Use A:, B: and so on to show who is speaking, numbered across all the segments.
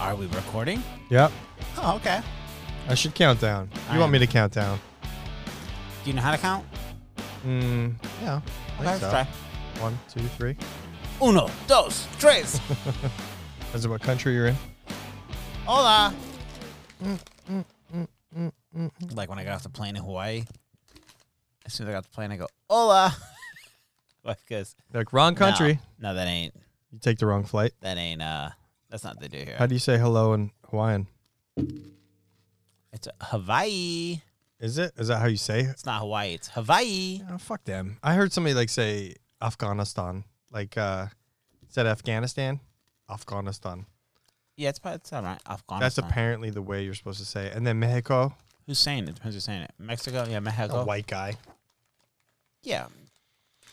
A: Are we recording?
B: Yep.
A: Oh, okay.
B: I should count down. You
A: I
B: want me
A: am-
B: to count down?
A: Do you know how to count?
B: Mm, yeah. I
A: Okay,
B: think so.
A: let's
B: One, two, three.
A: try. Uno, dos, tres.
B: Is it what country you're in?
A: Hola. Like when I got off the plane in Hawaii. As soon as I got off the plane, I go, hola. like, cause,
B: Like wrong
A: no,
B: country.
A: No, that ain't,
B: You take the wrong flight.
A: that ain't, uh, that's not what they do here.
B: How do you say hello in Hawaiian?
A: It's Hawaii.
B: Is it? Is that how you say? it?
A: It's not Hawaii. It's Hawaii.
B: Oh, fuck them. I heard somebody like say Afghanistan. Like uh said Afghanistan. Afghanistan.
A: Yeah, it's probably, it's all right. Afghanistan.
B: That's apparently the way you're supposed to say it. And then Mexico,
A: Who's saying it? Depends who's saying it. Mexico? Yeah,
B: a
A: Mexico.
B: white guy.
A: Yeah,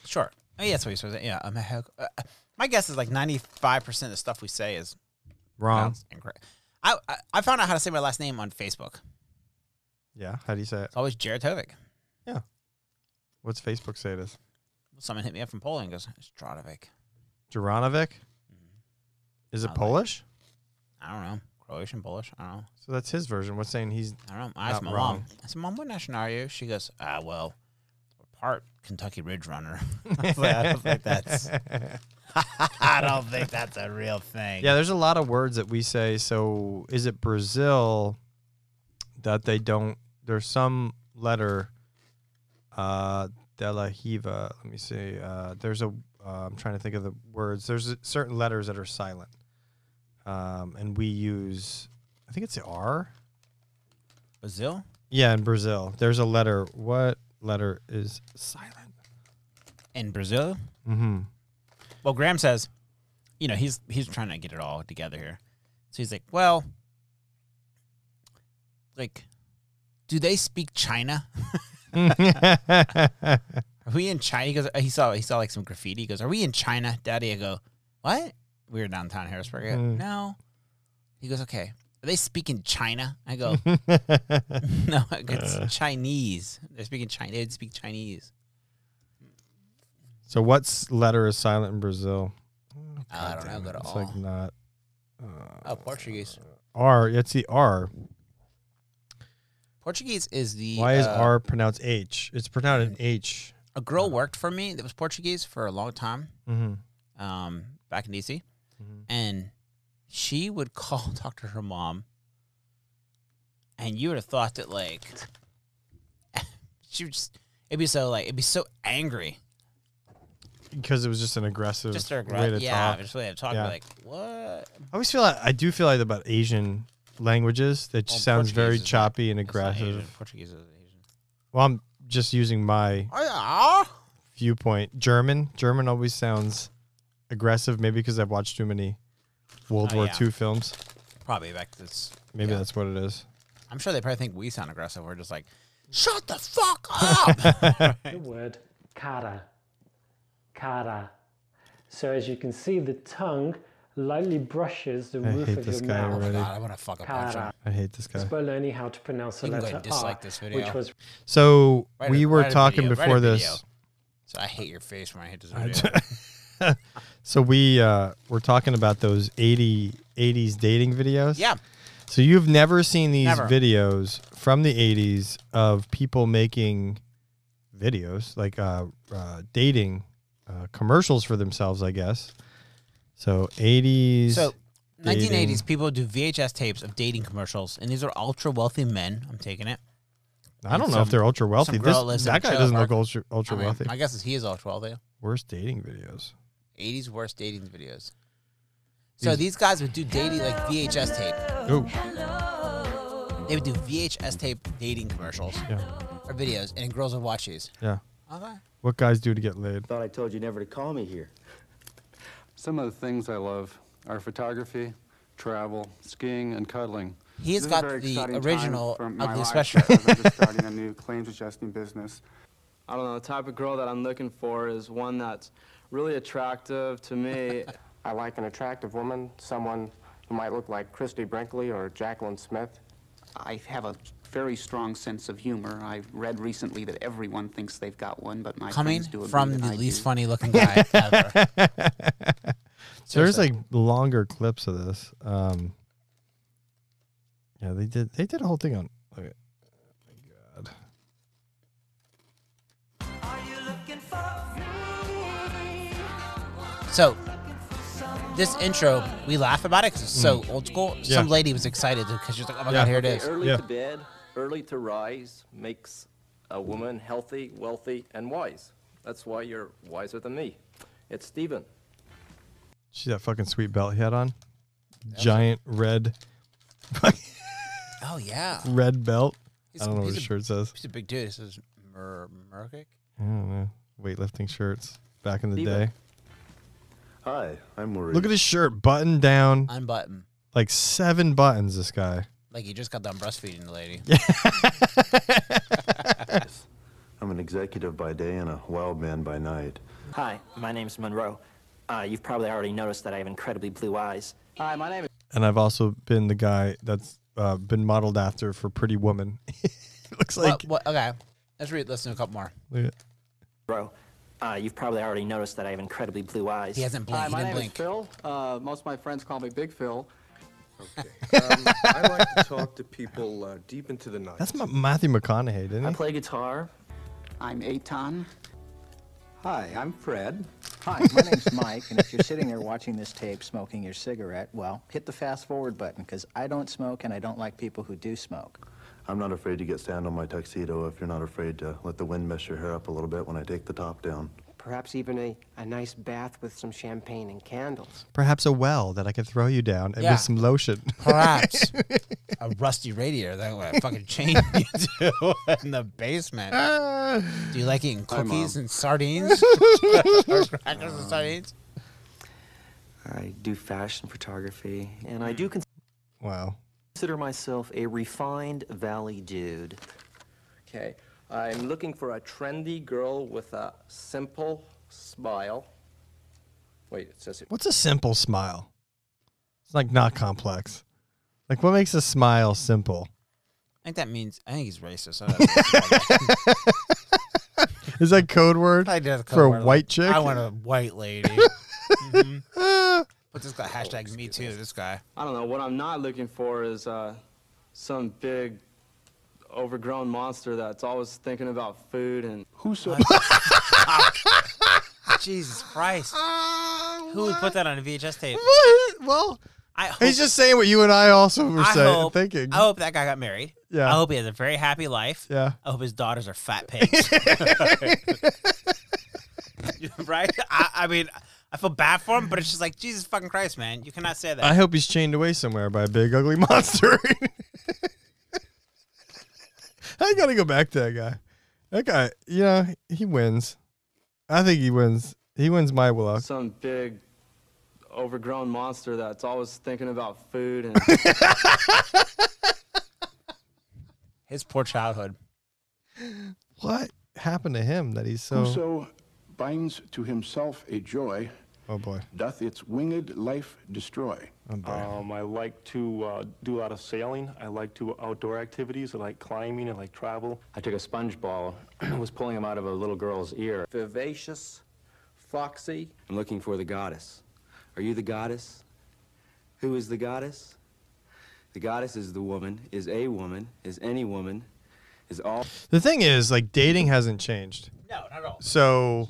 A: sure. Oh, yeah, that's what you're supposed to. Yeah, I'm a heck. Uh, my guess is like 95 percent of the stuff we say is
B: Wrong.
A: pronounced incorrect. I, I I found out how to say my last name on Facebook.
B: Yeah. How do you say it?
A: It's always Jared Tovic.
B: What's Facebook say it is?
A: Someone hit me up from Poland and goes, "It's Drodovic."
B: Juranovic? Is it
A: Mm-hmm. Not like-
B: Polish?
A: I don't know. Croatian, Polish. I don't know.
B: So that's his version. What's saying he's
A: I don't know. I asked
B: Not
A: my mom.
B: wrong.
A: I said, "Mom, what nation are you?" She goes, "Ah, well, we're part Kentucky Ridge Runner." I was like, I don't think that's. I don't think that's a real thing.
B: yeah, there's a lot of words that we say. So is it Brazil that they don't? There's some letter, uh, de la Riva. Let me see. Uh, there's a. Uh, I'm trying to think of the words. There's a- certain letters that are silent, um, and we use. I think it's the R.
A: Brazil.
B: Yeah, in Brazil, there's a letter. What letter is silent?
A: In Brazil,
B: Mm-hmm.
A: Well, Graham says, you know, he's he's trying to get it all together here. So he's like, well, like, do they speak China? Are we in China? He goes, uh, he saw he saw like some graffiti. He goes, are we in China, Daddy? I go, what? We were downtown Harrisburg. I go,
B: Mm.
A: No. He goes, okay. Are they speaking China? I go, no,
B: Uh.
A: it's Chinese. They're speaking Chinese. They speak Chinese.
B: so what's letter is silent in Brazil? Oh,
A: I don't
B: goddamn
A: know
B: it.
A: at
B: It's
A: all.
B: like not
A: Oh, Portuguese.
B: R. It's the R.
A: Portuguese is the
B: Why is
A: uh,
B: R pronounced H? It's pronounced an H.
A: A girl
B: Uh-huh.
A: worked for me that was Portuguese for a long time.
B: Mm-hmm.
A: um, back in DC,
B: Mhm.
A: and she would call talk to her mom, and you would have thought that like she would just it'd be so like it'd be so angry,
B: Because it was just an aggressive,
A: just her
B: way
A: aggression.
B: to
A: Yeah,
B: talk.
A: just way of talking.
B: Yeah.
A: Like what?
B: I always feel like, I do feel like about Asian languages that
A: Well,
B: just sounds very
A: Portuguese is not-
B: choppy and
A: It's not
B: aggressive.
A: Asian. Portuguese is Asian.
B: Well, I'm just using my
A: Oh, yeah.
B: viewpoint. German, German always sounds aggressive. Maybe because I've watched too many World
A: Oh,
B: War
A: yeah.
B: II films.
A: Probably back to this.
B: Maybe
A: Yeah.
B: that's what it is.
A: I'm sure they probably think we sound aggressive. We're just like, shut the fuck up.
C: the word cara. Cara. So as you can see, the tongue lightly brushes the roof
B: hate
C: of
B: this
C: your
B: guy
C: mouth.
B: already.
A: God, I want to fuck up.
C: Cara.
B: I hate this guy.
C: Just by learning how to pronounce the
A: You can go
C: letter
A: and dislike
C: R,
A: this
C: which
A: video.
C: was
B: So
A: Write a-
B: we were
A: write a
B: talking
A: video, write a
B: before
A: video.
B: this.
A: So I hate your face when I hit this video.
B: So we uh, were talking about those 80, 80s dating videos.
A: yeah.
B: So you've never seen these
A: Never.
B: videos from the 80s of people making videos, like uh, uh, dating uh, commercials for themselves, I guess. So 80s.
A: So,
B: dating.
A: 1980s people do VHS tapes of dating commercials, and these are ultra wealthy men. I'm taking it.
B: I don't know
A: some-
B: if they're ultra wealthy.
A: girl
B: This,
A: lives in
B: that
A: a
B: guy
A: trailer
B: doesn't
A: park.
B: look ultra, ultra
A: I mean,
B: wealthy.
A: my guess is he is ultra wealthy.
B: Worst dating videos.
A: 80s worst dating videos. So these guys would do dating like VHS tape.
B: Oh,
A: They would do VHS tape dating commercials
B: yeah.
A: or videos, and girls would watch these.
B: Yeah.
A: Okay.
B: What guys do to get laid?
D: Thought I told you never to call me here.
E: Some of the things I love are photography, travel, skiing, and cuddling.
A: He has
F: This is a
A: got
F: very
A: the
F: exciting time
A: original
F: for
A: of
F: my
A: the
F: life
A: special.
F: as I'm just starting a new claims adjusting business.
G: I don't know, the type of girl that I'm looking for is one that's really attractive to me.
F: I like an attractive woman, someone who might look like Christy Brinkley or Jacqueline Smith.
H: I have a very strong sense of humor. I read recently that everyone thinks they've got one, but my
A: Coming
H: friends do agree
A: from
H: that
A: the
H: I
A: least
H: do.
A: funny looking guy ever.
B: There's
A: Seriously.
B: like longer clips of this. Um, Yeah, they did. They did a whole thing on. Look at, oh my God.
A: So this intro, we laugh about it because it's so old school. Some
B: Mm. Yeah.
A: lady was excited because she's like, "Oh my
B: Yeah.
A: god, here it is!"
D: Early
B: Yeah.
D: to bed, early to rise makes a woman healthy, wealthy, and wise. That's why you're wiser than me. It's Stephen.
B: See that fucking sweet belt he had on? Giant red,
A: Oh yeah,
B: red belt.
A: He's-
B: I don't know what
A: he's
B: his
A: a-
B: shirt says.
A: he's a big dude. This is Mur- Murkic.
B: I don't know. Weightlifting shirts back in the
D: Leave it.
B: day.
I: Hi, I'm Maurice.
B: Look at his shirt, button down,
A: Unbutton,
B: like seven buttons. This guy.
A: like he just got done breastfeeding the lady.
I: I'm an executive by day and a wild man by night.
J: Hi, my name's Monroe. Uh, you've probably already noticed that I have incredibly blue eyes.
H: Hi, my name is.
B: And I've also been the guy that's uh, been modeled after for Pretty Woman. looks like.
A: What- what- okay, let's read. Let's do a couple more.
B: Look at-
J: Monroe, uh, you've probably already noticed that I have incredibly blue eyes.
A: He hasn't blinked.
H: Hi,
A: He
H: my
A: didn't
H: name is
A: blink.
H: Phil. Uh, most of my friends call me Big Phil.
K: Um, I like to talk to people uh, deep into the night.
B: That's Ma- Matthew McConaughey, didn't
J: I
B: he?
J: play guitar.
H: I'm Aton.
D: Hi, I'm Fred.
J: Hi, my name's Mike, and if you're sitting there watching this tape smoking your cigarette, well, hit the fast forward button because I don't smoke and I don't like people who do smoke.
I: I'm not afraid to get sand on my tuxedo if you're not afraid to let the wind mess your hair up a little bit when I take the top down.
J: Perhaps even a, a nice bath with some champagne and candles.
B: Perhaps a well that I could throw you down and
A: Yeah.
B: with some lotion.
A: Perhaps a rusty radiator that would fucking chain you to in the basement.
B: Uh,
A: Do you like eating cookies and sardines? Or crackers and sardines?
J: I do fashion photography, and I do
B: wow.
J: consider myself a refined valley dude.
D: Okay. I'm looking for a trendy girl with a simple smile. Wait, it says it.
B: What's a simple smile? It's like not complex. Like what makes a smile simple?
A: I think that means I think he's racist. I don't know.
B: Is that code word
A: I did
B: for a
A: color.
B: white chick?
A: I want a white lady. Mhm. But this guy hashtag me too. This guy.
G: I don't know. What I'm not looking for is uh, some big, overgrown monster that's always thinking about food and
A: Jesus Christ. Who would put that on a VHS tape?
B: What? Well,
A: I hope,
B: he's just saying what you and I also were
A: I
B: saying,
A: hope-
B: thinking.
A: I hope that guy got married.
B: Yeah.
A: I hope he has a very happy life.
B: Yeah.
A: I hope his daughters are fat pigs. right? I, I mean, I feel bad for him, but it's just like Jesus fucking Christ, man. You cannot say that.
B: I hope he's chained away somewhere by a big ugly monster. I gotta go back to that guy. That guy, you know, he wins. I think he wins. He wins my willow.
G: some big, overgrown monster that's always thinking about food and
A: His poor childhood.
B: What happened to him that he's so?
K: Whoso binds to himself a joy
B: Oh boy.
K: doth its winged life destroy.
B: Oh boy.
I: Um, I like to uh, do a lot of sailing. I like to outdoor activities. I like climbing. I like travel.
D: I took a sponge ball and was pulling him out of a little girl's ear. Vivacious, foxy. I'm looking for the goddess. Are you the goddess? Who is the goddess? The goddess is the woman, is a woman, is any woman, is all.
B: The thing is, like dating hasn't changed.
A: No, not at all.
B: So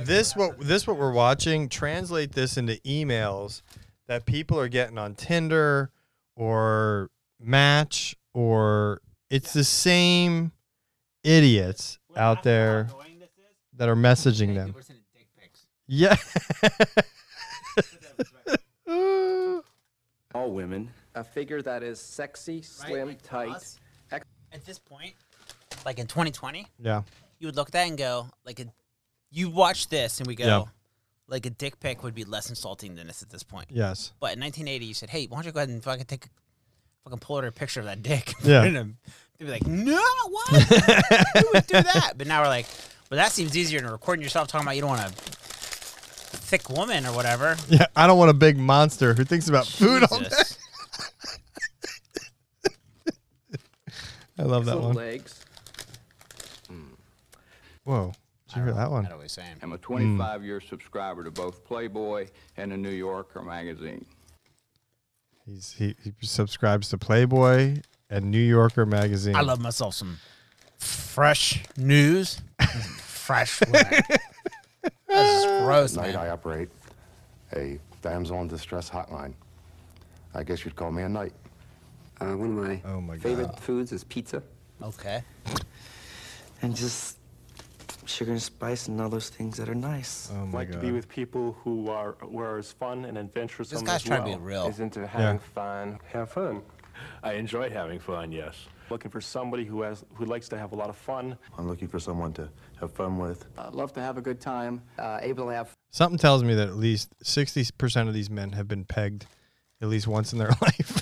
B: this what this what we're watching. Translate this into emails that people are getting on Tinder or Match or it's the same idiots out there that are messaging them. Yeah.
D: all women. A figure that is sexy, slim, tight.
A: At this point, like in 2020,
B: yeah.
A: you would look at that and go, like, a, you watch this and we go,
B: Yeah.
A: like, a dick pic would be less insulting than this at this point.
B: Yes.
A: But in 1980, you said, "Hey, why don't you go ahead and fucking take, a, fucking pull out a picture of that dick?" and put
B: Yeah.
A: it in 'em." They'd be like, "No, what? Who would do that?" But now we're like, "Well, that seems easier than recording yourself talking about you don't want a thick woman or whatever."
B: Yeah. I don't want a big monster who thinks about food all day.
A: Jesus.
B: I love that one.
D: Excellent legs.
B: Whoa. Did you hear that one?
A: Not always saying.
D: I'm a
B: Hmm.
D: 25 year subscriber to both Playboy and the New Yorker magazine.
B: He's he, he subscribes to Playboy and New Yorker magazine.
A: I love myself some fresh news, and some fresh women. This is gross,
I: Night
A: man.
I: I operate a damsel in distress hotline. I guess you'd call me a knight.
L: Uh, one of my, favorite foods is pizza.
A: Okay.
C: And just sugar and spice and all those things that are nice.
B: Oh
M: like to be with people who are who are as fun and adventurous.
C: This guy's
M: as
C: trying to
M: well.
C: be real. He's
M: into
C: having
M: fun. Have fun. I enjoy having fun. Yes. Looking for somebody who has who likes to have a lot of fun.
I: I'm looking for someone to have fun with.
H: Uh, love to have a good time. Uh, able to have
B: Something tells me that at least sixty percent of these men have been pegged at least once in their life.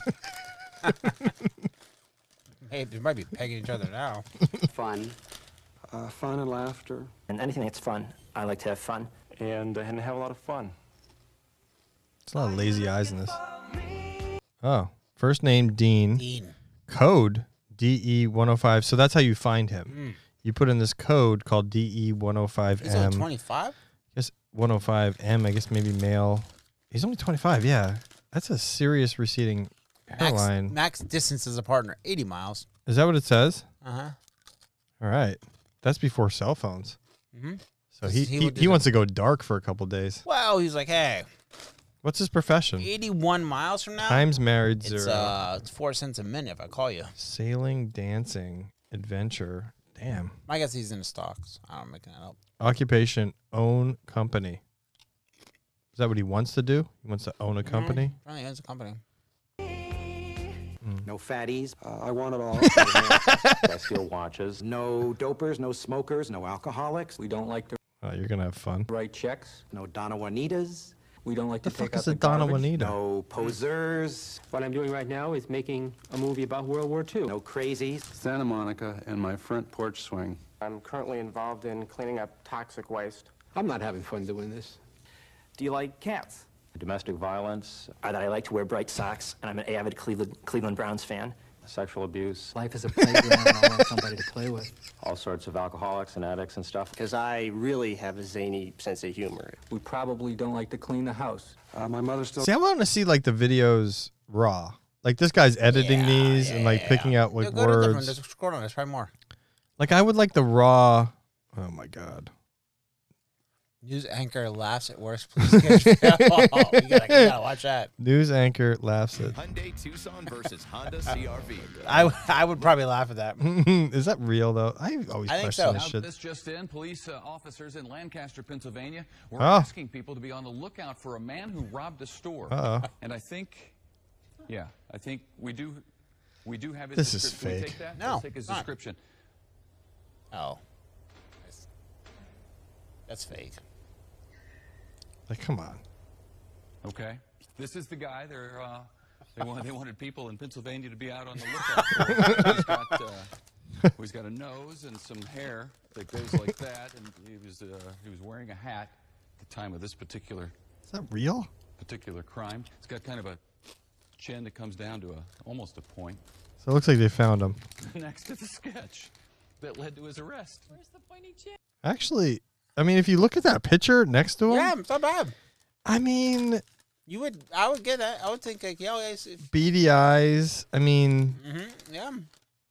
A: Hey, they might be pegging each other now.
H: fun.
M: Uh, fun and laughter.
C: And anything that's fun. I like to have fun.
M: And and have a lot of fun.
B: It's a lot of lazy eyes in this. Oh, first name Dean.
A: Dean.
B: Code E DE105. So that's how you find him.
A: Mm.
B: You put in this code called E DE105M.
A: He's only 25?
B: guess 105M. I guess maybe male. He's only 25. Yeah, that's a serious receding
A: Max,
B: hairline.
A: max distance as a partner, 80 miles.
B: Is that what it says?
A: Uh huh.
B: All right, that's before cell phones.
A: Mhm.
B: So he
A: He
B: he,
A: will
B: he,
A: do that.
B: wants to go dark for a couple days.
A: Well, he's like, hey,
B: What's his profession?
A: 81 miles from now?
B: Times married
A: it's,
B: zero.
A: Uh, it's four cents a minute if I call you.
B: Sailing, dancing, adventure. Damn.
A: I guess he's into stocks. I don't make that up.
B: Occupation, own company. Is that what he wants to do? He wants to own a company?
A: Apparently, he owns a company.
D: No fatties. Uh, I want it all.
L: I steal watches.
D: no dopers, no smokers, no alcoholics. We don't like to
B: Oh, you're going to have fun.
D: write checks. No Donna Juanitas. We don't like to
B: fuck out is the a Donna garbage. Juanita?
D: No posers.
N: What I'm doing right now is making a movie about World War II.
D: No crazies.
H: Santa Monica and my front porch swing.
O: I'm currently involved in cleaning up toxic waste.
D: I'm not having fun doing this.
C: Do you like cats?
L: Domestic violence,
C: Uh, that I like to wear bright socks, and I'm an avid Cleveland, Cleveland Browns fan.
L: sexual abuse.
C: Life is a playground, and I want somebody to play with.
L: all sorts of alcoholics and addicts and stuff.
D: Because I really have a zany sense of humor. We probably don't like to clean the house. Uh, my mother still.
B: See, I want to see like the videos raw. Like this guy's editing these and like picking out
A: Yo,
B: like
A: go to a different one.
B: words.
A: Just scroll down. Let's try more.
B: Like I would like the raw. Oh my god.
A: News anchor laughs at worst police sketch. you, gotta, you gotta watch that.
B: News anchor laughs at.
P: Hyundai Tucson versus Honda CRV.
A: I, I would probably laugh at that.
B: Is that real though? I always
P: I
B: question
P: think so.
B: this shit.
Q: This just in, police uh, officers in Lancaster, Pennsylvania were
B: Oh.
Q: asking people to be on the lookout for a man who robbed a store.
B: Uh-oh.
Q: And I think, yeah, I think we do, we do have his
B: This is
Q: description. Can we
B: fake.
Q: take that?
A: No,
Q: Let's take his
A: not.
Q: description.
A: Oh. That's- That's fake.
B: Like come on.
Q: Okay. This is the guy. They're, uh, they, want, they wanted people in Pennsylvania to be out on the lookout. he's, got, uh, he's got a nose and some hair that goes like that, and he was uh, he was wearing a hat at the time of this particular
B: Is that real?
Q: particular crime. It's got kind of a chin that comes down to a almost a point
B: So it looks like they found him.
Q: next to the sketch that led to his arrest. Where's the pointy chin?
B: Actually, I mean, if you look at that picture next to him,
A: Yeah, it's not bad.
B: I mean,
A: You would, I would get that. I would think like, yeah, it's, if,
B: beady eyes. I mean,
A: hmm yeah,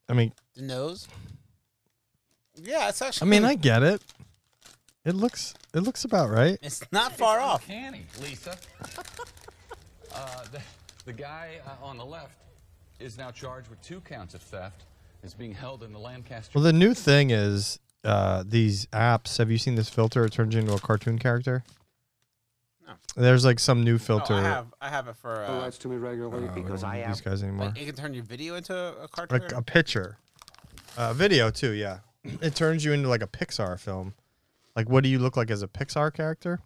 B: I mean,
A: the nose. Yeah, it's
B: I
A: actually.
B: mean, I get it. It looks, it looks about right.
A: It's not far off.
Q: Canny, Lisa. uh, the, the guy uh, on the left is now charged with two counts of theft. Is being held in the Lancaster.
B: Well, the new thing is uh, these apps. Have you seen this filter? It turns you into a cartoon character.
A: No.
B: There's like some new
A: Oh,
B: filter.
A: I have, I have it for. Uh,
M: Who writes to me regularly
B: we because don't I need these am- guys anymore.
A: Like, it can turn your video into a cartoon.
B: like a picture, uh, video too. Yeah, it turns you into like a Pixar film. Like, what do you look like as a Pixar character?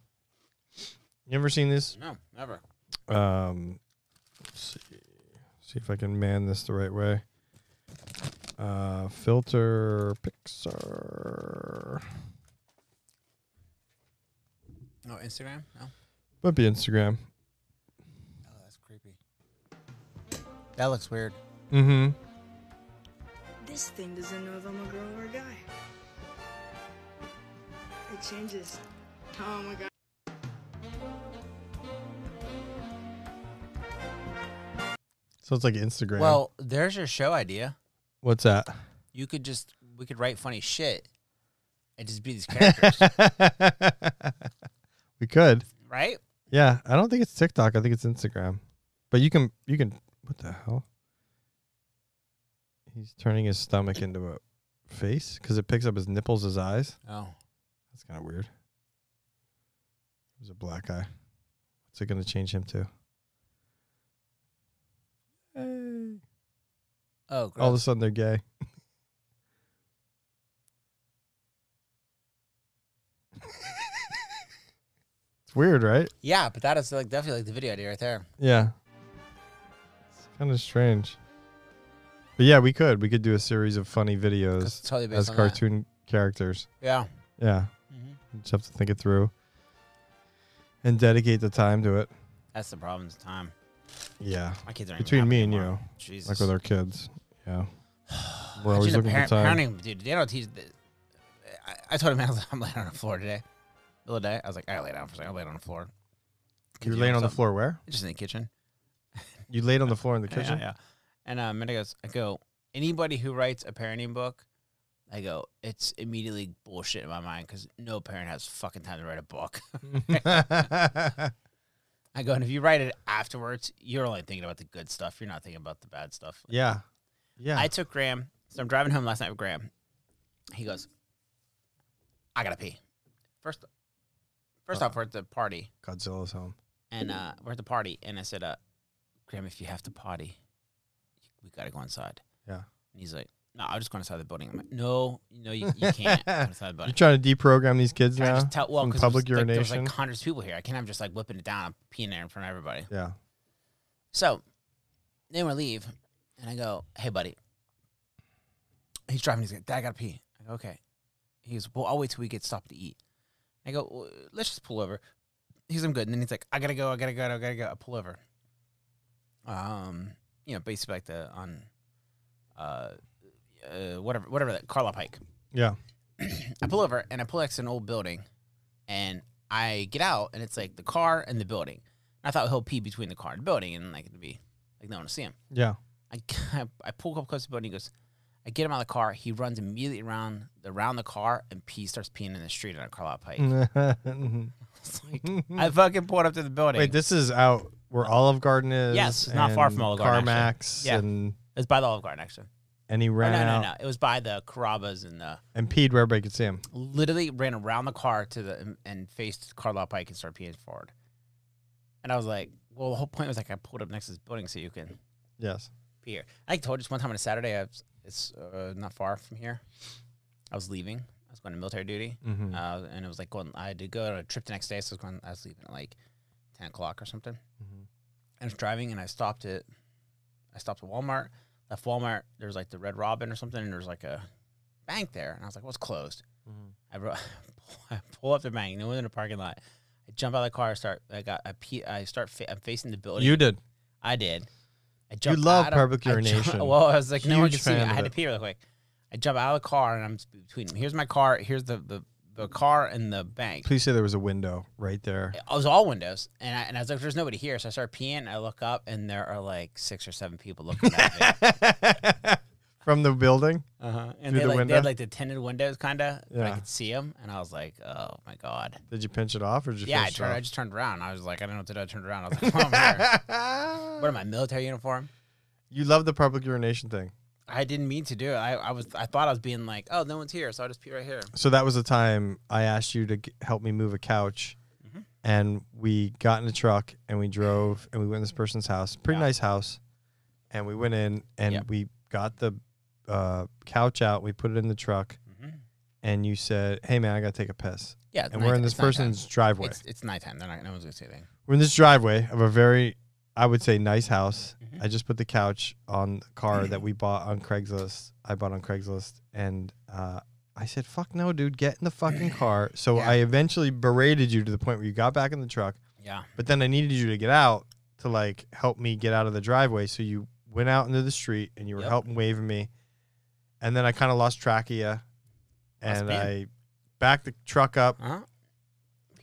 B: You ever seen this?
A: No, never.
B: Um, let's see, see if I can man this the right way. Uh, filter Pixar.
A: No Oh, Instagram. No,
B: Might be Instagram.
A: that's creepy. That looks weird.
B: Mm-hmm.
R: This thing doesn't know if I'm a girl or a guy. It changes. Oh my god.
B: So it's like Instagram.
A: Well, there's your show idea.
B: what's that?
A: You could just we could write funny shit and just be these characters,
B: We could.
A: right?
B: Yeah, I don't think it's TikTok. I think it's Instagram. But you can you can what the hell? He's turning his stomach into a face because it picks up his nipples, his eyes.
A: Oh.
B: That's kind of weird. It was a black eye. What's it gonna change him to?
A: Oh,
B: All of a
A: gross.
B: sudden they're gay. it's weird, right?
A: yeah, but that is like definitely like the video idea right there.
B: Yeah. It's kind of strange. But yeah, we could. We could do a series of funny videos
A: That's totally based
B: as
A: on that. Mm-hmm.
B: cartoon characters.
A: Yeah.
B: Yeah. Just have to think it through and dedicate the time to it.
A: That's the problem. It's time.
B: Yeah.
A: my kids aren't even
B: Between
A: happy
B: me and you.
A: anymore. Jesus.
B: Like with our kids. Yeah. We're
A: Imagine
B: always
A: the
B: looking for
A: parent-
B: time.
A: Parenting, dude, they don't teach. The, I, I told him I was, I'm laying on the floor today. The other day, I was like, I lay down for a second. I lay on the floor.
B: You were
A: Could
B: laying on the
A: something? Uh,
B: floor where?
A: Just in the kitchen.
B: You laid on the floor in the
A: Yeah,
B: kitchen?
A: Yeah, yeah. And um, and I goes, I go, anybody who writes a parenting book, I go, it's immediately bullshit in my mind because no parent has fucking time to write a book. I go, and if you write it afterwards, you're only thinking about the good stuff. You're not thinking about the bad stuff.
B: Yeah. Yeah.
A: I took Graham. So I'm driving home last night with Graham. He goes, I gotta pee. First, first off, we're at the party,
B: Godzilla's home.
A: and
B: Mm-hmm.
A: uh, we're at the party, and I said, uh, Graham, if you have to potty, we gotta go inside.
B: Yeah.
A: And he's like, No, I'll just go inside the building. I'm like, No, no, you, you can't go inside the building.
B: You're trying to deprogram these kids
A: Can I
B: now?
A: just tell, well,
B: from
A: 'cause
B: public
A: there's, like,
B: urination.
A: There's like hundreds of people here. I can't have just like whipping it down, peeing there in front of everybody.
B: yeah.
A: So then we leave, and I go, "Hey, buddy." He's driving. He's like, "Dad, I gotta pee." I go, "Okay." He goes, "Well, I'll wait till we get stopped to eat." I go, well, "Let's just pull over." He's, "I'm good." And then he's like, "I gotta go. I gotta go. I gotta go." I pull over. Um, you know, basically like the on, uh, uh whatever, whatever that Carla Pike.
B: Yeah.
A: I pull over and I pull next to an old building, and I get out and it's like the car and the building. I thought he'll pee between the car and the building, and like it'd be like no one to see him.
B: Yeah.
A: I, I pull up close to the building. He goes, I get him out of the car. He runs immediately around around the car and pee starts peeing in the street on Carlisle Pike.
B: Mm. Mm-hmm.
A: It's like, I fucking pulled up to the building.
B: Wait, this is out where Olive Garden is.
A: yes, it's not far from
B: and
A: Olive Garden. actually.
B: Carmax
A: yeah,
B: and
A: it's by the Olive Garden actually.
B: and he
A: Oh,
B: ran
A: no, no,
B: out
A: no. It was by the Carrabba's and the
B: and peed where everybody could see him.
A: literally ran around the car to the and, and faced Carlisle Pike and started peeing forward. And I was like, well, the whole point was like I pulled up next to this building so you can
B: Yes.
A: be here. I told you this one time on a Saturday. I was, it's uh, not far from here. I was leaving. I was going to military duty,
B: Mhm.
A: uh, and it was like going. I had to go on a trip the next day, so I was going. I was leaving at like ten o'clock or something. I was driving, and I stopped at. I stopped at Walmart. Left Walmart. There was like the Red Robin or something, and there was like a bank there, and I was like, "What's closed?" I, ro- I pull up the bank. No one in the parking lot. I jump out of the car. I start. I got. I, pe- I start. Fa- I'm facing the building.
B: You did.
A: I did. I
B: You
A: jumped
B: love
A: out
B: public
A: I jumped-
B: urination.
A: well, I was like, no one can
B: Huge
A: see me. I
B: fan of
A: had to
B: it.
A: pee real quick. I jump out of the car and I'm sp- between them. Here's my car. Here's the the, the car and the bank.
B: Please say there was a window right there.
A: I was all windows, and I, and I was like, "There's nobody here." So I start peeing. And I look up, and there are like six or seven people looking at me.
B: From the building?
A: Uh-huh. And
B: Through
A: they,
B: the
A: like,
B: window?
A: they had like the tinted windows, kind of. I
B: Yeah.
A: could see them, and I was like, "Oh my god!"
B: did you pinch it off or did you
A: yeah, I
B: finish it
A: turned. I
B: off?
A: just turned around. I was like, "I don't know what to do." I turned around. I was like, "Well, I'm here." "What am I, military uniform?"
B: You love the public urination thing.
A: I didn't mean to do it. I, I was. I thought I was being like, "Oh, no one's here," so I'll just pee right here.
B: So that was the time I asked you to g- help me move a couch,
A: Mm-hmm.
B: and we got in a truck and we drove and we went to this person's house, pretty nice house, and we went in and we got the uh, couch out, we put it in the truck,
A: Mm-hmm.
B: and you said, "Hey man, I gotta take a piss."
A: Yeah, it's
B: and we're
A: night-
B: in this
A: it's nighttime.
B: person's driveway.
A: It's, it's nighttime. They're not. No one's gonna say anything.
B: We're in this driveway of a very, I would say, nice house.
A: Mm-hmm.
B: I just put the couch on the car that we bought on Craigslist. I bought on Craigslist, and uh, I said, "Fuck no, dude, get in the fucking car." So I eventually berated you to the point where you got back in the truck.
A: Yeah.
B: But then I needed you to get out to like help me get out of the driveway. So you went out into the street and you were
A: Yep.
B: helping waving me, and then I kind of lost track of you, and
A: being.
B: I backed the truck up,
A: Huh?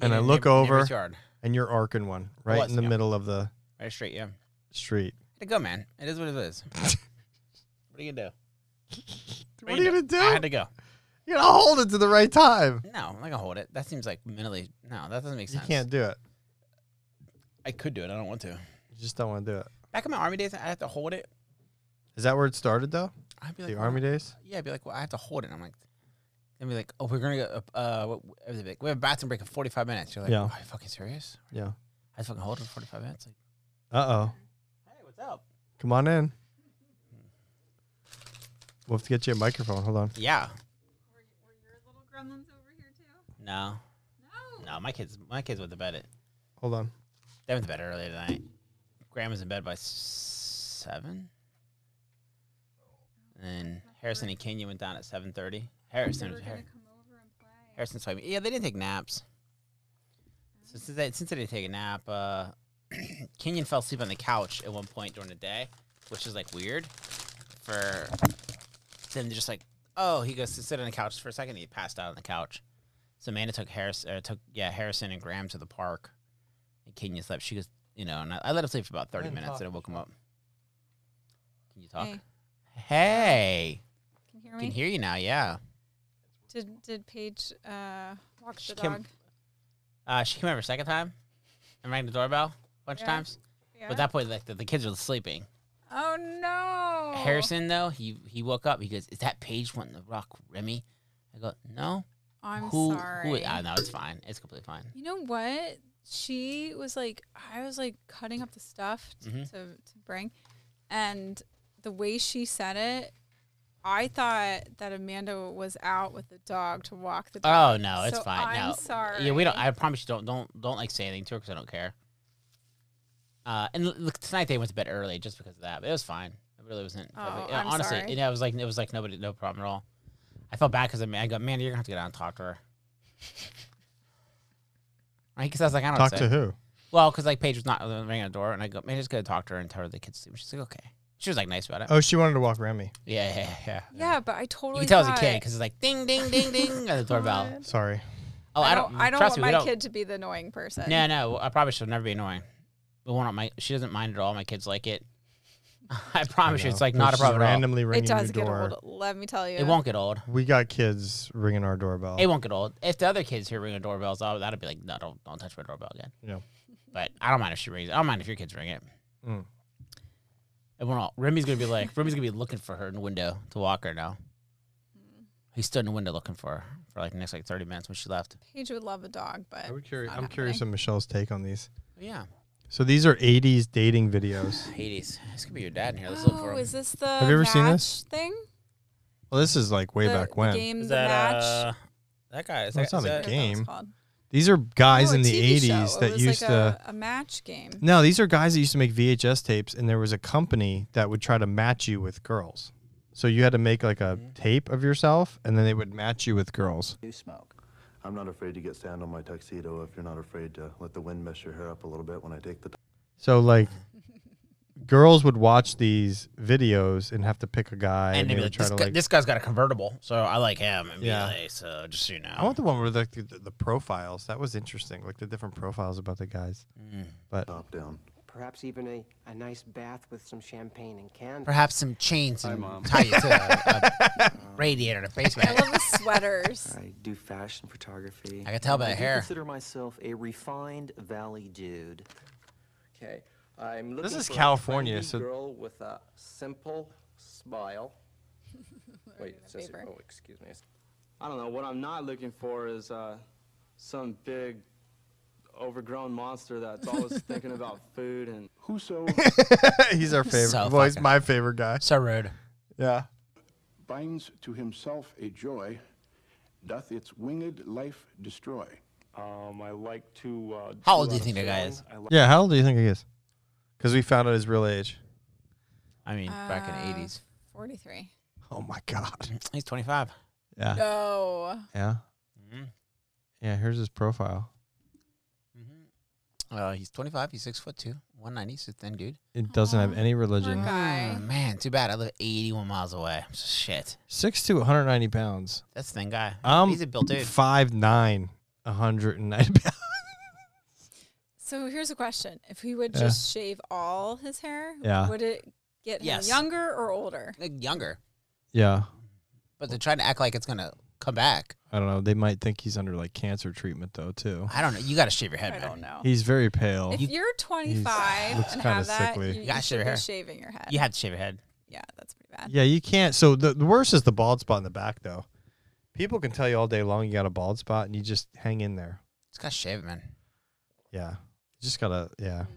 B: and I
A: Yeah,
B: look
A: neighbor-
B: over,
A: neighbor's yard.
B: and you're arcing one
A: I
B: right
A: was,
B: in the
A: yeah.
B: middle of the
A: Right straight. Yeah.
B: street.
A: had to go, man. It is what it is. what are you gonna do?
B: What are you gonna do?
A: I had to go.
B: You're gonna hold it to the right time.
A: No, I'm not gonna hold it. That seems like mentally. No, that doesn't make
B: You
A: sense.
B: can't do it.
A: I could do it. I don't want to.
B: You just don't want to do it.
A: Back in my army days, I had to hold it.
B: Is that where it started though?
A: I'd be like,
B: the
A: "Well,
B: army days.
A: Yeah, I'd be like, well, I have to hold it. And I'm like, and be like, oh, we're gonna go. Uh, uh, what- what- they'd be like, we have a bathroom break in 45 minutes. You're like,
B: Yeah.
A: are you fucking serious?
B: Yeah.
A: I fucking hold it for 45 minutes. Like,
B: Uh oh.
A: hey, what's up?
B: Come on in. We'll have to get you a microphone. Hold on.
A: Yeah. Were, were your little gremlins over here too? No. No. No, my kids, my kids went to bed at
B: Hold on.
A: They went to bed early tonight. Grandma's in bed by s- seven. And Harrison and Kenya went down at seven thirty. Harrison, Har- Harrison told me, yeah, they didn't take naps. So since they, since they didn't take a nap, uh, Kenyon fell asleep on the couch at one point during the day, which is like weird for them to just like, oh, he goes to sit on the couch for a second, and he passed out on the couch. So Amanda took Harris, uh, took yeah Harrison and Graham to the park, and Kenya slept. She goes, you know, and I, I let him sleep for about thirty
Q: Can
A: minutes,
Q: talk.
A: and I woke him up. Can you talk?
Q: Hey.
A: Hey,
Q: Can you hear
A: can,
Q: me?
A: hear you now. Yeah,
Q: Did did Paige uh, walk the
A: came-
Q: dog?
A: uh, she came over a second time and rang the doorbell a bunch
Q: Yeah.
A: of times. But
Q: Yeah.
A: at that point, like the, the kids were sleeping.
Q: Oh no!
A: Harrison though, he he woke up. He goes, "Is that Paige wanting to rock Remy?" I go, "No."
Q: I'm
A: who, Who,
Q: sorry.
A: ah, no, it's fine. It's completely fine.
Q: You know what? She was like, I was like cutting up the stuff t-
A: Mhm.
Q: to to bring, and the way she said it, I thought that Amanda was out with the dog to walk the
A: Oh
Q: dog.
A: no, it's
Q: So
A: fine.
Q: I'm
A: no,
Q: sorry.
A: Yeah, we don't. I promise you, don't don't don't like say anything to her because I don't care. Uh, and l- look, tonight they went to bed early just because of that. But it was fine. It really wasn't.
Q: Oh,
A: yeah,
Q: I'm
A: honestly,
Q: sorry.
A: you know, it was like it was like nobody, no problem at all. I felt bad because I, mean, I go, man, you're gonna have to get out and talk to her. Right? Because I was like, I don't
B: Talk
A: say.
B: to who?
A: Well, because like Paige was not uh, ringing the door, and I go, man, just go talk to her and tell her the kids. sleep." She's like, okay. She was like nice about it.
B: Oh, she wanted to walk Remy.
A: yeah, yeah, yeah.
Q: Yeah, but I totally.
A: You can tell as a
Q: thought-
A: kid because it's like ding, ding, ding, ding, and the doorbell.
B: Sorry.
A: Oh, I don't.
Q: I don't
A: trust
Q: want
A: me, we
Q: my
A: don't-
Q: kid to be the annoying person.
A: No, no. I promise she'll never be annoying. We won't. My she doesn't mind at all. My kids like it. I promise you, it's like not a problem at all.
B: Randomly
Q: It
B: ringing your
Q: does get
B: door.
Q: old. Let me tell you.
A: It won't get old.
B: We got kids ringing our doorbell.
A: It won't get old. If the other kids here ringing doorbells, I would, I'd be like, no, don't, don't touch my doorbell again.
B: Yeah.
A: But I don't mind if she rings. it. I don't mind if your kids ring it.
B: Mm.
A: And we're all, Remy's gonna be like, Remy's gonna be looking for her in the window to walk her now. He stood in the window looking for her for like the next like thirty minutes when she left.
Q: Paige would love a dog, but
B: I'm curious. I'm curious on Michelle's take on these.
A: Yeah.
B: So these are 80s dating videos.
A: Hades, this could be your dad in here. Let's look for
Q: Oh,
A: him.
Q: is this the
B: Have you ever seen
Q: match
B: this?
Q: thing?
B: Well, this is like way
Q: The-
B: back
Q: the
B: when.
Q: game,
A: Is
Q: the
A: that,
Q: match.
A: uh, that guy? Is
B: Well,
A: that,
B: it's not
A: is
B: a
A: that-
B: game.
Q: called.
B: These are guys
Q: Oh, a
B: in the
Q: TV show.
B: 80s that
Q: it was
B: used
Q: like
B: to.
Q: a, a match game.
B: No, these are guys that used to make VHS tapes, and there was a company that would try to match you with girls. So you had to make like a tape of yourself, and then they would match you with girls.
J: Do smoke.
K: I'm not afraid to get sand on my tuxedo if you're not afraid to let the wind mess your hair up a little bit when I take the.
B: So like, girls would watch these videos and have to pick a guy,
A: And
B: and,
A: they'd
B: they
A: be
B: would
A: like,
B: try
A: this,
B: to
A: guy,
B: like.
A: this guy's got a convertible, so I like him. And
B: Yeah.
A: yeah. so just so you know.
B: I want the one where like the, the profiles. That was interesting, like the different profiles about the guys.
A: Mm.
B: But top down.
S: Perhaps even a, a nice bath with some champagne and candy.
A: Perhaps some chains
S: Hi,
A: and
S: Mom.
A: tie you to a, a radiator in a basement.
Q: I love the sweaters.
T: I do fashion photography.
A: I can tell by
T: I
A: the
T: do
A: hair.
T: consider myself a refined valley dude.
U: Okay, I'm looking.
B: is
U: for a
B: California,
U: friendly
B: so-
U: girl with a simple smile. Wait, it says here- oh, excuse me. I don't know. What I'm not looking for is uh, some big, overgrown monster that's always thinking about food and.
K: Whoso
B: he's our favorite.
K: So
B: well, he's
K: fucking-
B: my favorite guy.
A: So rude.
B: Yeah.
K: binds to himself a joy, doth its winged life destroy. Um, I like to. Uh,
A: How old do you think that guy is?
B: Yeah. How old do you think he is? Because we found out his real age.
A: I mean, back in the 80s.
Q: 43.
B: Oh my god.
A: He's 25.
B: Yeah.
Q: No.
B: Yeah.
A: Mhm.
B: Yeah. Here's his profile.
A: Uh, he's 25. He's six foot two, 190. So thin, dude.
B: It doesn't have any religion.
A: Mm, man, too bad. I live 81 miles away. Shit.
B: Six to 190 pounds.
A: That's thin guy.
B: Um,
A: he's a built dude.
B: Five nine, 190 pounds.
Q: So here's a question: If he would
B: Yeah.
Q: just shave all his hair,
B: Yeah.
Q: would it get him
A: Yes.
Q: younger or older?
A: Like younger,
B: Yeah.
A: but they're trying to act like it's gonna come back.
B: I don't know. They might think he's under like cancer treatment though too.
A: I don't know. You got to shave your head.
Q: I
A: man.
Q: don't know.
B: He's very pale.
Q: If you're 25
B: looks
Q: and
B: kinda
Q: have that,
B: sickly.
Q: you,
B: You
Q: you
A: gotta shave
Q: should
A: your
Q: be
A: hair.
Q: shaving your head.
A: You have to shave your head.
Q: Yeah, that's pretty bad.
B: Yeah, you can't. So the, the worst is the bald spot in the back though. People can tell you all day long you got a bald spot and you just hang in there.
A: Just got to shave it, man.
B: Yeah. You just gotta yeah.
Q: Mm-hmm.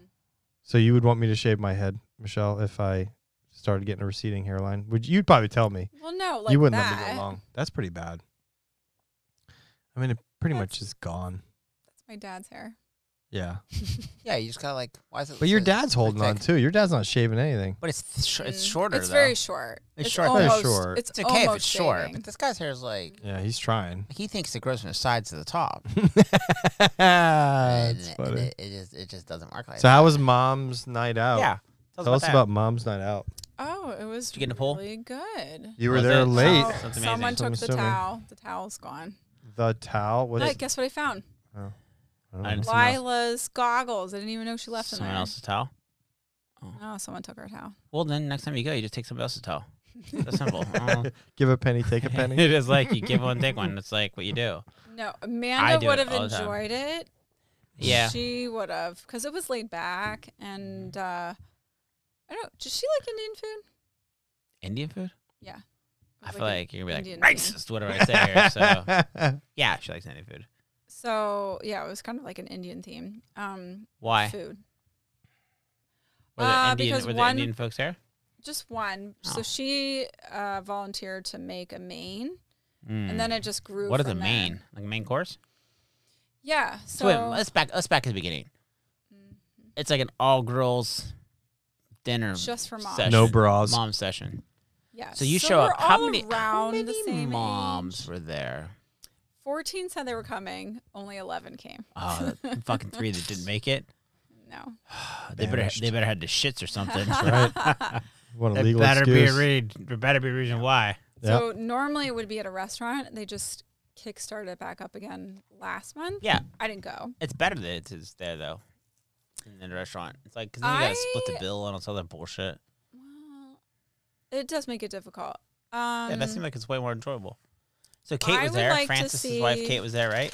B: So you would want me to shave my head, Michelle, if I started getting a receding hairline? Would you'd probably tell me.
Q: Well, no, like
B: you wouldn't
Q: that.
B: let me go long. That's pretty bad. I mean, it pretty much is gone.
Q: That's my dad's hair.
B: Yeah.
A: Yeah, you just got to like. Why is it?
B: But your
A: so-
B: dad's
A: so
B: holding on
A: thick?
B: too. Your dad's not shaving anything.
A: But it's th- sh- it's shorter.
Q: Mm, It's
A: though.
Q: very short.
A: It's,
Q: It's
A: short.
Q: almost-
B: It's short.
Q: it's
A: okay if
Q: almost
A: it's short,
Q: shaving.
A: but this guy's hair is like
B: Yeah, he's trying.
A: he thinks it grows from the sides to the top. and
B: That's
A: it-
B: funny.
A: It, it just it just doesn't work like
B: So
A: that.
B: how was mom's night out?
A: Yeah, tell us
B: Tell,
A: about
B: us
A: that.
B: about mom's night out.
Q: Oh, it was
A: you get in the pool?
Q: really good.
B: You were
A: Was
B: there
A: it?
B: late.
A: Oh, That's amazing.
Q: Someone
B: So I'm
Q: took the
B: assuming-
Q: towel. The towel's gone.
B: The towel. What
Q: Look,
B: is-
Q: guess what I found?
B: Oh, I don't
A: I
B: know.
A: didn't- Someone else-
Q: Lila's goggles. I didn't even know she left them
A: someone
Q: there.
A: else's towel.
Q: Oh, someone took her towel.
A: Well, then next time you go, you just take somebody else's towel. That's simple. Uh,
B: Give a penny, take a penny.
A: it is like you give one, take one. It's like what you do.
Q: No,
A: I
Q: Amanda
A: do Uh,
Q: would
A: it
Q: have
A: all the time.
Q: enjoyed it.
A: Yeah. Mm.
Q: She would have, because it was laid back. And uh, I don't know, does she like Indian food?
A: Indian food?
Q: Yeah. It
A: I
Q: was
A: feel
Q: a-
A: like you're gonna be
Q: Indian
A: like
Q: food.
A: racist. Whatever I say here. So yeah, she likes Indian food.
Q: So, yeah, it was kind of like an Indian theme. Um,
A: Why?
Q: Food.
A: Were there
Q: Uh,
A: Indian,
Q: because
A: were there
Q: one-
A: Indian folks there?
Q: Just one. So
A: Oh.
Q: she uh, volunteered to make a main,
A: Mm.
Q: and then it just grew.
A: What is the
Q: from there.
A: main? Like main course?
Q: Yeah.
A: So
Q: So Mm-hmm.
A: wait, let's back let's back to the beginning. It's like an all girls dinner
Q: Just for mom.
A: session.
B: No bras.
A: Mom session.
Q: Yeah,
A: So you
Q: so
A: show
Q: we're
A: up. How
Q: all
A: many, how
Q: around the
A: many
Q: same
A: moms were there?
Q: 14 said they were coming. Only 11 came.
A: Oh, the fucking three that didn't make it.
Q: No.
A: They better
B: Banished.
A: they better had the shits or something.
B: That's Uh, right. What a
A: There
B: legal
A: better
B: excuse.
A: be a read. There better be a reason why.
B: Yep.
Q: So normally it would be at a restaurant. They just kickstarted it back up again last month.
A: Yeah.
Q: I didn't go.
A: It's better that it's, it's there though. In the restaurant, it's like because you gotta split the
Q: I-
A: bill and all this other bullshit.
Q: It does make it difficult. Um,
A: yeah, that seemed like it's way more enjoyable. So Kate
Q: I
A: was
Q: would
A: there.
Q: like to
A: Francis's wife,
Q: see-
A: Kate was there, right?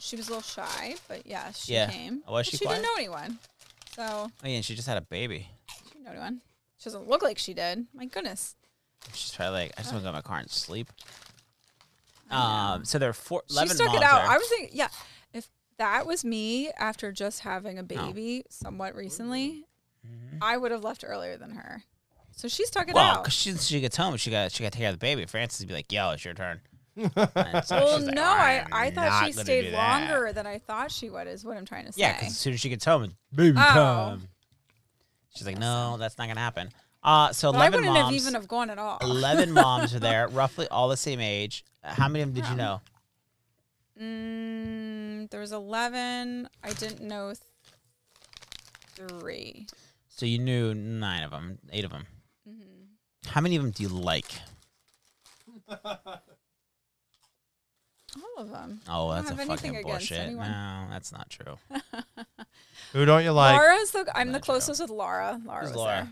Q: she was a little shy, but yeah, she
A: Yeah.
Q: came.
A: Was
Q: But
A: she
Q: she
A: quiet?
Q: didn't know anyone. So
A: Oh yeah, and she just had a baby.
Q: she didn't know anyone. She doesn't look like she did. My goodness.
A: She's probably like, I just want to go in my car and sleep. Um, so there are four, 11
Q: she stuck
A: moms
Q: it out.
A: there.
Q: I was thinking, yeah, if that was me after just having a
A: Oh. Mm-hmm.
Q: baby somewhat recently, I would have left earlier than her. So she stuck it
A: well,
Q: out.
A: because she, she gets home, she got she got to take care of the baby. Francis would be like, "Yo, it's your turn." And so
Q: well,
A: she's like,
Q: no, I,
A: "I'm
Q: I thought she
A: not gonna do
Q: stayed
A: that."
Q: longer than I thought she would, is what I'm trying to say.
A: Yeah, because as soon as she gets home, it's baby
Q: Oh.
A: time. She's like, "No, that's not gonna happen." Uh, so
Q: But I
A: eleven
Q: wouldn't
A: moms.
Q: have even have gone at all.
A: Eleven moms are there, roughly all the same age. Uh, How many of them did you know?
Q: Mm, there was 11. I didn't know th- three.
A: So you knew nine of them, eight of them.
Q: Mm-hmm.
A: How many of them do you like?
Q: All of them.
A: Oh,
Q: I
A: that's
Q: don't
A: a
Q: have anything
A: fucking
Q: against
A: bullshit.
Q: anyone.
A: No, that's not true.
B: Who don't you like?
Q: Laura's the. I'm the closest with Laura. Laura
A: Who's
Q: was
A: Laura?
Q: there.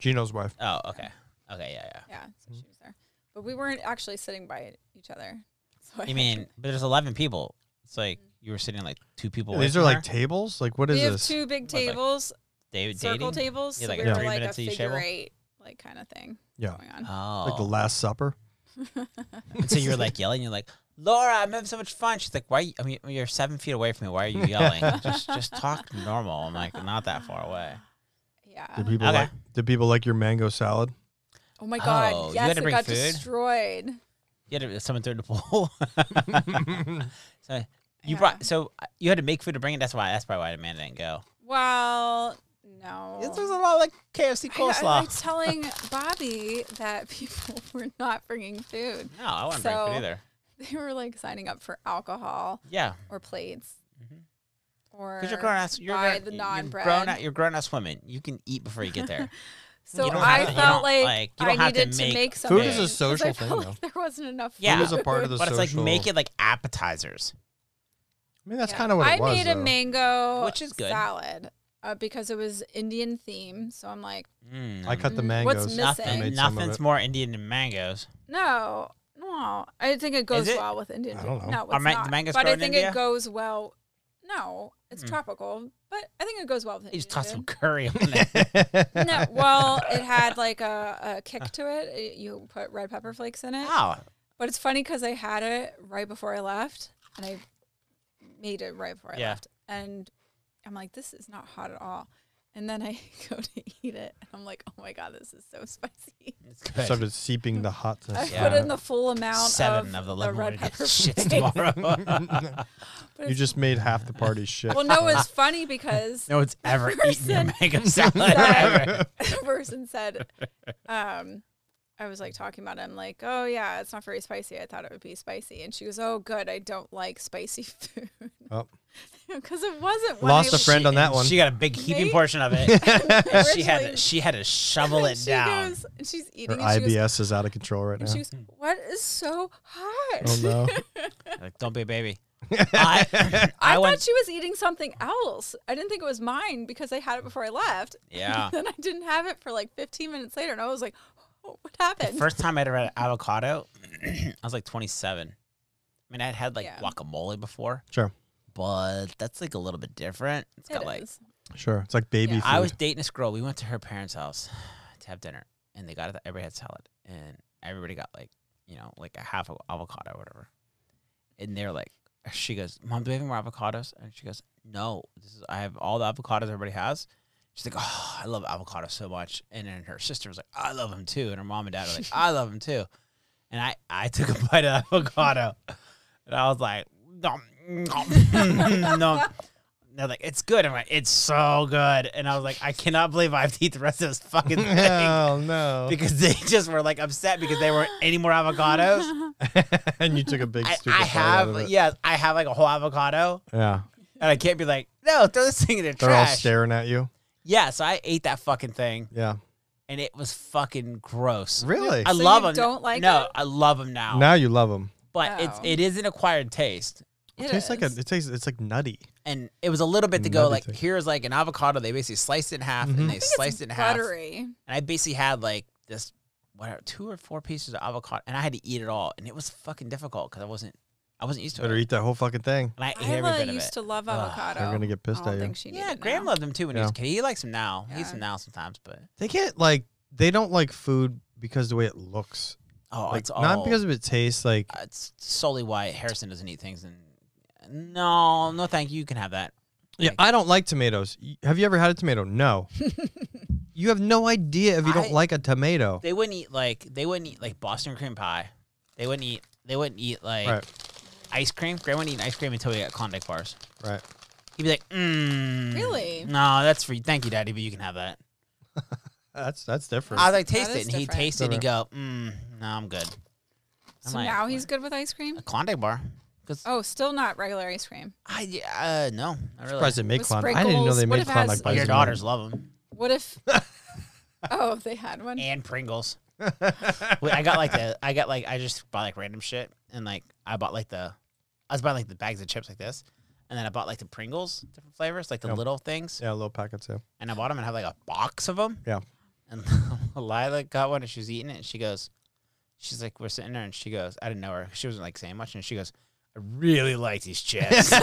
B: Gino's wife.
A: Oh, okay, okay, yeah, yeah.
Q: Yeah, so
B: Mm-hmm.
Q: she was there. But we weren't actually sitting by each other. So I
A: You mean, but there's 11 people. It's like you were sitting like two people. away
B: These
A: from
B: are like
A: her?
B: tables. Like what
Q: we
B: is
Q: have
B: this?
Q: two big
A: What, like,
Q: tables,
A: da-
Q: circle
A: dating?
Q: tables.
A: Yeah,
Q: so
A: like
Q: we
A: a
Q: were
A: three
Q: like a
A: minutes each
Q: figure
A: table?
Q: eight, like kind of thing.
B: Yeah.
Q: Going on.
B: Like the
A: Oh.
B: Last Supper.
A: And so you're like yelling. You're like, Laura, I'm having so much fun. She's like, why? you- I mean, you're seven feet away from me. Why are you yelling? just, just talk normal. I'm like, not that far away.
Q: Yeah.
B: Did people
A: Uh-huh. Okay.
B: like did people like your mango salad?
Q: Oh my god!
A: Oh, you had
Q: yes,
A: to
Q: it
A: bring
Q: got
A: food?
Q: destroyed.
A: You had to, someone threw in the pool. so you brought. So uh, you had to make food to bring it. That's why. That's probably why Amanda didn't go.
Q: Well, no.
A: This was a lot like KFC
Q: I, I
A: coleslaw.
Q: was telling Bobby that people were not bringing food.
A: No, I wouldn't bring food
Q: So
A: either.
Q: They were like signing up for alcohol.
A: Yeah.
Q: Or plates. Or
A: Because you're grown ass. You're
Q: buy
A: grown,
Q: the
A: you're
Q: non bread.
A: Grown out, you're grown ass women. You can eat before you get there.
Q: So
A: You don't
Q: I
A: have to- you
Q: felt
A: don't,
Q: like,
A: like, you don't
Q: I
A: have to
Q: needed to
A: make-
Q: make,
A: Food
Q: something.
A: is a
Q: 'cause I
B: social
Q: felt
B: thing,
Q: like there wasn't enough.
A: Yeah.
B: is a part of the
A: But it's like
B: social-
A: make it like appetizers.
B: I mean, that's
Q: Yeah.
B: kind of what
Q: I
B: it was.
Q: made
B: though.
Q: a mango
V: Which is good.
Q: salad uh, because it was Indian themed. So I'm like,
B: I cut the
Q: Mm, what's
B: mangoes. I
Q: missing?
B: made some of
A: Nothing's
B: it.
A: more Indian than mangoes.
Q: no, no, I think it goes
A: it?
Q: well with Indian.
A: I
Q: food.
A: don't know.
Q: No,
A: Are
Q: it's
A: ma- the
Q: not.
A: mangoes
Q: but
A: grown
Q: I
A: in
Q: think
A: India?
Q: it goes well. No, it's
A: Mm.
Q: tropical, but I think it goes well with
A: You just
Q: Indian.
A: toss some
Q: food.
A: curry on it.
Q: no, well, it had like a, a kick to it. It- You put red pepper flakes in it.
A: Wow.
Q: But it's funny because I had it right before I left, and I made it right before I
A: Yeah.
Q: left, and I'm like, this is not hot at all. And then I go to eat it, and I'm like, oh my god, this is so spicy.
B: I started seeping the hot.
Q: I put in the full amount
A: Seven of
Q: of,
A: the
Q: the
A: lemon
Q: red
A: orange
Q: pepper
A: shit
Q: flakes.
A: tomorrow.
Q: But
B: you
Q: it's-
B: just made half the party shit.
Q: well, no, it's funny because
A: No one's ever
Q: the
A: eaten a
Q: person
A: mango salad
Q: said-
A: ever.
Q: the person said, um, I was like talking about it. I'm like, oh yeah, it's not very spicy. I thought it would be spicy, and she goes, oh good, I don't like spicy food
B: Oh.
Q: because it wasn't. when
B: Lost
Q: I
B: a friend on that one.
A: She got a big heaping
Q: Nate-
A: portion of it. she
Q: Originally-
A: had she had to shovel it
Q: she
A: down.
Q: goes, and she's
B: Her
Q: eating. and she goes,
B: IBS is out of control right now.
Q: and she goes, what is so hot?
B: Oh, no.
A: Like, don't be a baby. I, I,
Q: I, thought
A: went.
Q: she was eating something else. I didn't think it was mine because I had it before I left.
A: Yeah.
Q: And then I didn't have it for like 15 minutes later, and I was like, "Oh, "What
A: The
Q: happened?"
A: first time I ever had avocado, I was like 27. I mean, I'd had like
Q: Yeah.
A: guacamole before.
B: Sure.
A: But that's like a little bit different. It's got
Q: It
A: like
Q: is.
B: Sure. It's like baby
A: Yeah,
B: food.
A: I was dating this girl. We went to her parents' house to have dinner, and they got everybody had salad, and everybody got like you know like a half of avocado or whatever. And they're like, she goes, "Mom, do we have any more avocados?" And she goes, "No, this is I have all the avocados everybody has." She's like, "Oh, I love avocado so much," and then her sister was like, "I love them too," and her mom and dad are like, "I love them too," and I I took a bite of avocado, and I was like, "Nom, nom, nom." They're like, it's good. I'm like, it's so good. And I was like, I cannot believe I have to eat the rest of this fucking thing.
B: Oh no!
A: Because they just were like upset because they weren't any more avocados.
B: and you took a big.
A: I,
B: stupid
A: I
B: bite out of
A: have,
B: it.
A: yeah, I have like a whole avocado
B: Yeah.
A: and I can't be like, no, throw this thing in the
B: They're all
A: trash.
B: staring at you.
A: yeah. So I ate that fucking thing
B: Yeah.
A: and it was fucking gross.
B: Really?
A: I
B: So
A: love
Q: you
A: them.
Q: don't like
A: No,
Q: them?
A: I love them now.
B: Now you love them.
A: But it's, it is an acquired taste.
B: It, tastes like a. It tastes. It's like nutty.
A: and it was a little bit to go
B: Another
A: like
B: thing.
A: here's like an avocado they basically sliced it in half
B: Mhm. I
A: and
B: think
A: they
B: it's
A: sliced it in
Q: buttery.
A: half and i basically had like this whatever two or four pieces of avocado and i had to eat it all and it was fucking difficult because i wasn't i wasn't used to
B: Better
A: it
B: eat that whole fucking thing.
A: and i ate every
Q: Isla
A: bit of
Q: used
A: it
Q: to love
A: Ugh.
Q: avocado.
B: They're gonna get pissed
Q: I don't
B: at you.
Q: think she
A: yeah
Q: needed
A: graham
Q: now.
A: loved them too when he was a
B: Yeah.
A: kid he likes them now he eats them now sometimes but
B: They get like they don't like food because of the way it looks.
A: oh
B: like,
A: it's all
B: not because of it tastes. Like
A: uh, it's solely why harrison doesn't eat things and no no thank you you can have that
B: yeah, I don't like tomatoes. Y- Have you ever had a tomato? No. you have no idea if you don't
A: I-
B: like a tomato.
A: they wouldn't eat like they wouldn't eat like Boston cream pie. They wouldn't eat they wouldn't eat like
B: Right.
A: ice cream. Grandma wouldn't eat ice cream until we got Klondike bars.
B: Right.
A: He'd be like, mm,
Q: Really?
A: No, that's for you. Thank you, Daddy, but you can have that.
B: That's that's different.
A: I was like, taste
Q: That
A: it,
Q: is
A: and he'd
Q: different.
A: taste it, and he'd go, mm, no, I'm good. I'm
Q: So
A: like,
Q: now he's good with ice cream.
A: a Klondike bar.
Q: Oh, still not regular ice cream.
A: I yeah, uh, no, I really.
B: surprised they make
Q: With
B: Klondike. I didn't know
Q: sprinkles.
B: they
Q: What
B: made
Q: if it
B: Klondike
Q: has-
B: bars.
A: Your
B: in
A: daughters
B: there.
A: love them,
Q: What if? oh, they had one.
A: and Pringles. Wait, I got like the I got like I just bought like random shit, and like I bought like the I was buying like the bags of chips like this, and then I bought like the Pringles different flavors, like the
B: Yeah.
A: little things.
B: Yeah, little packets. Yeah.
A: and I bought them and I had like a box of them.
B: Yeah.
A: And Lila got one and she was eating it and she goes, she's like, we're sitting there and she goes, I didn't know her. She wasn't like saying much and she goes, I really like these chips. and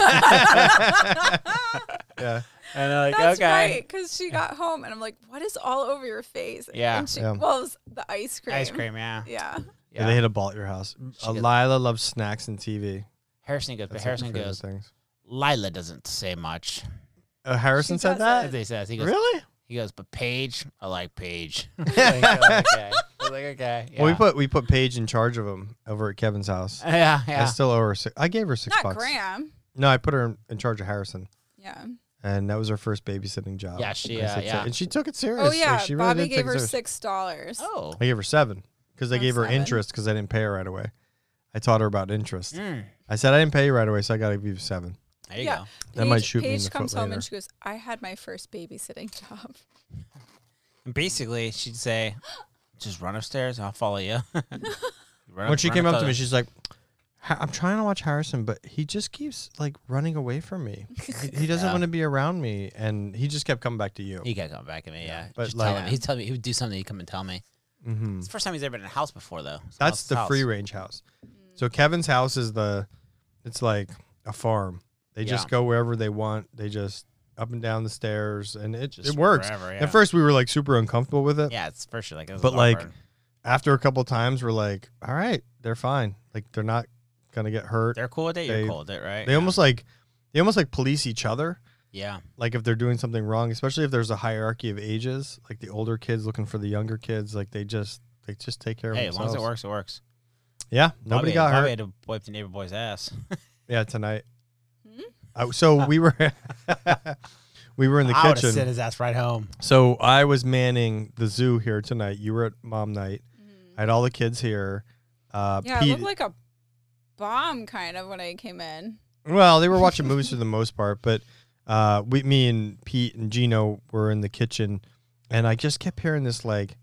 B: Yeah.
A: I'm like,
Q: That's
A: okay.
Q: right, because she got home and I'm like, "What is all over your face?"
A: Yeah.
Q: and she
B: Yeah.
Q: loves the ice cream.
A: Ice cream, yeah.
Q: Yeah,
B: Yeah, They hit a ball at your house. Uh,
A: gets-
B: Lila loves snacks and TV.
A: Harrison goes, but
B: That's, like, her
A: Harrison
B: favorite
A: goes,
B: things.
A: Lila doesn't say much.
B: Uh, Harrison
Q: She
B: said
Q: doesn't.
B: that.
A: That's what he says. He goes,
B: Really?
A: He goes, but Paige, I like Paige. I was like, "Oh, okay. I was like, okay. Yeah.
B: Well, we put we put Paige in charge of him over at Kevin's house.
A: yeah,
B: I
A: yeah.
B: still owe her. Six, I gave her six
Q: not
B: bucks.
Q: Graham.
B: No, I put her in, in charge of Harrison,
Q: Yeah.
B: and that was her first babysitting job.
A: Yeah, she,
B: I said
A: uh,
B: so-
A: yeah.
B: and she took it serious.
Q: Oh
B: Like,
Q: yeah,
B: she really
Q: Bobby
B: did take
Q: gave
B: it
Q: her
B: serious.
Q: six dollars.
A: Oh.
B: I gave her seven because they
Q: Oh,
B: gave her
Q: seven.
B: interest because I didn't pay her right away. I taught her about interest.
A: Mm.
B: I said I didn't pay you right away, so I got to give you seven.
A: There you go.
B: That might
Q: Paige-
B: shoot me in
Q: Paige
B: the foot
Q: comes home
B: later.
Q: and she goes, "I had my first babysitting job."
A: And basically, she'd say, just run upstairs. I'll follow you. Run up-
B: When she
A: run
B: came
A: up
B: up
A: the-
B: to me, she's like, Ha- I'm trying to watch Harrison, but he just keeps like running away from me. he, he doesn't want to be around me, and he just kept coming back to you.
A: He kept coming back at me. Yeah,
B: but
A: Just
B: like-
A: tell him. He'd tell me he would do something. He'd come and tell me.
B: Mhm.
A: It's the first time he's ever been in a house before, though. Someone
B: That's
A: else's
B: the
A: house.
B: free range house. So Kevin's house is the, it's like a farm. They just
A: Yeah.
B: go wherever they want. They just up and down the stairs, and it
A: Just
B: it works.
A: wherever, yeah.
B: At first, we were like super uncomfortable with it.
A: Yeah, it's for sure, like, this is
B: but like
A: awkward.
B: after a couple times, we're like, all right, they're fine. Like they're not gonna get hurt.
A: They're cool with it, you're cool with it, right?
B: They
A: Yeah.
B: almost like they almost like police each other.
A: Yeah.
B: Like if they're doing something wrong, especially if there's a hierarchy of ages, like the older kids looking for the younger kids, like they just they just take care
A: Hey,
B: of
A: as long
B: themselves.
A: as it works, it works.
B: Yeah, nobody
A: Bobby-
B: got
A: Bobby
B: hurt.
A: had to wipe the neighbor boy's ass.
B: Yeah, tonight.
Q: Hmm?
B: I, so we were we were in the
A: I would've
B: kitchen.
A: sent his ass right home.
B: So I was manning the zoo here tonight. You were at mom night. I had all the kids here. Uh,
Q: Mm-hmm. Yeah, I
B: Pete-
Q: looked like a bomb kind of when I came in.
B: well, they were watching movies for the most part, but uh, we, me and Pete and Gino were in the kitchen, and I just kept hearing this like,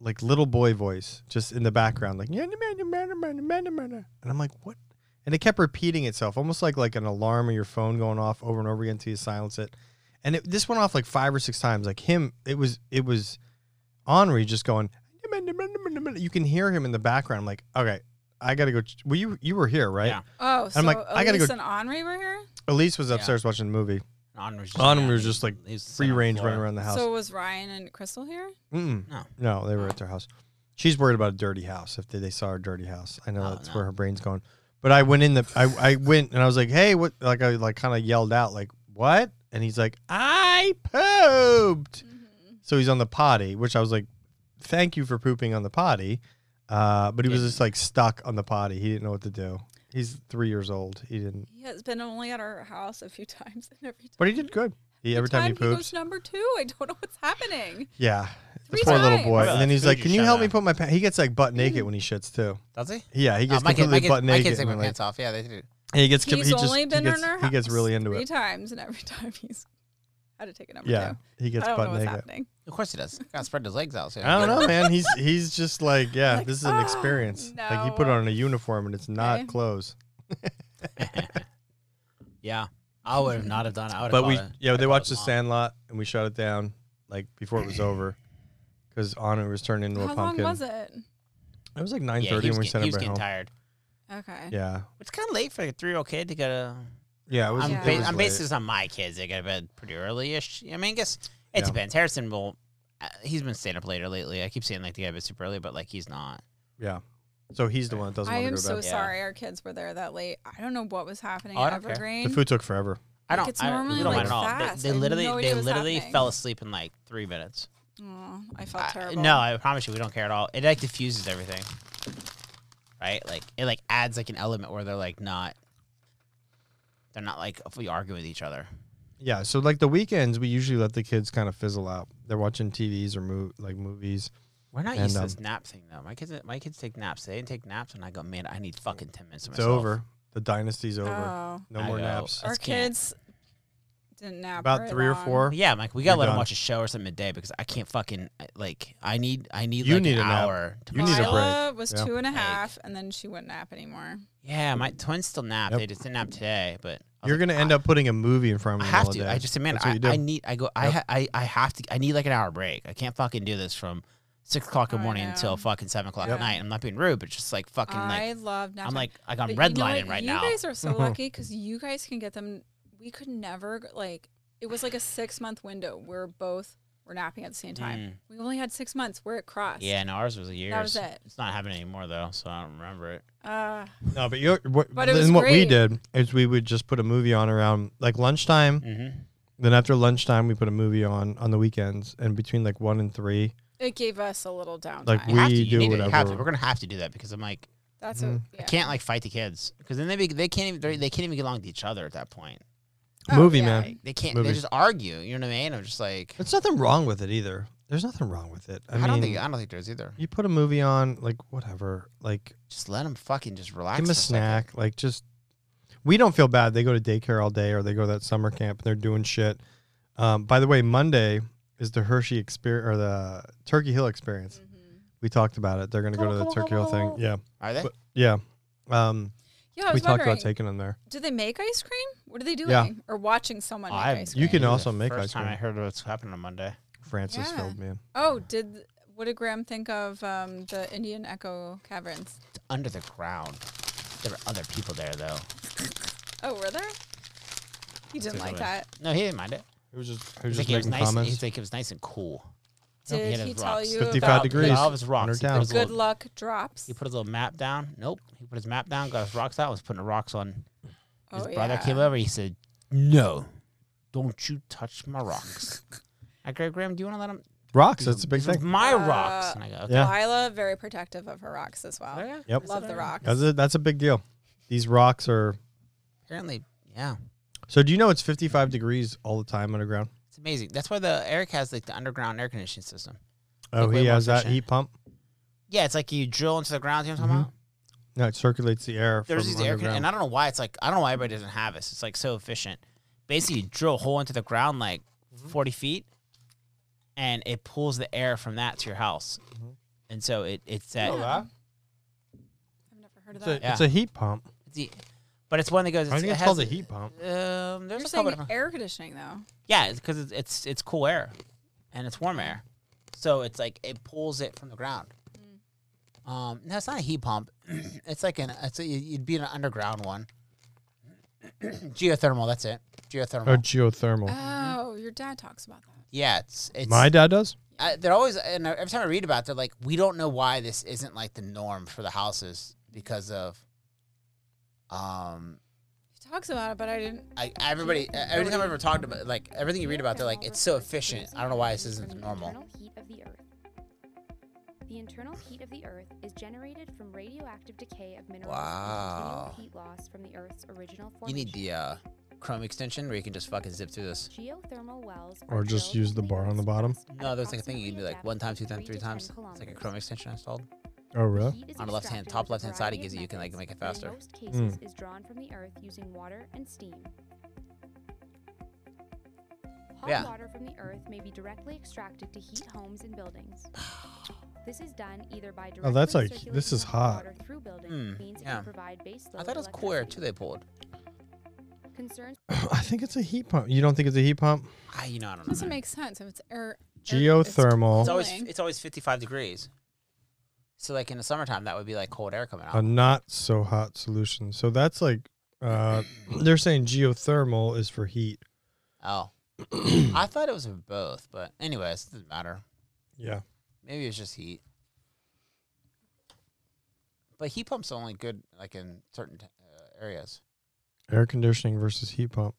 B: like little boy voice just in the background, like, and I'm like, what? And it kept repeating itself, almost like like an alarm or your phone going off over and over again until you silence it. And it, this went off like five or six times. Like him, it was it was Henri just going. You can hear him in the background. I'm like, okay, I gotta go. ch- Well, you you were here, right?
Q: Oh,
B: And
Q: so
B: I'm like, I gotta go.
Q: Elise and Henri were here?
B: Elise was upstairs watching the movie.
A: Autumn was just,
B: Autumn
A: yeah,
B: was just like
A: he was sitting
B: free
A: on the
B: range
A: floor.
B: running around the house.
Q: So was Ryan and Crystal here?
B: Mm-mm.
A: No.
B: No, they were at their house. She's worried about a dirty house. If they, they saw a dirty house, I know that's where her brain's going. But I went in the I, I went and I was like, hey, what? Like I like kind of yelled out like what? And he's like, I pooped. So he's on the potty, which I was like, thank you for pooping on the potty. Uh, but he was just like stuck on the potty. He didn't know what to do. He's three years old. He didn't.
Q: He has been only at our house a few times, and every
B: But he did good. He, every time he
Q: time he
B: poops,
Q: goes number two. I don't know what's happening.
B: Yeah.
Q: Three
B: the poor little
Q: times. Mm.
B: boy.
A: Well,
B: And then
A: that's
B: he's like,
A: food
B: Can
A: you
B: you
A: shut
B: help me put my pants? He gets like butt naked when he shits too.
A: Does he?
B: Yeah, he
A: Oh,
B: gets
A: my kid-
B: completely
A: my kid-
B: butt
A: my
B: naked.
A: kids take
B: and,
A: my
B: like-
A: pants off. Yeah, they do.
B: And he gets com-
Q: he's
B: he just,
Q: only been
B: he gets,
Q: in our house
B: he gets really into
Q: three
B: it.
Q: times, and every time he's had to take a number
B: Yeah,
Q: two.
B: he gets
Q: I don't
B: butt
Q: know what's
B: naked.
Q: happening.
A: Of course he does. Got to spread his legs out. So
B: I don't know, man. He's he's just like, yeah, this is an
A: "Oh,
B: experience. Like you put
A: no."
B: on a uniform and it's not
A: Okay.
B: clothes.
A: Yeah, I would have not have done it. I would
B: Mm-hmm. But we
A: have
B: yeah, they watched The Sandlot and we shut it down like before it was over because Anna was turned into
Q: How
B: a
Q: long
B: pumpkin.
Q: was it?
B: It was like
A: Yeah,
B: nine
A: he
B: thirty
A: was
B: when we
A: get-
B: sent
A: he
B: him
A: was
B: back
A: getting
B: home.
A: tired.
Q: Okay.
B: Yeah,
A: It's kind of late for like a three-year-old kid to go to.
B: yeah, it was.
A: I'm,
B: it
A: ba-
B: was
A: I'm
B: late.
A: basing this on my kids. They go to bed pretty early-ish. I mean, I guess it
B: Yeah.
A: depends. Harrison will. Uh, he's been staying up later lately. I keep saying like the guy bed super early, but like he's not.
B: Yeah. So he's the one that doesn't
Q: I
B: want to go
Q: am
B: to
Q: so
B: bed.
Q: sorry our kids were there that late. I don't know what was happening
A: Oh, I
Q: at
A: don't care. The
Q: Evergreen.
B: The food took forever.
A: I
Q: Like,
A: don't.
Q: it's
A: I don't-
Q: normally,
A: we don't
Q: like,
A: mind at all.
Q: fast.
A: They,
Q: I
A: they
Q: had
A: literally,
Q: no idea
A: they
Q: what was
A: literally
Q: happening.
A: fell asleep in like three minutes.
Q: Aw, I felt terrible.
A: No, I promise you, we don't care at all. It like diffuses everything, right? Like it like adds like an element where they're like not, they're not like if we argue with each other.
B: Yeah, so like the weekends, we usually let the kids kind of fizzle out. They're watching TVs or mov- like movies.
A: We're not
B: And,
A: used to
B: um,
A: this nap thing though. My kids, my kids take naps. They didn't take naps, and I go, man, I need fucking ten minutes. to
B: It's
A: myself."
B: over. The dynasty's over.
Q: Oh.
B: No
A: I
B: more
A: know.
B: naps.
Q: Our
A: Just can't.
Q: kids didn't nap
B: About
Q: very
B: three or
Q: long.
B: four.
A: Yeah, Mike, we gotta
B: You're
A: let
B: done.
A: them watch a show or something midday because I can't fucking like. I need, I need
B: You
A: like
B: need
A: an
B: a nap.
A: hour. To
B: You need a
A: myself.
Q: Isla was
A: Yeah.
Q: two and a
A: Like,
Q: half, and then she wouldn't nap anymore.
A: Yeah, my twins still nap. They just didn't nap today, but I was
B: You're
A: like,
B: gonna end up putting a movie in front
A: I
B: of them.
A: have
B: all
A: to.
B: Day.
A: I just said, man,
B: That's what
A: I,
B: you do.
A: I need. I go. I,
B: Yep.
A: ha, I I have to. I need like an hour break. I can't fucking do this from six o'clock in the morning until fucking seven o'clock at
Q: Yeah.
A: night. I'm not being rude, but just like fucking
Q: I
A: like
Q: love nap.
A: I'm
Q: time.
A: like like I'm
Q: But
A: redlining
Q: you know what?
A: right
Q: you
A: now.
Q: guys are so lucky because you guys can get them. We could never go- like it was like a six month window where both were napping at the same time.
A: Mm.
Q: We only had six months. We're at cross.
A: Yeah, no, ours was a year.
Q: was it.
A: It's not happening anymore though, so I don't remember it.
Q: Uh,
B: No, but you're. What,
Q: But it was
B: then what we
Q: great.
B: did is we would just put a movie on around like lunchtime.
A: Mhm.
B: Then after lunchtime, we put a movie on on the weekends, and between like one and three,
Q: it gave us a little downtime.
B: Like,
A: You have to,
B: We
A: you
B: do
A: need to- you have to.
B: whatever.
A: We're gonna have to do that because I'm like
Q: That's
B: mm.
Q: what- Mhm.
A: I can't like fight the kids because then they be, they can't even they're- they can't even get along with each other at that point.
Q: Oh,
B: movie man,
A: Like, they can't.
B: Movie.
A: They just argue. You know what I mean? I'm just like
B: There's nothing wrong with it either. There's nothing wrong with it. I,
A: I,
B: mean,
A: don't think I don't think there's either.
B: you put a movie on like whatever, like
A: Just let them fucking just relax. for
B: Give them a
A: a second.
B: snack. Like just, we don't feel bad. They go to daycare all day, or they go to that summer camp and they're doing shit. Um, by the way, Monday is the Hershey experience or the Turkey Hill experience.
Q: Mm-hmm.
A: Eh?
B: We talked about it. They're gonna go to the Turkey Hill thing. Yeah.
A: Are they?
B: But- yeah. Um,
Q: Yeah, I was
B: we talked
Q: wondering,
B: about taking them there.
Q: Do they make ice cream? What are they doing?
B: Yeah.
Q: Or watching someone make
B: I've-
Q: ice cream?
B: you can also make
A: first
B: ice
A: time
B: cream.
A: I heard what's happening on Monday.
B: Francis
Q: Yeah.
B: Feldman.
Q: Oh, did what did Graham think of um, the Indian Echo Caverns?
A: It's under the ground. There were other people there though.
Q: Oh, were there? He didn't like that.
A: No, he didn't mind it.
B: It was just,
A: He was like, it was nice. He was like, it was nice and cool.
Q: Did
A: had
Q: he
A: his
Q: tell
A: rocks.
Q: you
B: 55
Q: about
B: degrees.
Q: the-
A: All of his rocks.
B: 100
A: He put
B: down.
Q: The
A: his
Q: good
A: little-
Q: luck drops.
A: He put his little map down. Nope. He put his map down, got his rocks out, was putting the rocks on. His
Q: Oh,
A: brother came
Q: yeah.
A: over. He said, No, don't you touch my rocks. I go, Graham, do you want to let him?
B: Rocks,
A: These
B: that's
A: are-
B: a big
A: these are
B: thing.
A: My rocks. And I go,
Q: Uh,
A: okay.
B: Yeah.
Q: Lila, very protective of her rocks as
A: Oh,
Q: well.
B: Yep.
Q: Love the rocks.
B: That's a, that's a big deal. These rocks are.
A: Apparently, yeah.
B: So do you know it's 55 degrees all the time underground?
A: It's amazing. That's why the Eric has like the underground air conditioning system.
B: Oh,
A: Like, way
B: he
A: more
B: has that
A: efficient.
B: heat pump.
A: Yeah, it's like you drill into the ground. You know what I'm talking about?
B: No, it circulates the air
A: There's
B: Mm-hmm. from
A: these air, con-
B: underground.
A: and I don't know why it's like I don't know why everybody doesn't have this. It's like so efficient. Basically, you drill a hole into the ground like 40 feet, and it pulls the air from that to your house, and so it it's Mm-hmm. that.
Q: Heard of
B: It's, a,
Q: that?
B: it's a heat pump.
A: It's the- but it's one that goes.
B: I think
A: it
B: it's
A: has
B: called a
A: the-
B: heat pump.
A: Um, there's
Q: You're
A: a couple
Q: saying
A: different-
Q: air conditioning though.
A: Yeah, it's because it's, it's it's cool air, and it's warm air, so it's like it pulls it from the ground. Um, no, it's not a heat pump. it's like an it's a, you'd be in an underground one. geothermal, that's it. Geothermal.
B: Or geothermal.
A: Mm-hmm.
Q: Oh, your dad talks about that.
A: yeah, it's it's
B: My dad does?
A: I, they're always and every time I read about, it, they're like, we don't know why this isn't like the norm for the houses because of, um,
Q: He talks about it, but I didn't.
A: I, everybody, e, every time I ever talked about, like everything you read about, they're like, it's so efficient. I don't know why this isn't normal.
C: internal heat of the Earth. The internal heat of the Earth is generated from radioactive decay of minerals
A: Wow.
C: and continual heat loss from the Earth's original
A: You
C: formation.
A: need the uh, Chrome extension where you can just fucking zip through this.
C: Geothermal wells
B: Or just use the bar on the bottom.
A: No, there's like a thing you can do like one time, two times, three times. It's like a Chrome extension I installed.
B: Oh, really?
C: Heat is
A: On the left hand,
C: extracted
A: top
C: with a
A: left hand side, it
C: variety
A: gives
C: of
A: you you can like
C: methods,
A: make it
C: but in
A: faster.
C: most
B: Hmm.
C: cases is drawn from the Earth using water and steam. Hot
A: Yeah.
C: water from the Earth may be directly extracted to heat homes and buildings. This is done either by directly
B: Oh, that's like-
C: circulating
B: this is
C: hot
B: hot.
C: water through buildings,
A: Mm,
C: means it
A: yeah.
C: can provide base
A: I thought it was cool air too. They pulled.
C: Concerns
B: I think it's a heat pump. You don't think it's a heat pump?
A: I, you know, I don't know.
Q: Doesn't
A: man.
Q: make sense if it's air.
B: Geothermal.
A: It's always it's always 55 degrees. So like in the summertime, that would be like cold air coming out.
B: A not so hot solution. So that's like, uh, they're saying geothermal is for heat.
A: Oh, I thought it was both, but anyways, it doesn't matter.
B: Yeah.
A: Maybe it's just heat. But heat pumps are only good like in certain t- uh, areas.
B: Air conditioning versus heat pump.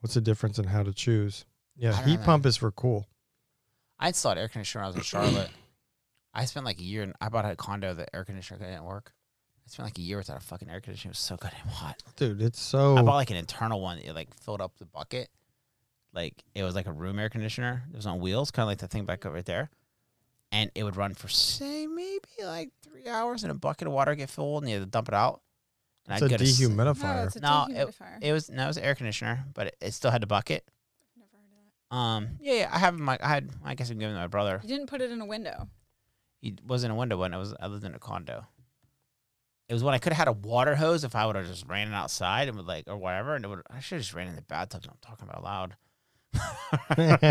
B: What's the difference in how to choose? Yeah,
A: I don't
B: heat
A: know.
B: pump is for cool.
A: I installed air conditioner when I was in Charlotte. I spent like a year. and I bought a condo that air conditioner didn't work. I spent like a year without a fucking air conditioner. It was so goddamn hot.
B: Dude, it's so.
A: I bought like an internal one. that It like filled up the bucket. Like it was like a room air conditioner. It was on wheels, kind of like the thing back over there. And it would run for say maybe like three hours, and a bucket of water would get filled, and you had to dump it out. And
B: It's a
A: go to sleep.
B: dehumidifier.
Q: No, Oh, it's a
A: it,
Q: dehumidifier.
A: it was no, it was an air conditioner, but it, it still had the bucket. Um, yeah, yeah, I have my, I had, I guess I'm giving it to my brother.
Q: You didn't put it in a window.
A: He was in a window when it was, I lived in a condo. It was when I could have had a water hose if I would have just ran it outside and would like, or whatever, and it would, I should have just ran in the bathtub. I'm talking about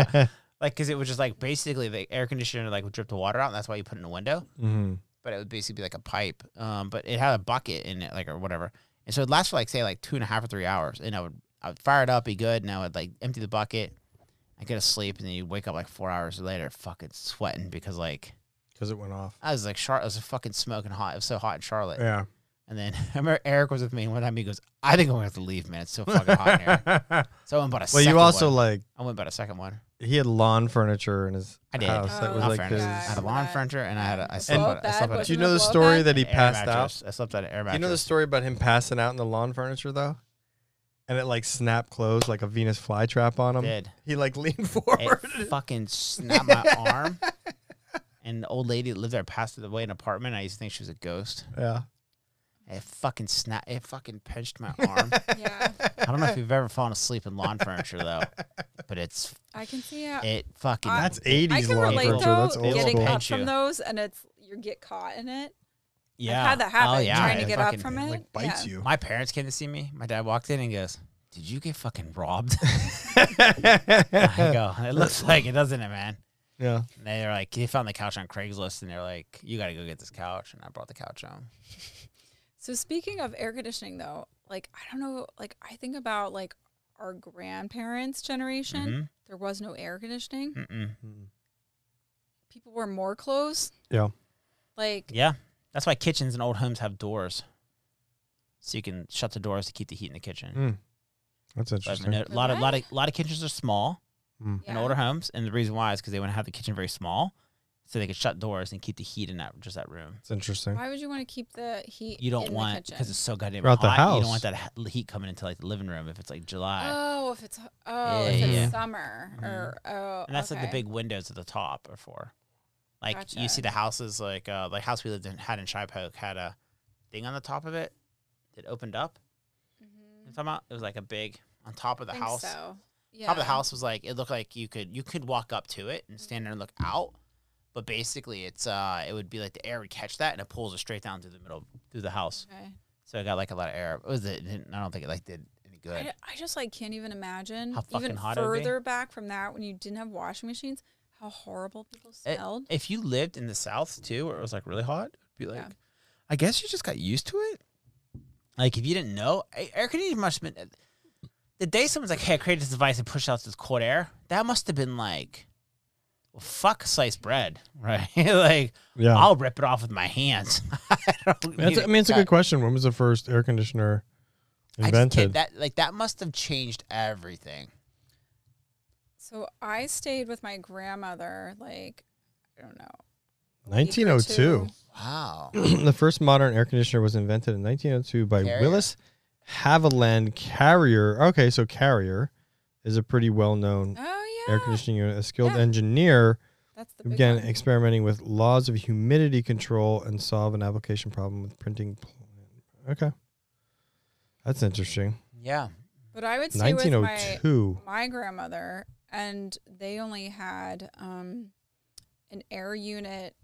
A: loud. like, cause it was just like basically the air conditioner like would drip the water out, and that's why you put it in a window
B: Mhm.
A: but it would basically be like a pipe. Um, but it had a bucket in it, like or whatever. And so it lasts for like say like two and a half or three hours. And I would I would fire it up, be good, and I would like empty the bucket. I go to sleep, and then you wake up like four hours later, fucking sweating because like
B: 'Cause it went off.
A: I was like Char- I was fucking smoking hot. It was so hot in Charlotte.
B: Yeah.
A: And then I remember Eric was with me, and one time he goes, "I think I'm gonna have to leave, man. It's so fucking hot in here." So I went and bought a.
B: Well, you
A: second
B: also,
A: one.
B: like-
A: I went and bought a second one.
B: He had lawn furniture in his
A: I did.
B: house that Oh, was
A: Not
B: like
A: furniture. I
B: his.
A: had a lawn furniture, and I had a. I slept,
B: And
A: on- I slept on a-
B: do you know the story that he
A: Air
B: passed out?
A: mattress. I slept on an air mattress.
B: Do you know the story about him passing out in the lawn furniture though? And it like snapped closed like a Venus flytrap on him.
A: Did.
B: He like leaned forward.
A: It fucking snapped my arm. And the old lady that lived there passed away in an apartment. I used to think she was a ghost.
B: Yeah.
A: It fucking snapped. It fucking pinched my arm. yeah. I don't know if you've ever fallen asleep in lawn furniture though, but it's
Q: I can see how-
A: it fucking
Q: I-
B: That's 80s
Q: I can
B: lawn
Q: relate
B: furniture.
Q: though.
B: That's old
Q: getting
B: school.
Q: up from those, and it's you get caught in it.
A: Yeah.
Q: had that happen,
A: Oh, yeah.
Q: trying to
A: It
Q: get up
A: fucking-
Q: from it. Like bites Yeah. you.
A: My parents came to see me. My dad walked in and goes, "Did you get fucking robbed?" I go, "It looks like it, doesn't it, man?"
B: Yeah.
A: And they were like, they found the couch on Craigslist, and they're like, "You got to go get this couch," and I brought the couch home.
Q: So speaking of air conditioning though, like I don't know, like I think about like our grandparents' generation,
B: Mm-hmm.
A: Mhm.
Q: there was no air conditioning.
A: Mm-mm.
Q: People wore more clothes.
B: Yeah.
Q: Like
A: Yeah, that's why kitchens in old homes have doors, so you can shut the doors to keep the heat in the kitchen.
B: Mm. That's
A: But
B: interesting.
A: A lot of lot of lot of kitchens are small
B: Mm.
A: in older homes, and the reason why is because they want to have the kitchen very small, so they could shut doors and keep the heat in that just that room.
B: It's interesting.
Q: why would you want to keep the heat?
A: You don't
Q: in
A: want
Q: the
A: because
Q: kitchen?
A: it's so goddamn
B: Throughout the
A: hot. You don't want
B: house.
A: that he- heat coming into like the living room if it's like July.
Q: Oh, if it's
A: Yeah,
Q: oh, if it's
A: yeah. Mm-hmm.
Q: summer or oh,
A: and that's like the
Q: okay.
A: big windows at the top are for. Like you see
Q: Gotcha.
A: the houses, like uh, the house we lived in had in Shipoke had a thing on the top of it that opened up. You know what I'm talking about it was like a big on top of the
Q: Mm-hmm. I
A: house.
Q: think so.
A: Top of the
Q: Yeah.
A: house was like it looked like you could you could walk up to it and stand there and look
Q: Mm-hmm.
A: out, but basically it's uh it would be like the air would catch that and it pulls it straight down through the middle through the house.
Q: Okay.
A: So it got like a lot of air. It was it didn't, I don't think it like did any good.
Q: I, d- I just like can't even imagine
A: How fucking
Q: even
A: hot it would be.
Q: further back from that when you didn't have washing machines, how horrible people
A: It-
Q: smelled.
A: Eh, if you lived in the south too, where it was like really hot, it'd be like, I guess you just got used to it. Like if you didn't know, a- air conditioning must have been eh, the day someone's like, "Hey, I created this device and pushed out this cold air." That must have been like, well, fuck sliced bread, right? like,
B: Yeah.
A: I'll rip it off with my hands. I, don't
B: That's,
A: need
B: I mean, it's a
A: that-
B: good question. When was the first air conditioner
A: I just can't-
B: invented?
A: that like that must have changed everything.
Q: So I stayed with my grandmother, like, I don't know. a week or
B: 1902.
Q: two.
A: Wow.
B: the first modern air conditioner was invented in 1902 by
A: Carrier.
B: Willis Haviland Carrier. Okay, so Carrier is a pretty well-known
Q: Oh,
B: air conditioning unit. A skilled
Q: Yeah.
B: engineer
Q: That's the
B: who
Q: big
B: began
Q: one.
B: experimenting with laws of humidity control and solve an application problem with printing. pl- Okay, that's interesting.
A: Yeah.
Q: But I would stay with my,
B: 1902.
Q: my grandmother, and they only had um, an air unit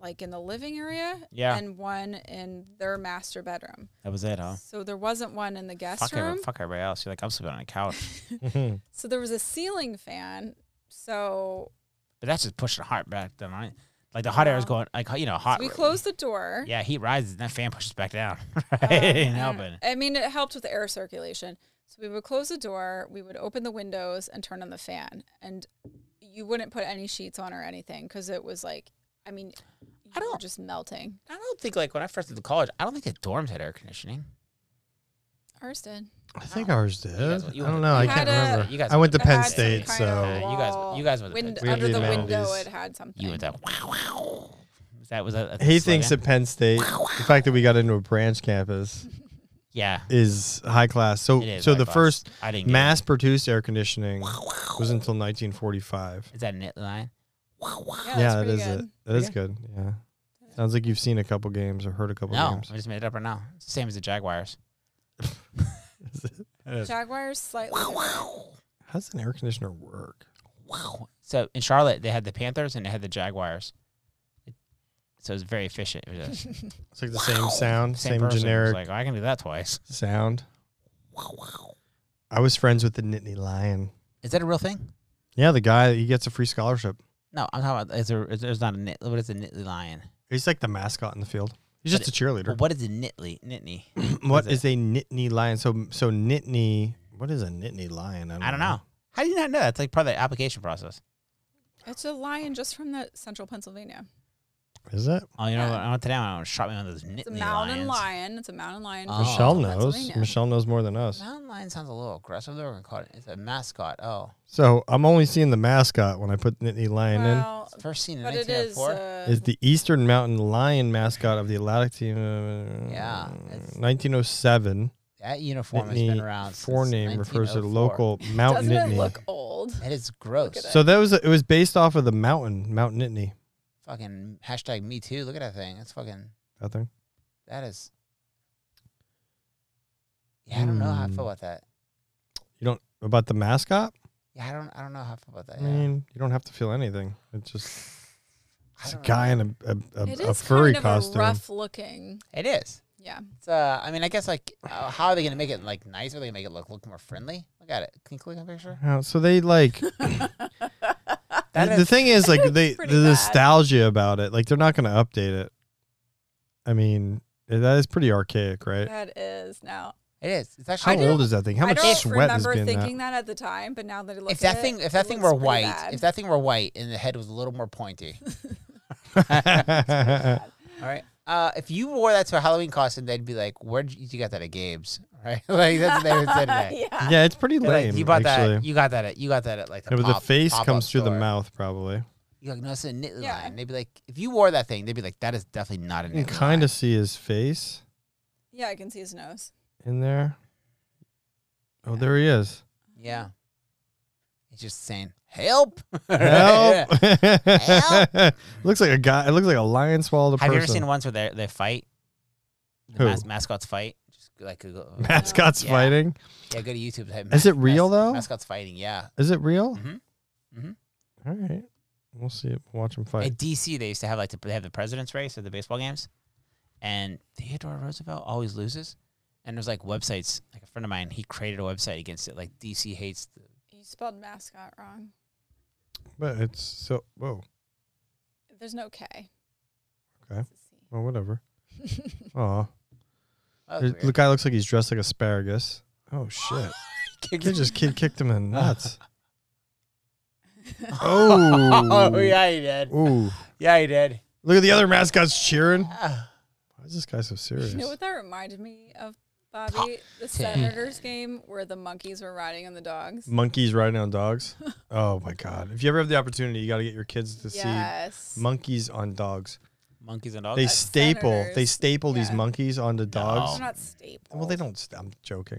Q: like in the living area
A: Yeah.
Q: and one in their master bedroom.
A: That was it, huh?
Q: So there wasn't one in the guest
A: Fuck,
Q: room.
A: every, fuck everybody else. You're like, I'm sleeping on a couch,
B: but
Q: So there was a ceiling fan. So
A: that's just pushing hard back down. Right? Like the hot air is
Q: Yeah.
A: going, like you know, hot.
Q: we closed the door.
A: Yeah, heat rises and that fan pushes back down.
Q: Um,
A: it ain't
Q: I don't-
A: helping.
Q: I mean, it helped with the air circulation. So we would close the door, we would open the windows and turn on the fan. And you wouldn't put any sheets on or anything because it was like, I mean, you I don't, were just melting.
A: I don't think like when I first went to college, I don't think the dorms had air conditioning.
Q: Ours did.
B: I think ours did. I
A: you went-
B: don't know. I
A: you had
B: can't
A: a-
B: remember.
A: you guys
B: I went
A: went
B: to
A: to
B: Penn
A: Penn State.
B: State, so
A: Yeah, you guys, you guys went. to
Q: Wind,
A: Penn State.
B: We had
Q: under
B: the
Q: the window,
B: amenities.
Q: it had something.
A: You went that. That was a.
B: he thinks at Penn State, the fact that we got into a branch campus,
A: Yeah.
B: is high class. So,
A: It is
B: so
A: high
B: the
A: class.
B: first
A: I didn't get it.
B: mass-produced air conditioning was until 1945.
A: Is that knit line?
Q: Yeah,
B: yeah,
Q: that's
B: that
Q: pretty
B: is
Q: good.
B: it. That is good. Yeah, sounds like you've seen a couple games or heard a couple
A: No,
B: games.
A: I just made it up right now. Same as the Jaguars.
Q: Jaguars slightly. different.
B: How does an air conditioner work?
A: So in Charlotte, they had the Panthers and they had the Jaguars. So it was very efficient. It was just-
B: It's like the same sound,
A: Same
B: same,
A: person. It's
B: generic
A: like, I can do that twice.
B: sound. I was friends with the Nittany Lion.
A: Is that a real thing?
B: Yeah, the guy he gets a free scholarship.
A: No, I'm talking about. Is there? Is, there's not a knit. What is a knitly lion?
B: He's like the mascot in the field. He's
A: But
B: just a
A: it-
B: cheerleader.
A: What is a knitly? Knitney.
B: what is, a Nittany Lion? So so Nittany. What is a Nittany Lion?
A: I don't know. How do you not know? That's like part of the application process.
Q: It's a lion just from the central Pennsylvania.
B: Is it?
A: Oh, you know what? I went to down and shot me one of those
Q: It's a
A: knitly
Q: mountain
A: lions.
Q: lion. It's a mountain lion.
A: Oh,
Q: from
B: Michelle
Q: central
B: knows.
Q: Pennsylvania.
B: Michelle knows more than us.
A: Mountain lion sounds a little aggressive. They're gonna call it. It's a mascot. Oh,
B: So I'm only seeing the mascot when I put Nittany Lion
Q: Well,
A: first seen in
Q: but it is.
A: 1904.
Q: uh,
B: in. Is the Eastern Mountain Lion mascot of the Atlantic team? uh,
A: Yeah,
B: 1907.
A: that uniform has been
B: Nittany
A: around. since
B: Forename refers to
A: 1904.
B: the local Mount
Q: Doesn't
B: Nittany.
Q: it look old?
A: That is gross.
B: so that was it was based off of the mountain, Mount Nittany.
A: fucking hashtag me too. Look at that thing. That's fucking.
B: That thing.
A: That is. Yeah, I don't know how I
B: Hmm.
A: feel about that.
B: You don't about the mascot.
A: Yeah, I don't. I don't know how I feel about that.
B: I mean, you don't have to feel anything. It's just It's a guy in a, a,
Q: It
B: a, a
Q: is
B: furry
Q: kind of
B: costume.
Q: A rough looking.
A: It is.
Q: Yeah.
A: It's uh, I mean, I guess like, uh, how are they gonna make it like nice? Are they gonna make it look look more friendly? Look at it. Can you click on the picture?
B: Yeah, Oh, so they like.
A: That
B: the the thing is, like, they the
A: pretty bad.
B: nostalgia about it, like, they're not going to update it. I mean, eh, that is pretty archaic, right?
Q: That is now.
A: It is. It's
B: actually- How old is that thing? How
Q: I
B: much
Q: don't
B: sweat has
Q: remember
B: been that?
Q: thinking that? at the time, but now that I look
A: If that
Q: at
A: thing,
Q: it,
A: if that
Q: it
A: thing
Q: looks
A: were
Q: pretty
A: white,
Q: bad.
A: if that thing were white, and the head was a little more pointy. All right. Uh, if you wore that to a Halloween costume, they'd be like, "Where'd you, you got that at Gabe's?" Right? like that's what they would say today.
B: Yeah. Yeah, it's pretty
A: They're like,
B: lame,
A: you bought that.
B: actually.
A: You got that at. You got that at like the.
B: No, but
A: pop-
B: the face
A: pop-up
B: comes through the
A: store.
B: mouth, probably.
A: You're like, no, it's a knit line. They'd be like, if you wore that thing, they'd be like, that is definitely not a
B: You can
A: knit line.
B: kind of see his face
Q: yeah, I can see his nose.
B: in there. Oh, there he is.
A: Yeah. It's just saying, help.
B: Help!
A: Help.
B: looks like a guy. It looks like a lion swallowed a
A: Have
B: person.
A: you ever seen ones where they they fight? The
B: Who?
A: mas- mascots fight. Just go- like Google.
B: Mascots
A: Yeah.
B: fighting?
A: Yeah, go to YouTube. type
B: Is it
A: mas-
B: real,
A: mas-
B: though? Oh.
A: Mascots fighting. Yeah.
B: Is it real?
A: Mhm. Mhm.
B: All right, we'll see. it. Watch him fight.
A: At DC, they used to have like the, they have the presidents' race at the baseball games, and Theodore Roosevelt always loses. And there's like websites. Like a friend of mine, he created a website against it. Like DC hates. The,
Q: You spelled mascot wrong.
B: But it's so whoa.
Q: There's no K.
B: Okay. Well, whatever. Aw.
A: That was
B: There- The guy looks like he's dressed like asparagus. Oh shit! Kid just kid kicked him in the nuts. oh.
A: Oh, yeah, he did.
B: Ooh.
A: Yeah, he did.
B: Look at the other mascots cheering. Why is this guy so serious?
Q: You know what that reminded me of, Bobby? The Senators game where the monkeys were riding on the dogs.
B: Monkeys riding on dogs. Oh my god! If you ever have the opportunity, you got to get your kids to
Q: Yes.
B: see monkeys on dogs.
A: Monkeys
Q: Oh,
A: and dogs.
B: They
A: That's
B: staple. They
A: senators.
B: staple these monkeys onto dogs.
Q: They're not staple.
B: Well, they don't. St- I'm joking.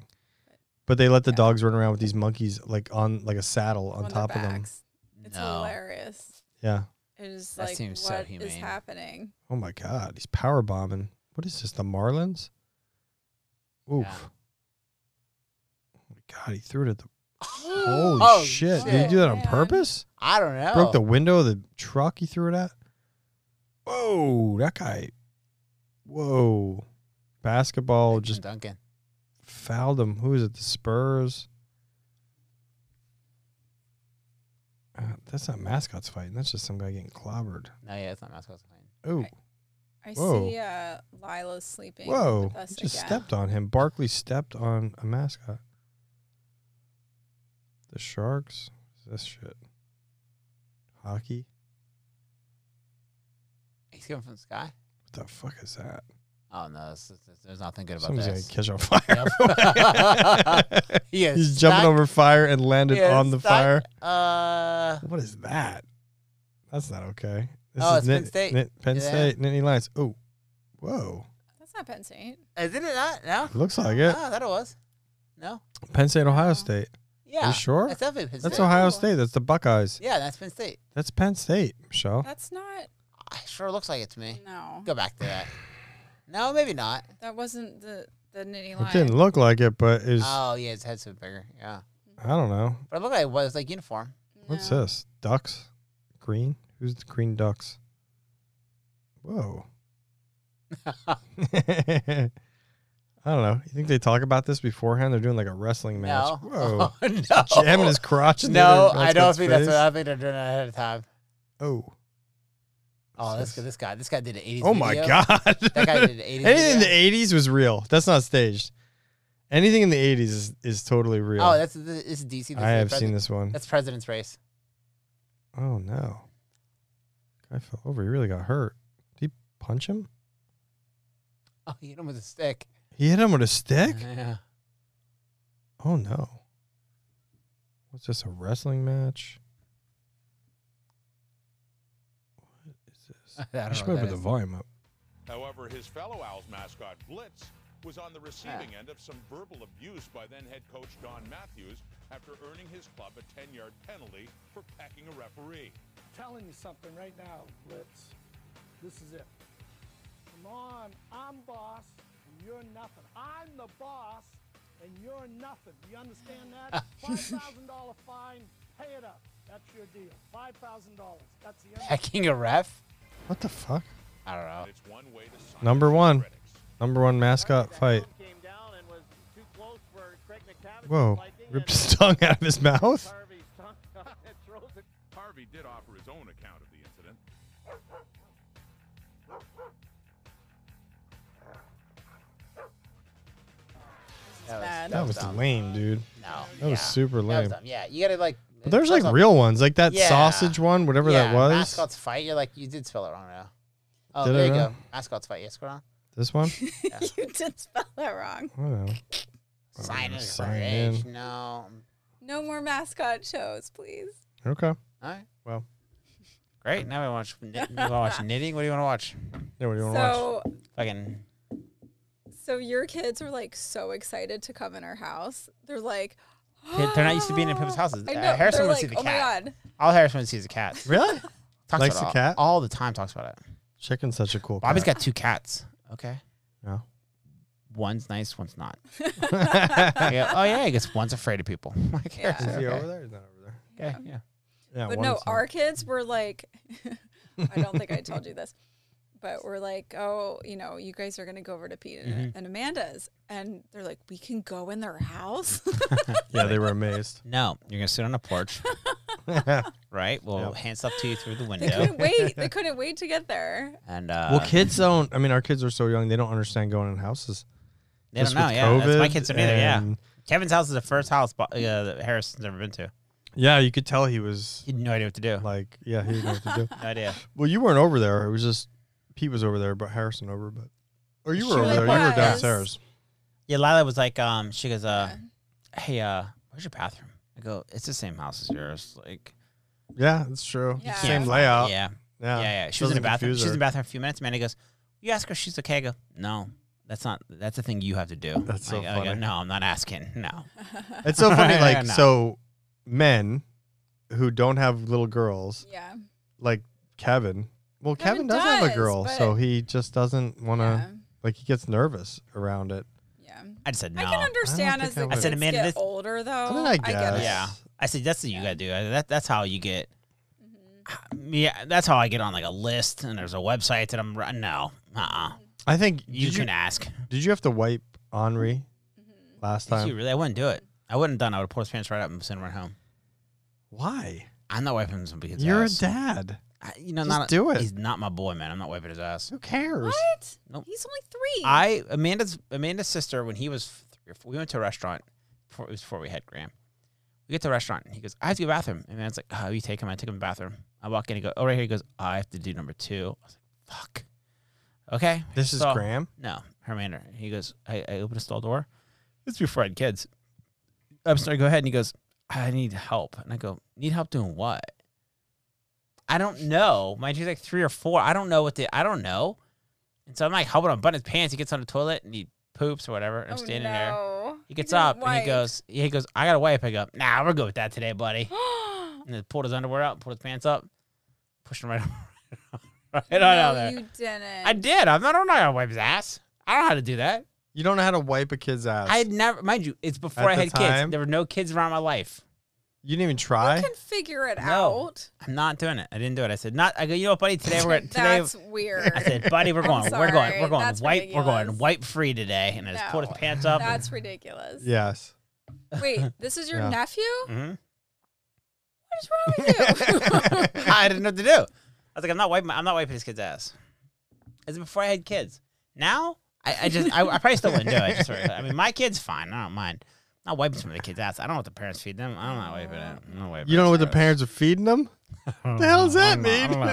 B: But they let the dogs run around with these monkeys like on like a saddle on,
Q: On their
B: top of them.
Q: backs. It's
A: No.
Q: hilarious.
B: Yeah.
Q: It is
A: That
Q: like what
A: seems
Q: is
A: so humane.
Q: happening?
B: Oh my god, he's power bombing. What is this? The Marlins? Oof. Oh my god, he threw it at the Holy
A: Oh,
B: shit. Did he do that on purpose?
A: I don't know.
B: Broke the window of the truck he threw it at? Whoa, that guy. Whoa. Basketball Oh, just
A: Duncan.
B: fouled him. Who is it? The Spurs? Uh, that's not mascots fighting. That's just some guy getting clobbered.
A: No, yeah, it's not mascots fighting.
B: Oh,
Q: I
B: Whoa.
Q: see uh, Lila's sleeping.
B: whoa.
Q: With us
B: He just
Q: again.
B: stepped on him. Barkley stepped on a mascot. The Sharks? What's this shit? Hockey?
A: He's coming from the sky.
B: What the fuck is that?
A: Oh no, this is- this- there's nothing good about
B: Something's
A: this.
B: gonna catch on fire.
A: Yep. He is
B: He's jumping
A: stuck.
B: over fire and landed
A: He is
B: on the
A: stuck.
B: fire.
A: Uh,
B: What is that? That's not okay. This
A: Oh, it's
B: is Nit-
A: Penn State.
B: Nit- Penn
A: Yeah.
B: State, Nittany Lions. Oh, whoa.
Q: That's not Penn State.
A: Isn't it not? No.
B: Looks like it.
A: Oh, that it was. No.
B: Penn State, Ohio State.
A: Yeah,
B: You sure?
A: that's definitely Penn
B: That's
A: State.
B: Ohio State. That's the Buckeyes.
A: Yeah, that's Penn State. Ah,
B: That's Penn State, Michelle.
Q: That's not.
A: It sure looks like it to me.
Q: No.
A: Go back to that. No, maybe not.
Q: That wasn't the the nitty
B: It
Q: line.
B: didn't look like it, but it's,
A: Oh yeah, his head's a bit bigger. Yeah,
B: I don't know.
A: but it looked like it was like uniform.
B: What's this? Ducks? Green? Who's the green ducks? Whoa. I don't know. You think they talk about this beforehand? They're doing like a wrestling match.
A: No.
B: Whoa.
A: Oh,
B: He's
A: no.
B: Jamming his crotch. in the
A: No,
B: other
A: I don't
B: mascot's
A: think that's
B: face.
A: what I think they're doing it ahead of time.
B: Oh.
A: Oh, this guy, this guy, this guy did an 80s.
B: Oh my
A: video.
B: god.
A: That guy did an 80s.
B: Anything in
A: video.
B: the eighties was real. That's not staged. Anything in the eighties is, is totally real.
A: Oh, that's this is DC. This
B: I
A: is
B: have
A: the
B: seen
A: president-
B: this one.
A: That's President's Race.
B: Oh no. Guy fell over. He really got hurt. Did he punch him?
A: Oh, he hit him with a stick.
B: He hit him with a stick?
A: Yeah.
B: Oh no. What's this? A wrestling match?
A: I don't
B: I should
A: know what
B: probably
A: that
B: put the
A: is.
B: volume up.
H: However, his fellow Owls mascot, Blitz, was on the receiving
Q: Ah.
H: end of some verbal abuse by then head coach Don Matthews after earning his club a 10 yard penalty for packing a referee.
O: telling you something right now, Blitz. This is it. Come on, I'm boss, and you're nothing. I'm the boss, and you're nothing. Do you understand that? $5,000 fine, pay it up. That's your deal. $5,000. That's the end. of it.
A: Packing a ref?
B: What the fuck?
A: I don't know.
B: Number one. Number one mascot fight. Whoa. Ripped his tongue out of his mouth?
H: Harvey did offer his own account of the incident.
A: That was, bad.
B: That was
A: dumb.
B: lame, dude.
A: No.
B: That was
A: yeah.
B: super
A: That was
B: lame.
A: dumb. Yeah, you gotta like.
B: But there's like
A: some-
B: real ones, like that
A: Yeah.
B: sausage one, whatever that
A: Yeah,
B: was.
A: Mascots fight. You're like you did spell it wrong now. Oh,
B: Did I
A: there you
B: wrong?
A: go. Mascots fight. Yes, wrong.
B: This one?
Q: you did spell that wrong.
B: I don't know.
A: Sign in. for
B: Oh, sign
A: age.
B: in.
A: No.
Q: No more mascot shows, please.
B: Okay.
A: All right.
B: Well.
A: Great. Now we watch. kni- We wanna watch knitting. What do you want to watch?
B: Yeah. What do you
Q: wanna watch? So-
A: Fucking.
Q: So your kids were like so excited to come in our house. They're like,
A: Kid- They're not used to being in people's houses.
Q: I
A: Uh,
Q: know.
A: Harrison
Q: They're
A: wants to
Q: like,
A: see the
Q: "Oh my
A: cat.
Q: God."
A: All Harrison wants to see is a cat.
B: Really?
A: Talks
B: Likes
A: about
B: the
A: it
B: cat?
A: all, all the time. Talks about it.
B: Chicken's such a cool
A: Bobby's
B: cat.
A: got two cats. Okay.
B: No.
A: One's nice, one's not. I go, oh yeah, I guess one's afraid of people. Like,
Q: Yeah.
A: Harrison,
B: Is he
A: okay.
B: over there? He's not over there.
A: Yeah, yeah.
B: Yeah,
Q: but
B: one
Q: no,
B: is not.
Q: our kids were like, I don't think I told you this, but we're like, oh, you know, you guys are going to go over to Pete and,
B: Mhm.
Q: and Amanda's. And they're like, we can go in their house.
B: Yeah, they were amazed.
A: No, you're gonna sit on a porch, right? We'll
B: Yep.
A: hand stuff to you through the
Q: they
A: window,
Q: couldn't wait. They couldn't wait to get there.
A: and uh,
B: well, kids don't. I mean, our kids are so young; they don't understand going in houses.
A: They don't
B: Just
A: know.
B: with
A: Yeah, that's my
B: COVID
A: kids don't either. Yeah,
B: and-
A: Kevin's house is the first house Bo- uh, that Harrison's ever been to.
B: yeah. You could tell he was.
A: He had no idea what to do.
B: Like, yeah, he didn't know what to do.
A: No idea.
B: Well, you weren't over there. It was just Pete was over there, but Harrison over, but or you were
A: Sure
B: over there. You
A: was.
B: were downstairs.
A: Yeah, Lila was like, um, she goes, uh, hey, uh, where's your bathroom? I go, it's the same house as yours. Like,
B: Yeah, that's true.
A: Yeah.
B: Same
A: Yeah.
B: layout.
A: Yeah.
B: Yeah.
A: yeah, yeah. She was in the
B: Doesn't
A: bathroom.
B: confuse
A: She was in the
B: her.
A: bathroom for a few minutes. Amanda goes, "You ask her, if she's okay." I go, "No, that's not. That's a thing you have to do."
B: That's so
A: I, I go,
B: funny.
A: no, I'm not asking. No.
B: It's so funny. Like,
A: No.
B: so men who don't have little girls.
Q: Yeah.
B: Like Kevin. Well, Kevin,
Q: Kevin
B: does, have a
Q: does,
B: girl, so
Q: but-
B: he just doesn't want to.
Q: Yeah.
B: Like, he gets nervous around it.
Q: Yeah.
A: I just said no.
Q: I can understand as
B: think I
Q: the
B: would.
Q: kids
A: I said, "Amanda,
Q: get
A: this-
Q: older, though.
B: mean, I
Q: get it.
A: Yeah. I said that's what you gotta do. I- That that's how you get.
Q: Mm-hmm.
A: Yeah, that's how I get on like a list, and there's a website that I'm run. No, uh, uh
B: I think
A: you
B: did
A: can ask.
B: Did you have to wipe Henri
Q: Mm-hmm.
B: last
A: Did
B: time?
A: you really? I wouldn't do it. I wouldn't have done. it. I would pour his pants right up and send him right home.
B: Why?
A: I'm not wiping somebody's ass.
B: You're a dad.
A: I, you know,
B: Just
A: not
B: do it.
A: He's not my boy, man. I'm not wiping his ass.
B: Who cares?
Q: What?
A: Nope.
Q: He's only three.
A: I Amanda's Amanda's sister when he was three or four, we went to a restaurant before it was before we had Graham. We get to the restaurant and he goes, I have to go to the bathroom. And Amanda's like, Oh, you take him. I took him to the bathroom. I walk in and go, Oh, right here. He goes, I have to do number two. I was like, Fuck. Okay.
B: This is Graham?
A: No, her Amanda. He goes, I, I open a stall door. This is before I had kids. I'm sorry, go ahead. And he goes, I need help. And I go, Need help doing what? I don't know. My she's like three or four. I don't know what the I don't know. And so I'm like helping him button his pants. He gets on the toilet and he poops or whatever. And I'm
Q: Oh,
A: standing there.
Q: no.
A: He gets
Q: didn't
A: up and
Q: wipe.
A: he goes, yeah, he goes, I gotta wipe. I go, nah, we're good with that today, buddy. and then pulled his underwear out, pulled his pants up, pushed him right on, right on out
Q: No,
A: there.
Q: you didn't.
A: I did. I'm not, I'm not gonna wipe his ass. I don't know how to do that.
B: You don't know how to wipe a kid's ass.
A: I had never, mind you, it's before
B: At
A: I
B: the
A: had
B: time?
A: kids. There were no kids around my life.
B: you didn't even try.
Q: can figure it
A: No.
Q: out.
A: I'm not doing it. I didn't do it. I said, not, I go, you know what, buddy, today we're, today,
Q: That's weird.
A: I said, buddy, we're
Q: I'm
A: going, we're going,
Q: sorry.
A: we're going
Q: That's
A: wipe, we're going
Q: ridiculous.
A: wipe free today. And I just pulled his
Q: No.
A: pants up. and-
Q: That's ridiculous.
B: Yes.
Q: Wait, this is your
B: Yeah.
Q: nephew?
A: Mhm.
Q: What is wrong with you?
A: I didn't know what to do. I was like, I'm not wiping. my- I'm not wiping this kid's ass. As before I had kids. Now I, I just I, I probably still wouldn't do it. Just for, I mean, my kid's fine. I don't mind. I'm not wiping some of the kids' ass. I don't know what the parents feed them. I'm not wiping it. I'm not wiping.
B: You don't know
A: it.
B: what the parents are feeding them? the hell does that
A: I
B: mean?
A: don't know.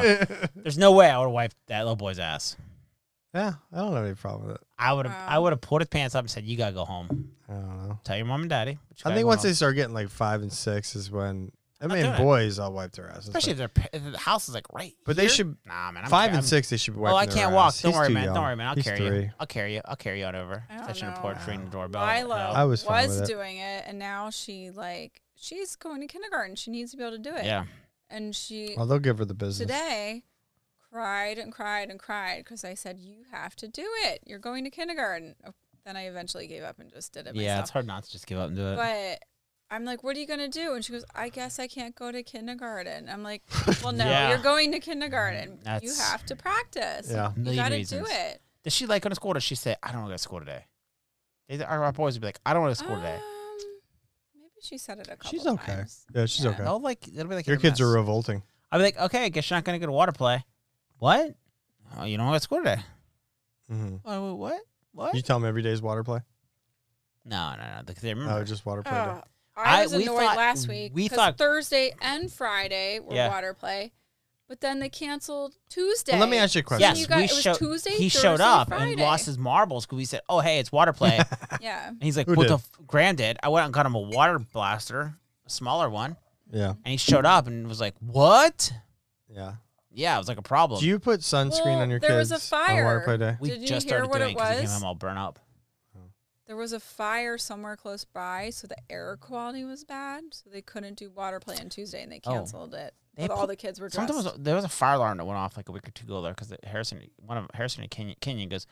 A: I There's no way I would have wiped that little boy's ass.
B: yeah, I don't have any problem with it.
A: I would have.
Q: Oh.
A: I would have pulled his pants up and said, "You gotta go home.
B: I don't know.
A: Tell your mom and daddy." but you
B: I
A: gotta
B: think
A: go
B: once
A: home."
B: they start getting like five and six is when I
A: not
B: mean
A: doing it.
B: boys I'll wipe their asses.
A: especially if,
B: but,
A: their pa- if the house is like right.
B: but
A: here.
B: they should
A: Nah, man. I'm
B: five
A: ca-
B: and
A: I'm-
B: six they should be wiping.
A: Well, Oh, I
B: their
A: can't
B: ass.
A: walk. Don't
B: He's
A: worry,
B: too
A: man.
B: young.
A: Don't worry, man. I'll
B: He's
A: carry
B: three.
A: you. I'll carry you. I'll carry you on over. Touching the porch, ringing the doorbell.
Q: Milo
A: No.
B: I was fine with it.
Q: doing it, and now she like she's going to kindergarten. She needs to be able to do it.
A: Yeah.
Q: And she
B: Oh, they'll give her the business.
Q: today cried and cried and cried because I said you have to do it. You're going to kindergarten. Oh, Then I eventually gave up and just did it.
A: Yeah,
Q: myself.
A: it's hard not to just give up and do it.
Q: But I'm like, what are you going to do? And she goes, I guess I can't go to kindergarten. I'm like, well, no,
A: Yeah.
Q: you're going to kindergarten. you
A: That's-
Q: have to practice.
A: Yeah,
Q: you
A: million
Q: got to do
A: reasons.
Q: it.
A: Does she like go to school? Or does she say, "I don't want to go to school today"? They, our, our boys would be like, "I don't want to go to school today."
Q: Um, Oh, Maybe she said it a couple
A: She's okay.
B: Yeah, she's okay.
A: They'll like, they'll be like,
B: Your
A: hit or
B: kids are
A: miss.
B: revolting.
A: I'll be like, "Okay, I guess you're not gonna go to water play." What? Oh, you don't want to go to school today?
B: Mm-hmm.
A: Oh, what? What?
B: You tell them every day is water play.
A: No, no, no. Because they remember.
B: No, just water play.
Q: Oh,
B: day.
Q: I
A: I-
Q: was
A: we
Q: annoyed
A: thought-
Q: last week
A: we
Q: because
A: thought-
Q: Thursday and Friday were
A: Yeah.
Q: water play, but then they canceled Tuesday.
B: Well, let me ask you a
Q: So
B: question.
A: Yes,
Q: you got,
A: we
Q: it was
A: showed.
Q: Tuesday,
A: he
Q: Thursday,
A: showed up
Q: Friday.
A: and lost his marbles because we said, "Oh, hey, it's water play."
Q: Yeah.
A: And he's like,
B: Who
A: "What
B: did?
A: the f- Graham did?" I went out and got him a water blaster, a smaller one,
B: Yeah.
A: and he showed up and was like, "What?"
B: Yeah.
A: Yeah, it was like a problem.
B: Do you put sunscreen
Q: Well,
B: on your
Q: there
B: kids
Q: was a
B: on water
Q: fire.
B: play day?
A: we
Q: Did you
A: just
Q: hear
A: started
Q: what it
A: doing because
Q: was?
A: came home all burnt up.
Q: There was a fire somewhere close by, so the air quality was bad, so they couldn't do water play on Tuesday, and they
A: Oh.
Q: canceled it.
A: They
Q: but all
A: put-
Q: the kids were dressed.
A: Sometimes there was a fire alarm that went off like a week or two ago there because Harrison, one of Harrison and Kenyon, Kenyon goes,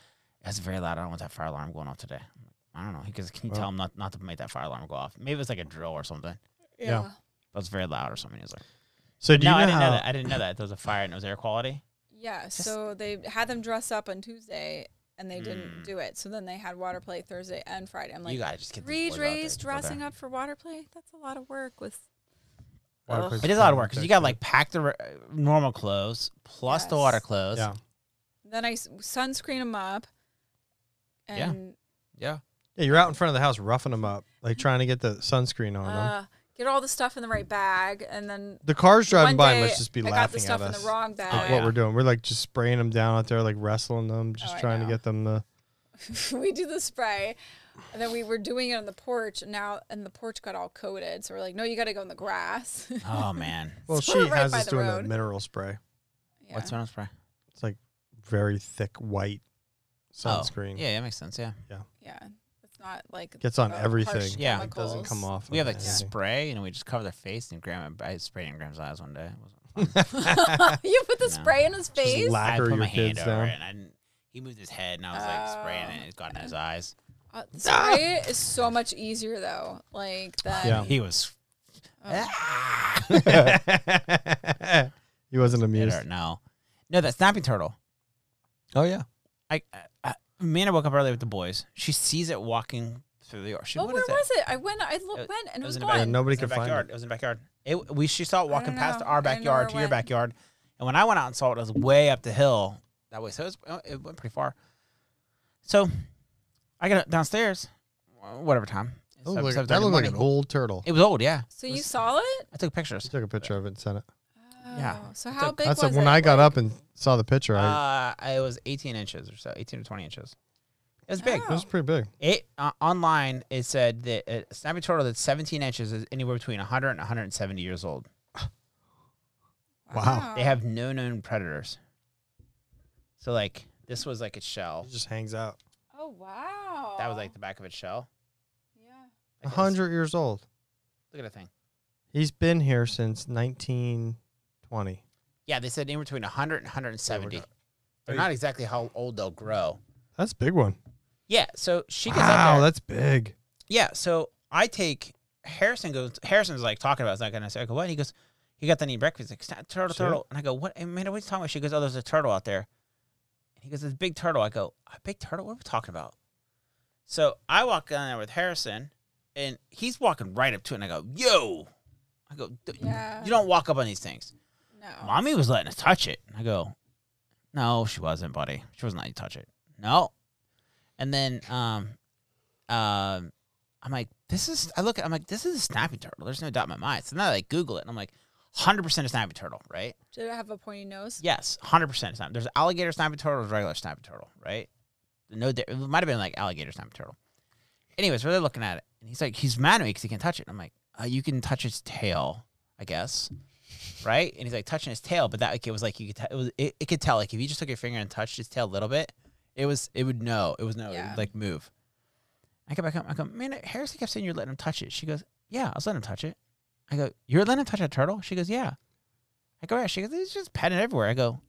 A: "That's very loud. I don't want that fire alarm going off today." I'm like, I don't know. He goes, "Can you
B: Well.
A: tell him not, not to make that fire alarm go off?" Maybe it was like a drill or something.
B: Yeah. Yeah.
A: That was very loud or something. He was like,
B: So do
A: no,
B: you know
A: I didn't
B: how-
A: know that. I didn't know that. There was a fire and it was air quality.
Q: Yeah, so they had them dress up on Tuesday and they didn't
A: Mm.
Q: do it. So then they had water play Thursday and Friday. I'm
A: You
Q: like,
A: gotta just get these boys
Q: three
A: out there,
Q: days
A: go there."
Q: dressing up for water play? That's a lot of work with
B: Water
A: It
B: play's
A: is a lot of
B: fun,
A: work because you
B: actually.
A: got to like pack the re- uh, normal clothes plus the water clothes.
B: Yeah.
Q: Then I s- sunscreen them up.
A: Yeah.
Q: And
A: Yeah.
B: Yeah, you're out in front of the house roughing them up, like trying to get the sunscreen on them.
Q: Mm. uh, get all the stuff in the right bag, and then
B: The cars driving
Q: one
B: by must
Q: day
B: just be
Q: I
B: laughing
Q: got the stuff
B: at
Q: in
B: us.
Q: the wrong
A: Oh,
B: at
Q: bag.
B: What we're doing, we're like just spraying them down out there, like wrestling them, just
Q: Oh, I
B: trying to
Q: know.
B: get them to.
Q: we do the spray, and then we were doing it on the porch. And now, and the porch got all coated, so we're like, no, you got to go in the grass.
A: Oh man.
B: Well, she
Q: Sort of right
B: has
Q: by
B: us
Q: the
B: doing
Q: road.
B: the mineral spray.
Q: Yeah.
A: What's on spray?
B: It's like very thick white
A: Oh,
B: sunscreen.
A: yeah, that makes sense. Yeah.
B: Yeah.
Q: yeah, it's not like
B: Gets on
Q: uh, harsh
B: everything.
A: Yeah.
B: It doesn't come
Q: chemicals.
B: off.
A: We have
B: on
A: like
B: anything.
A: spray, and we just cover their face. And Grandma, I sprayed in Graham's eyes one day. It wasn't
Q: you put the
A: No.
Q: spray in his
A: Just
Q: face.
B: la-
A: I
B: Lacquer
A: put
B: your
A: my hand
B: kids
A: over
B: down.
A: it, and I didn't, he moved his head, and I was like spraying
Q: Oh.
A: it, and it got in his eyes.
Q: Uh, the spray is so much easier though. Like that.
B: Yeah.
A: He was.
Q: Oh.
A: Ah,
B: he wasn't
A: It
B: amused.
A: hurt, no, no, that snapping turtle.
B: Oh yeah.
A: I, I, I Amanda woke up early with the boys. She sees it walking through the yard. She,
Q: But
A: what
Q: Oh, where
A: is that?
Q: was it? I went. I looked, went, and it was,
A: in the back-
Q: gone.
B: Nobody
A: it was in
B: could
A: the
B: find
A: backyard.
B: it.
A: It was in the backyard. It, we she saw it walking
Q: don't
A: past
Q: know.
A: our
Q: I don't know
A: backyard
Q: where it
A: to your
Q: went.
A: backyard, and when I went out and saw it, it was way up the hill that way. So it, was, uh, it went pretty far. So I got downstairs, uh, whatever time.
B: That
A: seven-
B: looked, like,
A: 7:30
B: that looked like an
A: morning.
B: old turtle.
A: It was old, yeah.
Q: So you saw it?
A: I took pictures.
B: She took a picture of it and sent it.
A: Yeah.
Q: Oh, So how big
B: That's
Q: was
B: it. when
Q: it?
B: I got up and saw the picture. I,
A: Uh, it was 18 inches or so, 18 to 20 inches. It was big.
Q: Oh.
B: it was pretty big.
A: It uh, online it said that a snapping turtle that's 17 inches is anywhere between 100 and 170 years old.
B: Wow.
A: They have no known predators. So like this was like its shell.
B: It just hangs out.
Q: Oh wow.
A: That was like the back of its shell.
Q: Yeah.
B: A
A: Like, it was-
B: hundred years old.
A: Look at that thing.
B: He's been here since 1920.
A: Yeah, they said anywhere between 100 and 170.
B: not-
A: They're
B: Are
A: not exactly how old they'll grow.
B: That's a big one.
A: Yeah, so she gets up
B: Wow,
A: there.
B: that's big.
A: Yeah, so I take Harrison goes Harrison's like talking about it's not gonna say, I go, what? He goes, He got to eat breakfast. He's Like, "Sna- turtle,
B: Shit.
A: turtle. And I go, What Amanda, what are you talking about? She goes, Oh, there's a turtle out there. And he goes, There's a big turtle. I go, A big turtle? What are we talking about? So I walk down there with Harrison and he's walking right up to it and I go, Yo. I go, "D-
Q: Yeah.
A: You don't walk up on these things.
Q: No.
A: Mommy was letting us touch it. And I go, No, she wasn't, buddy. She wasn't letting you touch it. No. And then um um I'm like, this is I look at I'm like, this is a snapping turtle. There's no doubt in my mind. So now I like Google it and I'm like, hundred percent a snapping turtle, right?
Q: Did it have a pointy nose?
A: Yes, hundred percent snapping. There's alligator snapping turtle, there's regular snapping turtle, right? No, di- it might have been like alligator snapping turtle. Anyways, so they're looking at it, and he's like, he's mad at me because he can touch it. I'm like, uh, you can touch its tail, I guess, right? And he's like touching his tail, but that like, it was like you could t- it was it, it could tell like if you just took your finger and touched its tail a little bit, it was it would know it was no it
Q: Yeah.
A: would, like move. I come back up, I come, man, Harrison kept saying you're letting him touch it. She goes, yeah, I was letting him touch it. I go, you're letting him touch a turtle? She goes, yeah. I go, yeah. She goes, he's just petting it everywhere. I go,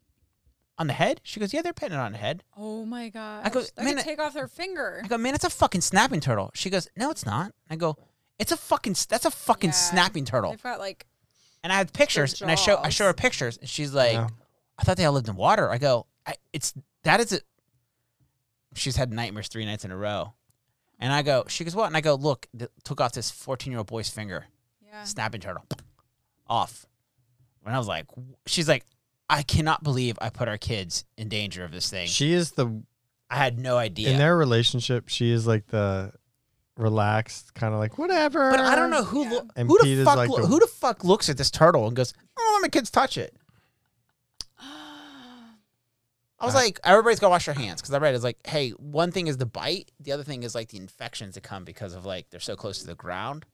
A: on the head? She goes, yeah, they're petting it on the head.
Q: Oh my gosh.
A: I go,
Q: I
A: "Man,
Q: could
A: I-
Q: take off her finger.
A: I go, man, it's a fucking snapping turtle. She goes, no, it's not. I go, It's a fucking. s- That's a fucking snapping turtle.
Q: They've got like
A: And I had pictures, and I show I show her pictures, and she's like,
Q: Yeah.
A: "I thought they all lived in water." I go, I, "It's that is it." She's had nightmares three nights in a row, and I go, "She goes what?" And I go, "Look, th- took off this fourteen year old boy's finger,
Q: Yeah.
A: snapping turtle, off." And I was like, w- "She's like, I cannot believe I put our kids in danger of this thing."
B: She is the
A: I had no idea.
B: in their relationship. She is like the relaxed, kind of like whatever.
A: But I don't know who lo-
B: And
A: who
B: Pete
A: the
B: is
A: fuck
B: like
A: lo-
B: the-
A: who the fuck looks at this turtle and goes, "I don't let my kids touch it." I was
B: Uh,
A: like, everybody's gotta wash their hands because I read it's like, hey, one thing is the bite, the other thing is like the infections that come because of like they're so close to the ground.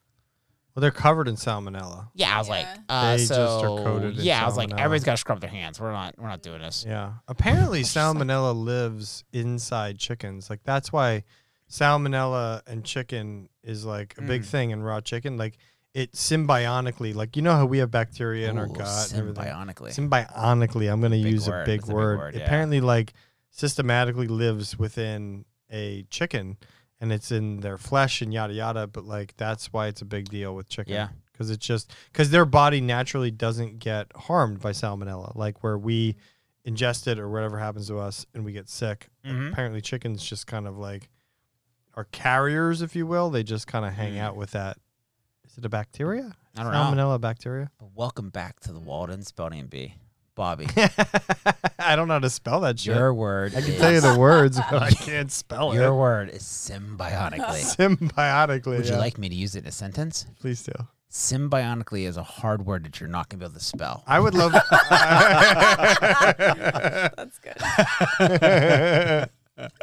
B: Well, they're covered in salmonella.
A: Yeah, I was like, uh,
B: They just
A: so
B: are coated in
A: yeah, I was like,
B: salmonella.
A: everybody's gotta scrub their hands. We're not, we're not doing this.
B: Yeah. Apparently, salmonella lives inside chickens. Like that's why salmonella and chicken is like a big
A: Mm.
B: thing in raw chicken. Like it symbionically, like you know how we have bacteria in our
A: Ooh,
B: gut. and everything?
A: symbionically.
B: Symbionically, I'm going to
A: Big
B: use
A: word.
B: a big
A: That's a big
B: word.
A: word,
B: It
A: yeah.
B: Apparently, like systematically lives within a chicken, and it's in their flesh and yada yada. But like that's why it's a big deal with chicken.
A: Yeah.
B: Because it's just because their body naturally doesn't get harmed by salmonella, like where we ingest it or whatever happens to us and we get sick.
A: Mhm.
B: Apparently, chickens just kind of like are carriers, if you will. They just kind of hang out with that. Is it a bacteria?
A: Mm. I don't know.
B: salmonella bacteria.
A: But welcome back to the Waldens, Bonnie and B, Bobby.
B: I don't know how to spell that shit.
A: Your word.
B: I can
A: is-
B: tell you the words, but I can't spell it.
A: Your word is symbionically.
B: Symbiotically.
A: Would you
B: yeah.
A: like me to use it in a sentence?
B: Please do.
A: Symbionically is a hard word that you're not going to be able to spell.
B: I would love.
A: That's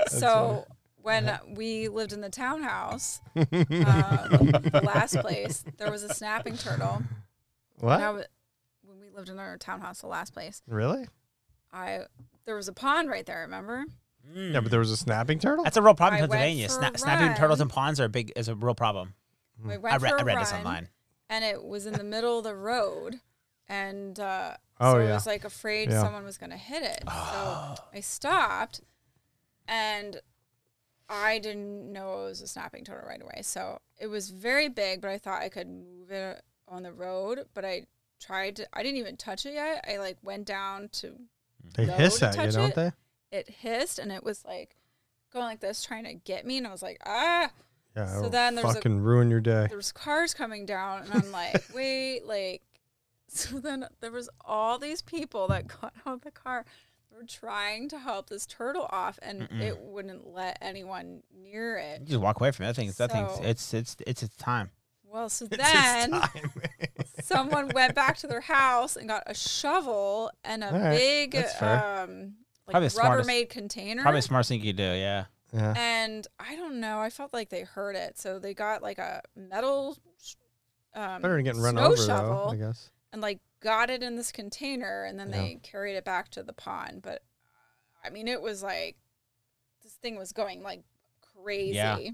Q: so when we lived in the townhouse, um, the last place, there was a snapping turtle.
B: What?
Q: And I wa- when we lived in our townhouse, the last place,
B: really?
Q: I there was a pond right there. Remember? Hmm.
B: Yeah, but there was a snapping turtle.
A: That's a real problem
Q: I
A: in
Q: went
A: Pennsylvania.
Q: for a
A: Sna- snapping turtles
Q: run.
A: and ponds are a big is a real problem.
Q: We
A: I
Q: went
A: re-
Q: for a
A: I read this
Q: run,
A: online.
Q: and it was in the middle of the road, and uh,
A: Oh,
Q: so I
A: yeah.
Q: was like afraid
A: Yeah.
Q: someone was going to hit it. so I stopped, and I didn't know it was a snapping turtle right away. So it was very big, but I thought I could move it on the road. But I tried to. I didn't even touch it yet. I like went down to.
B: They
Q: go
B: hiss
Q: to
B: at you,
Q: touch
B: don't
Q: it.
B: they?
Q: It hissed, and it was like going like this, trying to get me, and I was like, ah.
B: Yeah,
Q: so
B: it'll
Q: then there's a
B: fucking ruin your day.
Q: there was cars coming down and i'm like wait like so then there was all these people that got out of the car were trying to help this turtle off and
A: Mm-mm.
Q: it wouldn't let anyone near it
A: You just walk away from it. I think that thing's
Q: So-
A: it's it's it's its time.
Q: well so
A: its
Q: then someone went back to their house and got a shovel and a
A: All right,
Q: big
A: that's fair.
Q: um like
A: Probably the smartest-
Q: rubbermaid container
A: Probably the smartest thing you could do. Yeah.
Q: and I don't know. I felt like they heard it, so they got like a metal. sh- Um,
B: Better than getting run
Q: snow
B: over, though, I
Q: shovel
B: guess.
Q: And like got it in this container, and then
B: Yeah.
Q: they carried it back to the pond. But I mean, it was like this thing was going like crazy.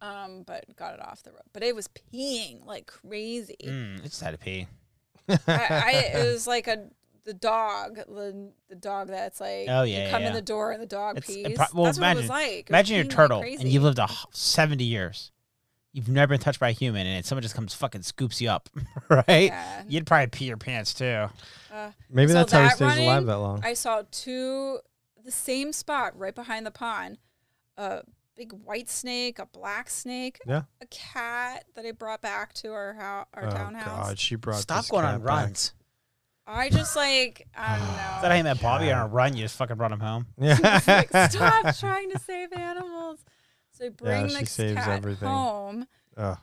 Q: Um, but got it off the road. But it was peeing like crazy.
A: Mm, it just had to pee.
Q: I, I it was like a the dog, the, the dog that's like
A: Oh,
Q: you
A: yeah,
Q: come
A: yeah.
Q: in the door and the dog
A: It's- it
Q: pees.
A: pro- well,
Q: that's
A: imagine,
Q: what it was like. It was
A: imagine you're
Q: peeing
A: a
Q: like
A: turtle and
Q: crazy.
A: you've lived a h- seventy years. You've never been touched by a human, and someone just comes fucking scoops you up, right?
Q: Yeah.
A: You'd probably pee your pants too.
Q: Uh,
B: Maybe that's how he
Q: that
B: stays alive that long.
Q: I saw two, the same spot right behind the pond, a big white snake, a black snake,
B: Yeah.
Q: a cat that I brought back to our house, our
B: oh
Q: townhouse.
B: God, she brought.
A: Stop
B: this
A: going
B: cat
A: on
B: back.
A: runs.
Q: I just like I don't
A: Is
Q: know.
A: that how you met Bobby on a run? You just fucking brought him home.
B: Yeah.
Q: Stop trying to save animals. So I bring
B: she
Q: this
B: saves
Q: cat
B: everything.
Q: home,
B: Ugh.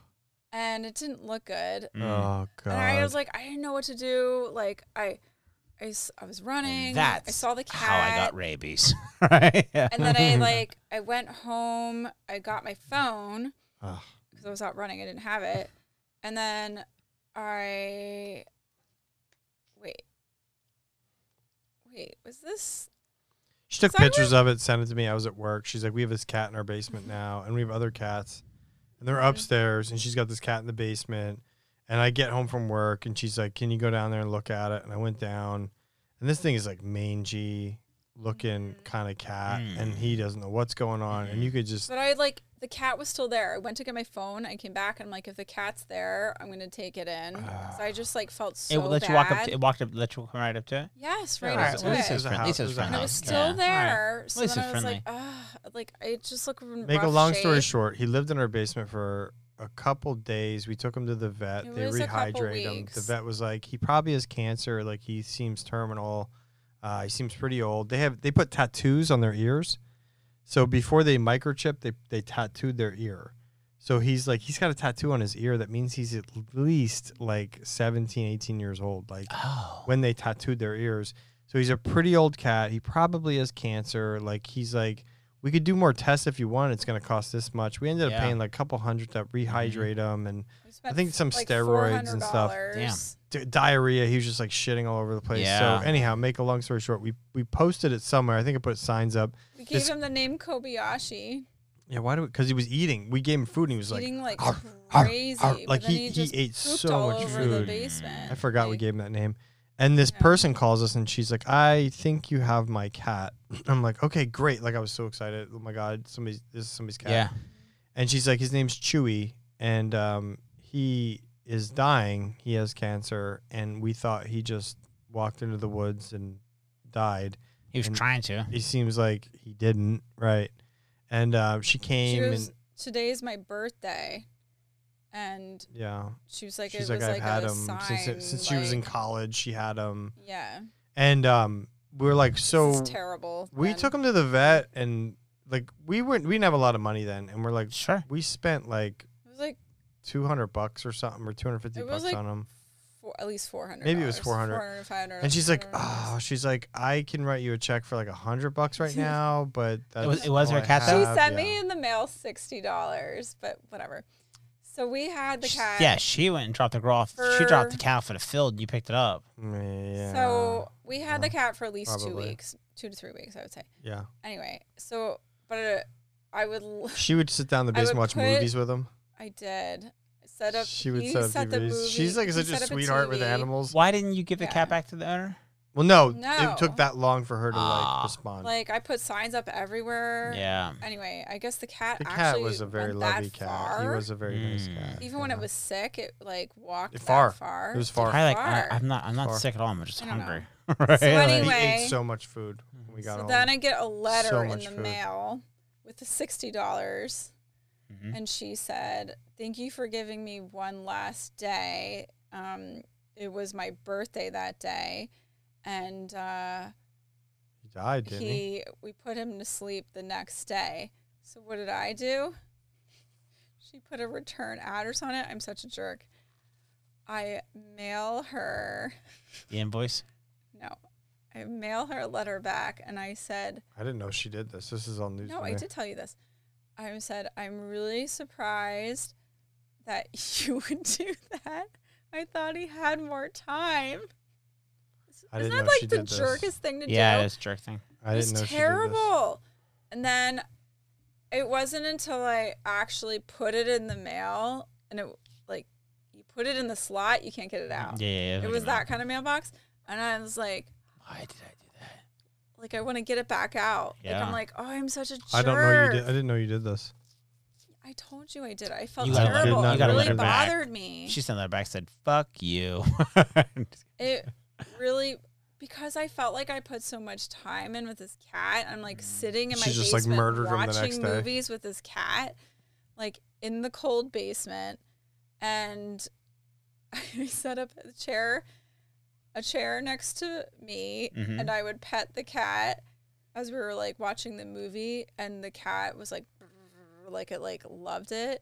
Q: and it didn't look good.
B: Oh
Q: And I was
B: God.
Q: like, I didn't know what to do. Like I, I, s- I was running. I
A: That's
Q: saw the cat.
A: How I got rabies. right? Yeah.
Q: And then I like I went home. I got my phone
B: Ugh.
Q: because I was out running. I didn't have it. And then I wait, wait. Was this?
B: She took
Q: So I
B: pictures of it, sent it to me. I was at work. She's like, "We have this cat in our basement
Q: Mm-hmm.
B: now, and we have other cats, and they're upstairs, and she's got this cat in the basement." And I get home from work, and she's like, "Can you go down there and look at it?" And I went down, and this thing is like mangy, looking
Q: Mm-hmm.
B: kind of cat, and he doesn't know what's going on, and you could just
Q: But I like the cat was still there. I went to get my phone. I came back and I'm like, if the cat's there, I'm gonna take it in. so I just like felt so
W: it let
Q: bad.
W: you walk up. To, it walked up. Let you come right up to it.
Q: Yes,
W: Yeah,
Q: right
W: it was-
Q: up
W: it was
Q: to
W: his
Q: it.
W: friend- It was Lisa's his
Q: and it
W: friend.
Q: was still
W: Yeah. All right.
Q: there. So
W: Lisa's
Q: then I was
W: friendly.
Q: like, ah, like I just look. in
B: make a
Q: rough
B: long story
Q: shape.
B: short. He lived in our basement for a couple days. We took him to the vet.
Q: It
B: they
Q: was a couple
B: rehydrate him. The
Q: weeks.
B: vet was like, he probably has cancer. Like he seems terminal. Uh, he seems pretty old. They have they put tattoos on their ears. So before they microchip, they they tattooed their ear. So he's like he's got a tattoo on his ear that means he's at least like 17, 18 years old. Like
Q: Oh.
B: when they tattooed their ears. So he's a pretty old cat. He probably has cancer. Like he's like we could do more tests if you want. It's going to cost this much. We ended up
W: Yeah.
B: paying like a couple hundred to rehydrate
Q: Mm-hmm.
B: him and I
W: spent
B: think some
W: like
B: steroids and stuff.
W: $400.
B: D- diarrhea. He was just like shitting all over the place.
W: Yeah.
B: So anyhow, make a long story short, we we posted it somewhere. I think I put signs up.
Q: We gave
B: This-
Q: him the name Kobayashi.
B: yeah, why do? Because he was eating. We gave him food, and he was like
Q: eating like
B: "Arf, arf,
Q: crazy.
B: arf."
Q: but
B: Like
Q: then
B: he, he,
Q: just
B: ate
Q: pooped
B: so
Q: all
B: much
Q: over
B: food.
Q: The basement.
B: I forgot we gave him that name. And this person calls us and she's like, "I think you have my cat." I'm like, "Okay, great!" Like I was so excited. Oh my god, somebody's this is somebody's cat.
W: Yeah.
B: And she's like, "His name's Chewy, and um, he is dying. He has cancer, and we thought he just walked into the woods and died.
W: He was
B: And
W: trying to.
B: He seems like he didn't, right? And uh, she
Q: She
B: came
Q: goes,
B: and
Q: Today's my birthday, and
B: yeah,
Q: she was like,
B: she's
Q: it was
B: I've
Q: like
B: had
Q: a
B: him
Q: sign.
B: since it- since she was in
Q: like-
B: college. She had him.
Q: Yeah.
B: and um, we were like, so
Q: is terrible,
B: We took him to the vet, and like we weren't we didn't have a lot of money then, and we're like, sure, we spent like
Q: It was like
B: two hundred bucks or something, or two hundred fifty
Q: It
B: bucks
Q: was like
B: on him.
Q: four, at least four hundred.
B: Maybe it was four hundred.
Q: 400 500
B: And she's like, oh, she's like, I can write you a check for like a hundred bucks right now, but that's
W: was- it was
B: all
W: her
B: I
W: cat
B: have."
Q: She sent
B: Yeah.
Q: me in the mail sixty dollars, but whatever. So we had the cat.
W: Yeah, she went and dropped the girl off. She dropped the
Q: For-
W: cow for the field, and you picked it up.
B: Yeah.
Q: So we had the cat for at least
W: probably.
Q: two weeks, two to three weeks, I would say.
B: Yeah.
Q: Anyway, so but uh, I would. l-
B: She would sit down in the
Q: I
B: basement
Q: would
B: watch
Q: put-
B: movies with him.
Q: I did. Set up.
B: She would
Q: he
B: set up
Q: set the
B: TVs. She's
Q: movie-
B: like
Q: he
B: such a
Q: set up
B: sweetheart with
Q: TV.
B: animals.
W: Why didn't you give the cat back to the owner?
B: Well, no,
Q: No.
B: it took that long for her to
W: Ah.
B: like respond.
Q: Like I put signs up everywhere.
B: Yeah.
Q: Anyway, I guess the cat.
B: the cat
Q: actually
B: was a very
Q: went that
B: lovely cat. He
Q: far.
B: was a very nice
W: Hmm.
B: cat.
Q: Even when it was sick, it like walked that
B: far.
Q: far.
B: It was far.
W: I like. I,
Q: Far.
W: I'm not. I'm not
B: Far.
W: sick at all. I'm just
Q: I don't know.
W: hungry.
B: So
W: right? Like-
B: he
Q: anyway-
B: ate so much food. When we got
Q: So
B: home.
Q: then I get a letter
B: So
Q: in
B: much
Q: the
B: food.
Q: mail with the sixty dollars,
B: Mm-hmm.
Q: and she said, "Thank you for giving me one last day. Um, it was my birthday that day, and uh,
B: He died, didn't he?
Q: he we put him to sleep the next day. So what did I do? She put a return address on it. I'm such a jerk. I mail her."
W: the invoice.
Q: No. I mail her a letter back and I said,
B: I didn't know she did this. This is all news.
Q: No,
B: to
Q: I
B: me.
Q: did tell you this. I said, I'm really surprised that you would do that. I thought he had more time.
B: I didn't
Q: Isn't that
B: know she
Q: like the
B: did this.
Q: jerkest thing to
W: Yeah,
Q: do?
W: that's jerk thing.
B: I
Q: It
B: didn't
Q: was
B: know she did this.
Q: terrible. And then it wasn't until I actually put it in the mail and it like you put it in the slot, you can't get it out.
W: Yeah, yeah, yeah,
Q: It
W: like
Q: was
W: a
Q: that kind of mailbox. And I was like,
W: Why did I do
Q: that? Like I want to get it back out. Like
W: Yeah.
Q: I'm like, oh, I'm such a jerk.
B: I don't know you did. I didn't know you did this.
Q: I told you I did. I felt
W: You gotta let her.
Q: terrible.
B: not
Q: It
W: You gotta let
Q: really
W: her back.
Q: bothered me.
W: She sent a letter back. Said, "Fuck you."
Q: It really because I felt like I put so much time in with this cat. I'm like sitting in my
B: Mm. She just, like,
Q: basement
B: murdered him the
Q: watching
B: next day.
Q: movies with this cat, like in the cold basement, and I set up a chair, a chair next to me,
B: Mm-hmm.
G: Mhm.
Q: and I would pet the cat as we were like watching the movie, and the cat was like, like it like loved it,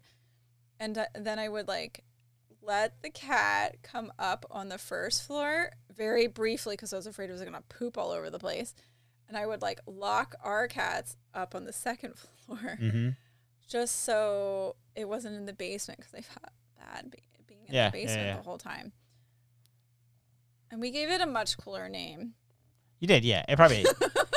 Q: and uh, then I would like let the cat come up on the first floor very briefly because I was afraid it was gonna poop all over the place. And I would like lock our cats up on the second floor
W: Mhm.
Q: just so it wasn't in the basement because I felt bad be- being in
W: Yeah, yeah,
Q: the basement
W: yeah.
Q: the whole time. And we gave it a much cooler name,
W: You did, yeah. It probably.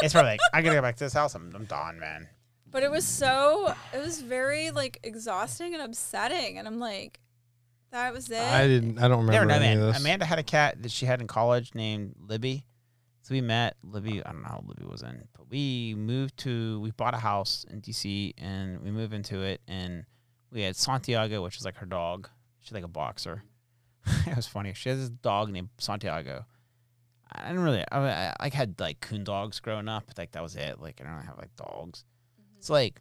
W: it's probably like I gotta go back to this house. I'm, I'm done, man.
Q: but it was so it was very like exhausting and upsetting. And I'm like, that was it.
B: I didn't. I don't
W: Never
B: remember
W: know,
B: any
W: man.
B: of this.
W: Amanda had a cat that she had in college named Libby.
A: So we met Libby. I don't know how Libby was in, but we moved to we bought a house in DC and we moved into it and we had Santiago, which is like her dog. She's like a boxer. it was funny. She has this dog named Santiago. I didn't really. I, I like had like coon dogs growing up, but like that was it. Like I don't really have like dogs. It's like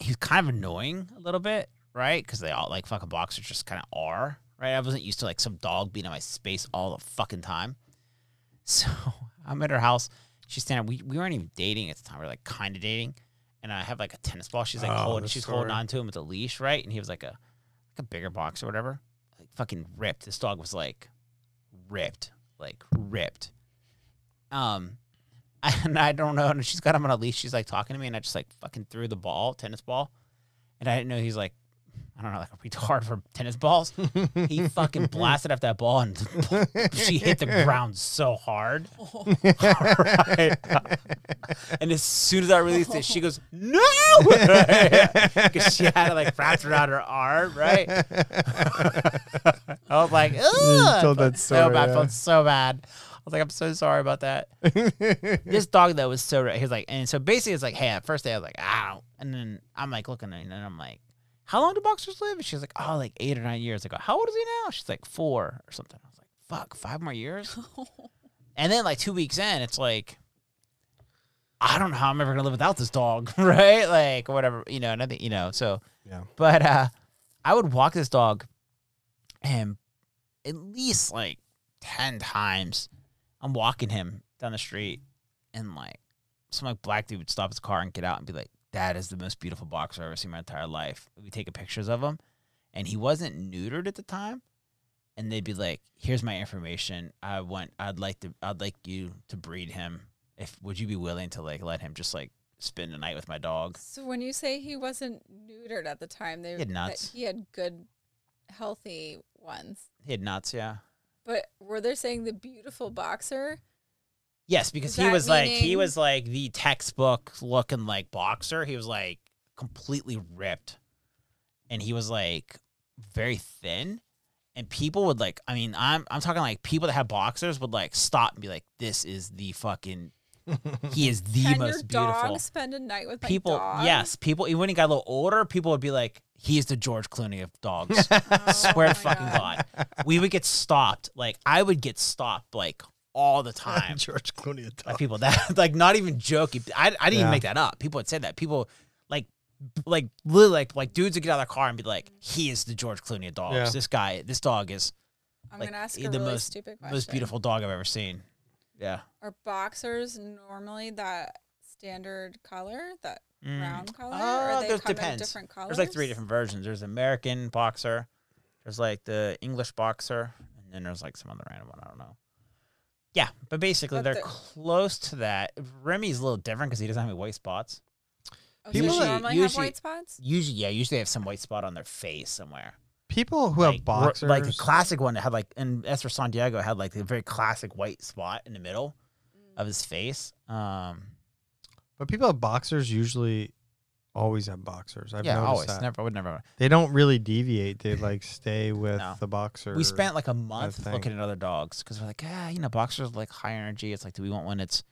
A: he's kind of annoying a little bit, right? Because they all like fucking boxers just kind of are, right? I wasn't used to like some dog being in my space all the fucking time. So I'm at her house. She's standing. We, we weren't even dating at the time. We were like kind of dating, and I have like a tennis ball. She's like Oh, holding. this She's story. holding on to him with a leash, right? And he was like a like a bigger box or whatever. Like fucking ripped. This dog was like ripped, like ripped. Um, and I don't know. And she's got him on a leash. She's like talking to me, and I just like fucking threw the ball, tennis ball, and I didn't know he's like, I don't know, like a retard for tennis balls. he fucking blasted after that ball, and she hit the ground so hard. Right. and as soon as I released it, she goes, "No!" Because she had it like wrapped around her arm, right? I was like, You "Ugh!" I told felt that so story, bad. I yeah. felt so bad. I was like, I'm so sorry about that. this dog though was so right. He was like, and so basically it's like, hey, at first day I was like, ow, and then I'm like looking at it, and then I'm like, how long do boxers live? And she's like, oh, like eight or nine years. I go, how old is he now? She's like four or something. I was like, fuck, five more years. and then like two weeks in, it's like, I don't know how I'm ever gonna live without this dog, right? Like whatever, you know, nothing, you know. So,
B: Yeah.
A: But uh, I would walk this dog, and at least like ten times, I'm walking him down the street, and like some like black dude would stop his car and get out and be like, "That is the most beautiful boxer I've ever seen in my entire life." We taking pictures of him, and he wasn't neutered at the time and they'd be like, "Here's my information. I want. I'd like to. I'd like you to breed him. If would you be willing to like let him just like spend the night with my dog?"
Q: So when you say he wasn't neutered at the time, they
A: He had
Q: that
A: nuts.
Q: he had good, healthy ones.
A: He had nuts, yeah.
Q: But were they saying the beautiful boxer?
A: Yes, because
Q: Is
A: he
Q: that
A: was like he
Q: meaning-
A: was like the textbook looking like boxer. He was like completely ripped, and he was like very thin. And people would like, I mean, I'm I'm talking like people that have boxers would like stop and be like, "This is the fucking." He is the
Q: Can
A: most
Q: your
A: beautiful.
Q: dog spend a night with my
A: people
Q: dog?
A: yes people even when he got a little older people would be like he's the george clooney of dogs swear to fucking god. we would get stopped like i would get stopped like all the time
B: george clooney of
A: by people that like not even joking i, I didn't
B: Oh. Yeah.
A: even make that up people would say that people like b- like literally like, like dudes would get out of their car and be like he is the george clooney of dogs
Q: Yeah.
A: this guy this dog is
Q: I'm
A: like,
Q: gonna ask a
A: the
Q: really
A: most
Q: stupid
A: most
Q: question.
A: beautiful dog i've ever seen yeah
Q: Are boxers normally that standard color, that
A: Mm.
Q: round color?
A: Uh,
Q: or they
A: there's-
Q: come
A: depends.
Q: in different colors?
A: There's like three different versions. There's American boxer, there's like the English boxer, and then there's like some other random one. I don't know. Yeah, but basically
Q: But
A: they're
Q: the-
A: close to that. Remy's a little different because he doesn't have any white spots.
Q: Oh, so People they normally have white spots?
A: Usually, yeah, usually they have some white spot on their face somewhere.
B: People who have
A: Ro-
B: boxers,
A: like the classic one that had like, and Esther Santiago had like the very classic white spot in the middle of his face. Um,
B: but people have boxers usually always have boxers. I've
A: Yeah,
B: noticed
A: always.
B: that.
A: Never- I would never-
B: They don't really deviate. They like stay with
A: No.
B: the boxer.
A: We spent like a
B: type
A: month
B: thing.
A: looking at other dogs because we're like, ah, you know, boxers like high energy. It's like, do we want one that's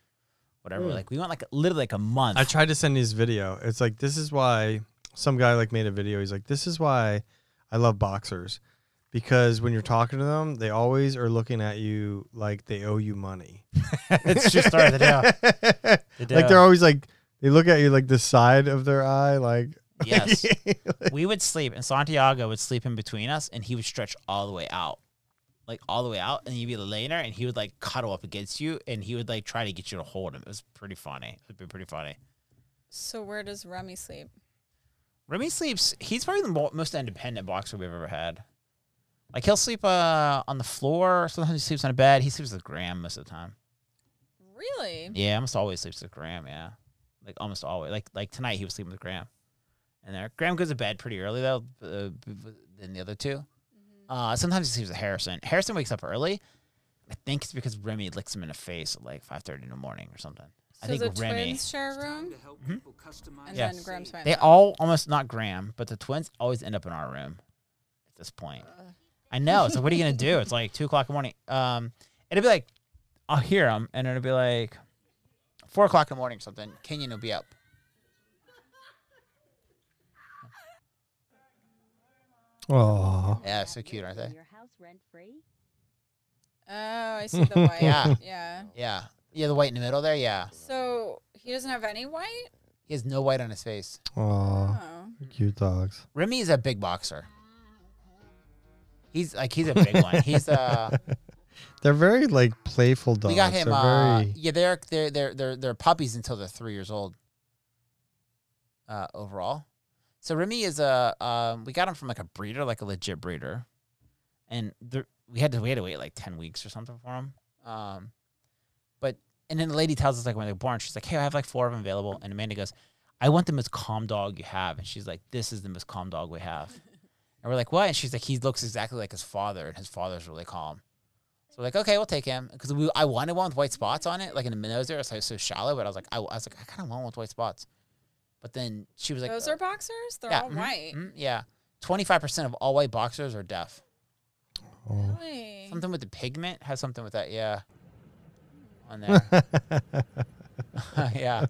A: whatever?
B: Mm.
A: Like, we want like literally like a month.
B: I tried to send his video. It's like this is why some guy like made a video. He's like, this is why I love boxers because when you're talking to them, they always are looking at you like they owe you money.
A: It's just started, yeah. They do.
B: Like they're always like they look at you like the side of their eye, like
A: yes. we would sleep, and Santiago would sleep in between us, and he would stretch all the way out. Like all the way out, and you'd be laying there, and he would like cuddle up against you, and he would like try to get you to hold him. It was pretty funny. It'd be pretty funny.
Q: So where does Remy sleep?
A: Remy sleeps. He's probably the mo- most independent boxer we've ever had. Like he'll sleep uh, on the floor. Sometimes he sleeps on a bed. He sleeps with Graham most of the time.
Q: Really?
A: Yeah, almost always sleeps with Graham. Yeah, like almost always. Like like tonight, he was sleeping with Graham, and there Graham goes to bed pretty early though uh, b- b- than the other 2
Q: Mm-hmm.
A: Uh, sometimes he sleeps with Harrison. Harrison wakes up early. I think it's because Remy licks him in the face at like five thirty in the morning or something. I
Q: so
A: think
Q: the
A: Remy.
Q: twins share a room? And
A: Yeah.
Q: then Graham's family.
A: They all almost not Graham, but the twins always end up in our room at this point. I know. So what are you gonna do? It's like two o'clock in the morning. Um, it'd be like I'll hear them, and it'll be like four o'clock in the morning or something. Kenyon will be up.
B: Oh.
A: Yeah, so cute, aren't they?
G: Your house rent free?
Q: Oh, I see the white.
A: Yeah.
Q: Yeah.
A: Yeah. Yeah, the white in the middle there. Yeah.
Q: So he doesn't have any white?
A: He has no white on his face.
B: Oh. Cute dogs.
A: Remy is a big boxer. He's like he's a big one. He's uh
B: They're very like playful dogs.
A: we got him
B: They're
A: uh
B: very
A: yeah, they're they're they're they're they're puppies until they're three years old. Uh overall. So Remy is a um we got him from like a breeder, like a legit breeder. And there, we had to we had to wait like ten weeks or something for him. Um but and then the lady tells us like when they're born, she's like, Hey, I have like four of them available and Amanda goes, I want the most calm dog you have and she's like, This is the most calm dog we have. And we're like, What? And she's like, He looks exactly like his father and his father's really calm. So we're like, okay, we'll take him because we I wanted one with white spots on it, like in the nose area. So it was so shallow, but I was like, I, I was like, I kind of want one with white spots. But then she was like,
Q: Those
A: uh,
Q: are boxers? They're all
A: mhm,
Q: white.
A: mhm, yeah, twenty five percent of all white boxers are deaf. Mm-hmm.
Q: Really?
A: Something with the pigment has something with that, yeah. On there, yeah.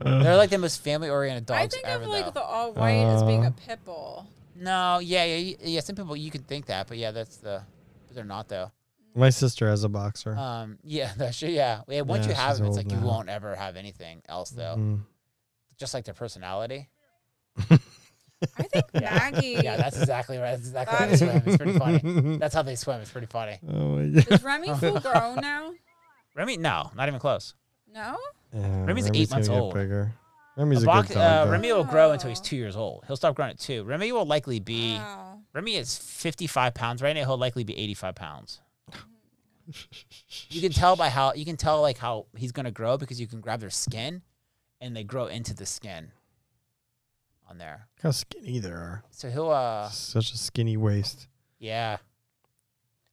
A: They're like the most family oriented dogs
Q: I think
A: ever.
Q: of like
A: though.
Q: the all white as being
B: Uh.
Q: a pit bull.
A: no, yeah, yeah, y- yeah. Some people you could think that, but yeah, that's the. But they're not though.
B: My sister has a boxer.
A: Um. Yeah. That's true. Yeah. yeah once
B: Yeah,
A: you have
B: she's
A: them, it's
B: old
A: like you
B: now.
A: won't ever have anything else though.
B: Mm.
A: Just like their personality.
Q: I think
A: Yeah.
Q: Maggie.
A: Yeah, that's exactly right. That's exactly how they swim. It's pretty funny. That's how they swim. It's pretty funny.
B: Oh my
Q: Is Remy full grown now?
A: Remy, no, not even close.
Q: No?
B: Yeah,
A: Remy's eight
B: gonna
A: months
B: get
A: old.
B: Bigger. Remy's
A: A
B: a,
A: box-
B: good dog.
A: uh,
B: though.
A: Remy will grow until he's two years old. He'll stop growing at two. Remy will likely be. Remy is fifty-five pounds right now. He'll likely be eighty-five pounds. you can tell by how you can tell like how he's gonna grow because you can grab their skin, and they grow into the skin. On there,
B: Look how skinny they are.
A: so he'll uh
B: Such a skinny waist.
A: Yeah.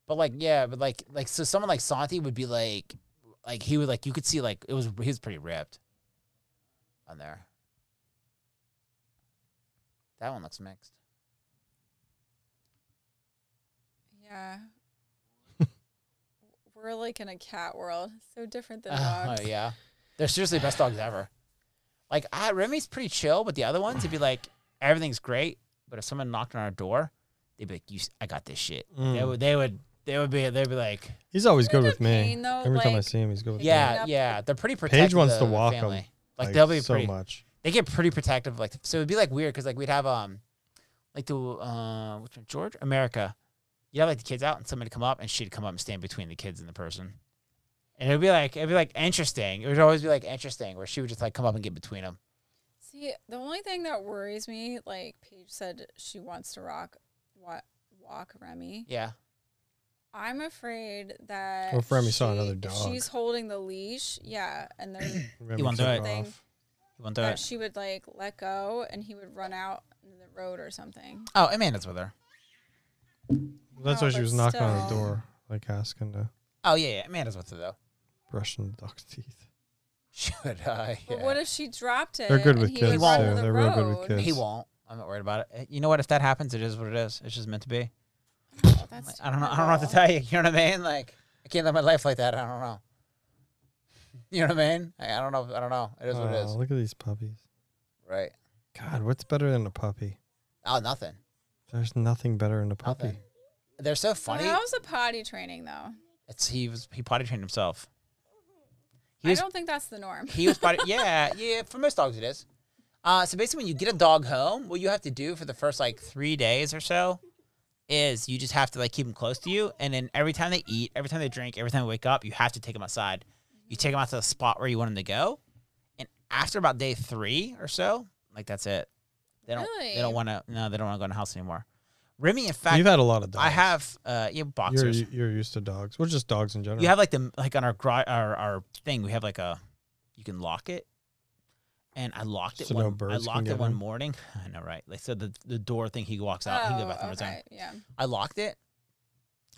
A: But like, yeah, but like, like, so someone like Santi would be like, like he would like you could see like it was he was pretty ripped on there. That one looks mixed.
Q: Yeah. We're like in a cat world. So different than
A: Oh
Q: dogs.
A: yeah, they're seriously the best dogs ever. Like I, Remy's pretty chill, but the other ones, it'd be like everything's great, but if someone knocked on our door, they'd be like, "You, s- I got this shit." They
B: Mm.
A: would, they would, they would be, they'd be like,
B: He's always good with me.
Q: pain, though,
B: Every time I
Q: like,
B: see him, he's good with me.
A: Yeah, yeah. They're pretty protective.
B: Paige wants
A: of
B: to
A: the
B: walk him.
A: family. Like,
B: like,
A: they'll be
B: so
A: pretty,
B: much.
A: They get pretty protective. Like so, it'd be like weird because like we'd have um, like the uh, which one, George America, you'd have like the kids out and somebody come up and she'd come up and stand between the kids and the person, and it'd be like it'd be like interesting. It would always be like interesting where she would just like come up and get between them.
Q: See, the only thing that worries me, like Paige said she wants to rock what walk Remy.
A: Yeah.
Q: I'm afraid that
B: Well, if Remy Oh, saw another
Q: if
B: dog.
Q: she's holding the leash, yeah, and there's
B: Remy
A: He won't do
B: took
A: it.
B: off.
A: He won't do
Q: that
A: it.
Q: she would like let go and he would run out into the road or something.
A: Oh, Amanda's with her.
B: That's
Q: No,
B: why she
Q: but
B: was knocking on the
Q: still.
B: door, like asking to
A: Oh yeah, yeah. Amanda's with her though.
B: brushing the dog's teeth.
A: Should I?
Q: But what if she dropped it?
B: They're good
Q: and
B: with
Q: Uh, he
B: kids,
Q: would run
B: too.
Q: to the
B: They're real good with
Q: road?
B: kids.
A: He won't. I'm not worried about it. Eh, You know what? If that happens, it is what it is. It's just meant to be.
Q: Oh, that's
A: I don't know. I don't know what to tell you. You know what I mean? Like I can't live my life like that. I don't know. You know what I mean? I, I don't know. I don't know. It is what it
B: Aw,
A: is.
B: Look at these puppies.
A: Right.
B: God, what's better than a puppy?
A: Oh, nothing.
B: There's nothing better than a puppy.
A: Nothing. They're so
Q: So
A: funny.
Q: how's the potty training though?
A: It's he was he potty trained himself. He
Q: I
A: was
Q: don't think that's the norm.
A: he was potty. yeah, yeah. For most dogs, it is. Uh, so basically, when you get a dog home, what you have to do for the first like three days or so is you just have to like keep them close to you, and then every time they eat, every time they drink, every time they wake up, you have to take them outside. You take them out to the spot where you want them to go, and after about day three or so, like that's it. They don't. They
Q: Really?
A: don't want to. No, they don't want to go in the house anymore. Remy, in fact,
B: You've had a lot of
A: I
B: dogs.
A: have. Uh, yeah,
B: You're,
A: boxers.
B: you're used to dogs. Well, just dogs in general.
A: You have like the like on our garage, our our thing. We have like a you can lock it, and I locked it
B: So no
A: one. I
B: birds can
A: locked
B: get
A: it one
B: in?
A: morning. I know, right? Like so, the the door thing. He walks out. he can go back
Q: Oh,
A: in his own.
Q: okay, yeah.
A: I locked it,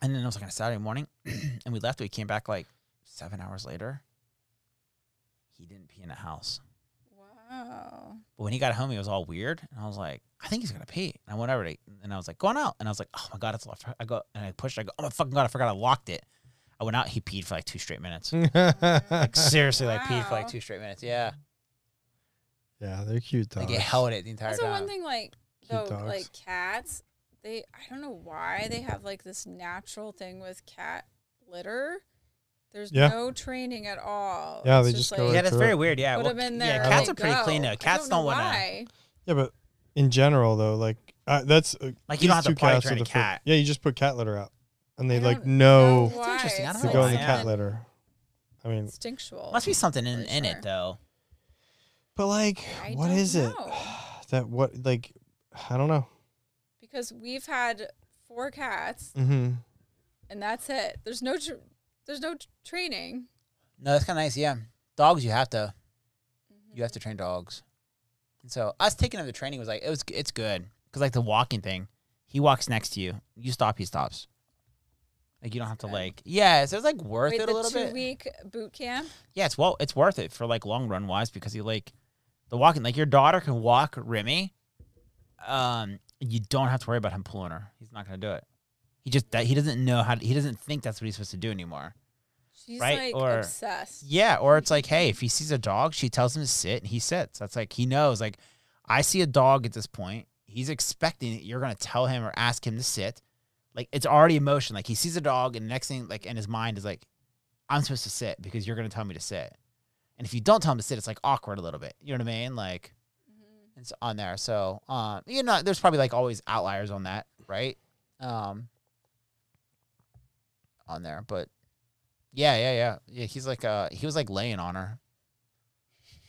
A: and then it was like on a Saturday morning, and we left. We came back like seven hours later. He didn't pee in the house.
Q: Wow.
A: But when he got home, he was all weird, and I was like, "I think he's gonna pee." And I went over to, and I was like, "Going out," and I was like, "Oh my god, it's locked." I go and I pushed. I go, "Oh my fucking god, I forgot I locked it." I went out. He peed for like two straight minutes. like seriously, like peed for like
Q: Wow.
A: two straight minutes. Yeah,
B: Yeah, they're cute dogs.
A: like it held it the entire
Q: That's the
A: time.
Q: one thing, like though,
B: dogs.
Q: like cats. They I don't know why they have like this natural thing with cat litter. There's
B: Yeah.
Q: no training at all.
B: Yeah,
Q: It's
B: they just go right Yeah, that's through very it. weird,
A: yeah.
Q: put
A: Well,
Q: 'em in
A: yeah,
Q: there. and
A: cats
Q: they
A: are pretty clean,
Q: go.
A: though.
Q: I
A: Cats
Q: know
A: don't wanna-
Q: why.
B: Yeah, but in general though, like uh, that's uh,
A: Like, you
B: these
A: don't have to
B: two
A: potty
B: cats
A: train
B: are
A: a
B: the fir-
A: cat.
B: Yeah, you just put cat litter out, and they like know
Q: That's interesting. I don't
B: to
Q: know
B: go
Q: why.
B: in the
Q: Yeah.
B: cat litter. I mean,
Q: Instinctual.
A: Must be something in, in it though.
B: but like,
Q: I
B: what
Q: don't
B: is
Q: know.
B: it that what like I don't know.
Q: Because we've had four cats,
B: Mm-hmm.
Q: and that's it. There's no, tr- there's no tr- training.
A: No, that's kind of nice. Yeah, dogs you have to,
Q: Mm-hmm.
A: you have to train dogs. And so us taking him to training was like it was it's good because like the walking thing, he walks next to you, you stop, he stops. Like you don't have to like yeah, so it's like worth
Q: Wait,
A: it
Q: the
A: a little
Q: two
A: bit.
Q: week boot camp.
A: yeah, it's well it's worth it for like long run wise because you like the walking like your daughter can walk Remy, um you don't have to worry about him pulling her. He's not gonna do it. He just that he doesn't know how to, he doesn't think that's what he's supposed to do anymore.
Q: She's
A: Right,
Q: like
A: or-
Q: obsessed.
A: Yeah, or it's like, hey, if he sees a dog, she tells him to sit, and he sits. That's like he knows. Like, I see a dog at this point. He's expecting that you're gonna tell him or ask him to sit. Like it's already emotion. Like he sees a dog, and the next thing, like in his mind, is like, I'm supposed to sit because you're gonna tell me to sit. And if you don't tell him to sit, it's like awkward a little bit. You know what I mean? Like, it's on there. So, um, you know, there's probably like always outliers on that, right? Um, on there, but yeah, yeah, yeah, yeah. He's like, uh, he was like laying on her.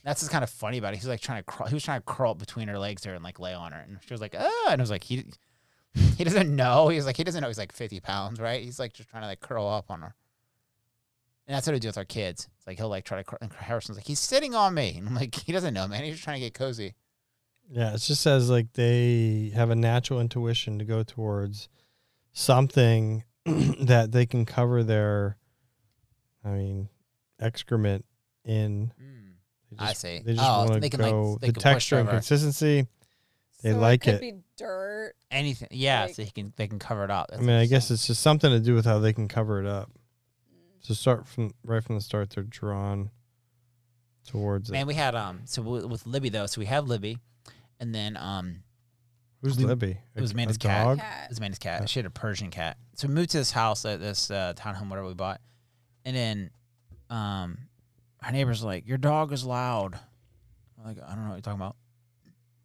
A: That's just kind of funny about it. He's like trying to crawl. He was trying to crawl up between her legs there and like lay on her, and she was like, ah, and I was like, he, he doesn't know. He's like, he doesn't know. He's like 50 pounds, right? He's like just trying to like curl up on her. And that's what I do with our kids. It's like he'll like try to. Cr- and Harrison's like, he's sitting on me, and I'm like, he doesn't know, man. He's just trying to get cozy.
B: Yeah, it just says like they have a natural intuition to go towards something that they can cover their, I mean, excrement in. They
A: I see.
B: They just
A: Oh,
B: want
A: they
B: to
A: can, like,
B: go
A: they
B: the
A: can push
B: texture and
A: over.
B: consistency. They
Q: So
B: like
Q: it.
B: it.
Q: Could be dirt.
A: Anything, yeah. so he can they can cover it up.
B: I
A: That's
B: mean, I guess it's just something to do with how they can cover it up. So start from right from the start. They're drawn towards
A: Man,
B: it.
A: we had um. So w- with Libby though, so we have Libby, and then um.
B: Who's
A: we-
B: Libby?
A: It was
B: A-
A: Amanda's
B: a
A: cat.
B: dog?
A: It was Amanda's cat. She had a Persian cat. So we moved to this house, uh, this uh, townhome, whatever we bought, and then um, our neighbors were like, "Your dog is loud." I'm like I don't know what you're talking about.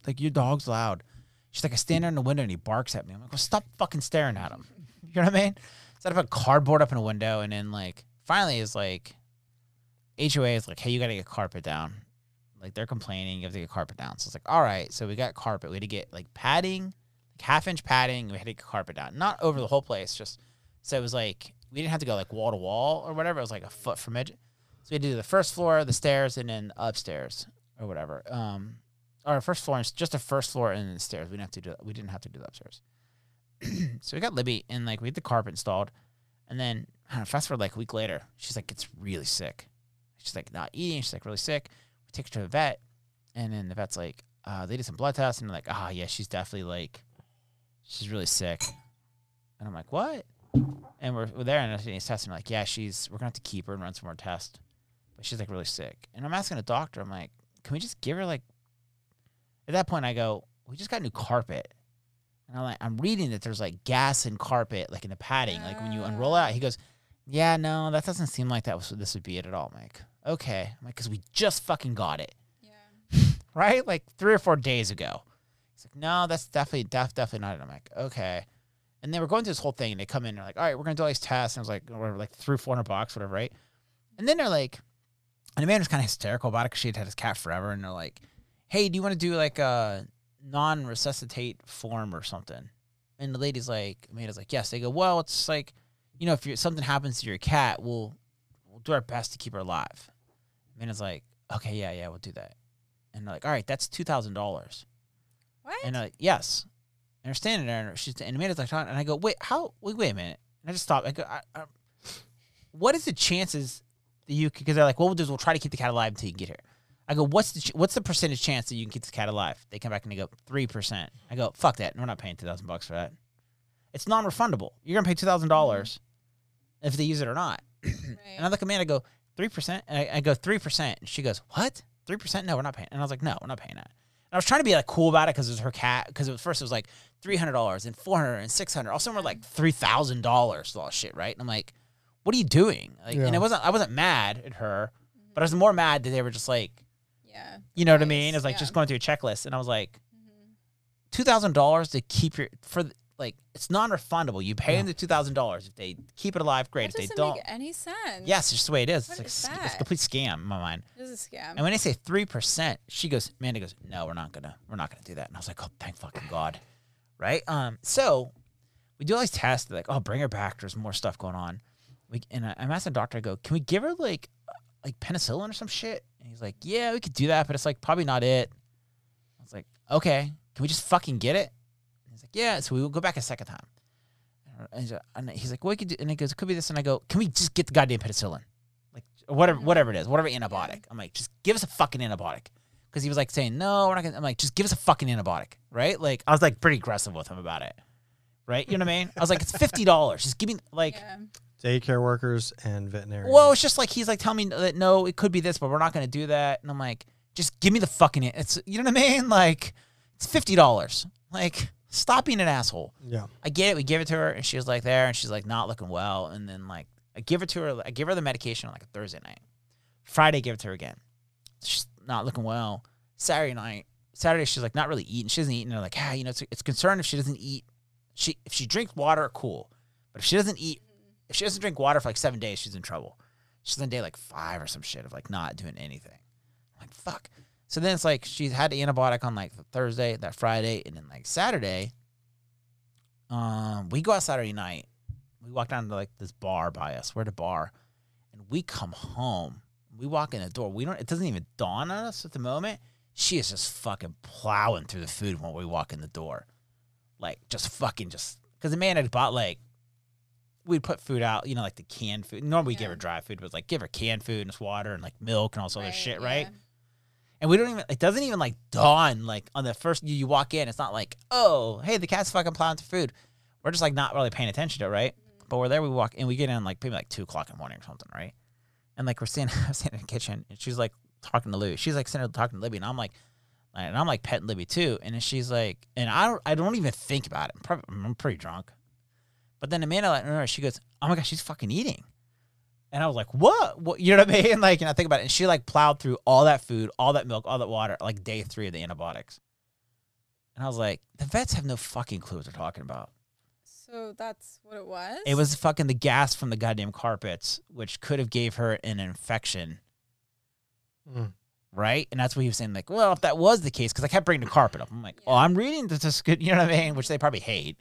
A: Like your dog's loud. She's like, I stand there in the window and he barks at me. I'm like, well, stop fucking staring at him. You know what I mean? So I put cardboard up in a window, and then like finally it's like HOA is like, hey, you gotta get carpet down. Like they're complaining, you have to get carpet down. So it's like, all right. So we got carpet. We had to get like padding, like half inch padding. We had to get carpet down, not over the whole place, just so it was like we didn't have to go like wall to wall or whatever. It was like a foot from edge. So we had to do the first floor, the stairs, and then upstairs or whatever. Um, or first floor, and just the first floor and then the stairs. We didn't have to do. We didn't have to do the upstairs. so we got Libby, and like we had the carpet installed, and then I don't know, fast forward like a week later, she's like gets really sick. She's like not eating. She's like really sick. We take her to the vet, and then the vet's like, uh, they did some blood tests, and they're like, ah, yeah, she's definitely like, she's really sick. And I'm like, what? And we're, we're there, and he's testing. Like, yeah, she's we're gonna have to keep her and run some more tests, but she's like really sick. And I'm asking a doctor, I'm like, can we just give her like? At that point, I go, we just got new carpet, and I'm like, I'm reading that there's like gas in carpet, like in the padding, like when you unroll it out. He goes, yeah, no, that doesn't seem like that was this would be it at all, Mike. Okay, I'm like, because we just fucking got it right? Like three or four days ago. He's like, no, that's definitely, def- definitely not it. I'm like, okay. And they were going through this whole thing, and they come in, and they're like, all right, we're gonna do all these tests, and I was like, whatever, like three, four hundred bucks, whatever, right? And then they're like, and Amanda's kind of hysterical about it because she had had his cat forever, and they're like, hey, do you want to do like a non-resuscitate form or something? And the lady's like, Amanda's like, yes. They go, well, it's like, you know, if you something happens to your cat, we'll we'll do our best to keep her alive. Amanda's like, okay, yeah, yeah, we'll do that. And they're like, all right, that's two thousand dollars.
Q: What?
A: And they're like, yes. And they're standing there, and she's and Amanda's like, "Huh?" and I go, wait, how? Wait, wait a minute. And I just stop. I go, I, I, what is the chances that you? Because they're like, what we'll do is we'll try to keep the cat alive until you get here. I go, what's the ch- what's the percentage chance that you can keep the cat alive? They come back and they go three percent. I go, fuck that. We're not paying two thousand bucks for that. It's non-refundable. You're gonna pay two thousand dollars if they use it or not. And I look at Amanda, I go, 3%? And I, I go, 3%. And she goes, what? 3%? No, we're not paying. And I was like, no, we're not paying that. And I was trying to be like cool about it because it was her cat. Because it was first, it was like $300 and $400 and $600. Also, we're like $3,000 all shit, right? And I'm like, what are you doing? Like, And
W: Yeah.
A: it wasn't, I wasn't mad at her,
Q: Mm-hmm.
A: but I was more mad that they were just like,
Q: yeah,
A: you know what I mean? It was like just going through a checklist. And I was like,
Q: Mm-hmm.
A: $2,000 to keep your, for th- like, it's non refundable. You pay them the $2,000. If they keep it alive, great.
Q: That
A: if they
Q: doesn't
A: don't,
Q: make any sense.
A: Yes, it's just the way it is.
Q: What
A: it's like
Q: is
A: s- it's a
Q: that?
A: complete scam in my mind.
Q: It is a scam.
A: And when I say three percent, she goes, Amanda goes, No, we're not gonna we're not gonna do that. And I was like, Oh, thank fucking God. Right? Um, so we do all these tests, they're like, Oh, bring her back, there's more stuff going on. We and I, I'm asking the doctor, I go, Can we give her like uh, like penicillin or some shit? And he's like, Yeah, we could do that, but it's like probably not it. I was like, Okay, can we just fucking get it? And he's like, Yeah, so we will go back a second time. And he's- And he's like, well, we could do, and he goes, it could be this. And I go, can we just get the goddamn penicillin? Like, or whatever, whatever it is, whatever antibiotic. I'm like, just give us a fucking antibiotic. Cause he was like saying, no, we're not gonna, I'm like, just give us a fucking antibiotic. Right. Like, I was like pretty aggressive with him about it. Right. You know what I mean? I was like, it's $50. Just give me, like,
B: Daycare workers and veterinarians.
A: well, it's just like, he's like telling me that, no, it could be this, but we're not gonna do that. And I'm like, just give me the fucking, an- it's, you know what I mean? Like, it's $50. Like, stop being an asshole.
B: Yeah.
A: I get it. We give it to her, and she was like there, and she's like not looking well. And then like I give her to her, I give her the medication on like a Thursday night. Friday, I give it to her again. She's not looking well. Saturday night, Saturday, she's like not really eating. She doesn't eat, and they're like, ah, you know, it's it's concerned if she doesn't eat. She if she drinks water, cool, but if she doesn't eat, if she doesn't drink water for like seven days, she's in trouble. She's on day like five or some shit of like not doing anything. I'm like fuck. So then it's like she had the antibiotic on like the Thursday, that Friday, and then like Saturday. Um, we go out Saturday night. We walk down to like this bar by us. We're at a bar, and we come home. We walk in the door. We don't. It doesn't even dawn on us at the moment. She is just fucking plowing through the food when we walk in the door, like just fucking just because the man had bought like we'd put food out, you know, like the canned food. Normally we give her dry food, but it's like give her canned food and it's water and like milk and all this other shit, right? And we don't even it doesn't even like dawn like on the first you, you walk in, it's not like, oh, hey, the cat's fucking plowing through food. We're just like not really paying attention to it, right? But we're there, we walk and we get in like maybe like two o'clock in the morning or something, right? And like we're standing, I'm standing in the kitchen and she's like talking to Libby. She's like sitting there talking to Libby and I'm like and I'm like petting Libby too. And then she's like and I don't I don't even think about it. I'm probably I'm pretty drunk. But then Amanda, like, remember, she goes, "Oh my gosh, she's fucking eating," and I was like, "What? what? You know what I mean?" Like, and I think about it, and she like plowed through all that food, all that milk, all that water, like day three of the antibiotics, and I was like, "The vets have no fucking clue what they're talking about."
Q: So that's what it was.
A: It was fucking the gas from the goddamn carpets, which could have gave her an infection,
B: Mm.
A: right? And that's what he was saying, like, well, if that was the case, because I kept bringing the carpet up. I'm like, oh, I'm reading this, this good, you know what I mean? Which they probably hate.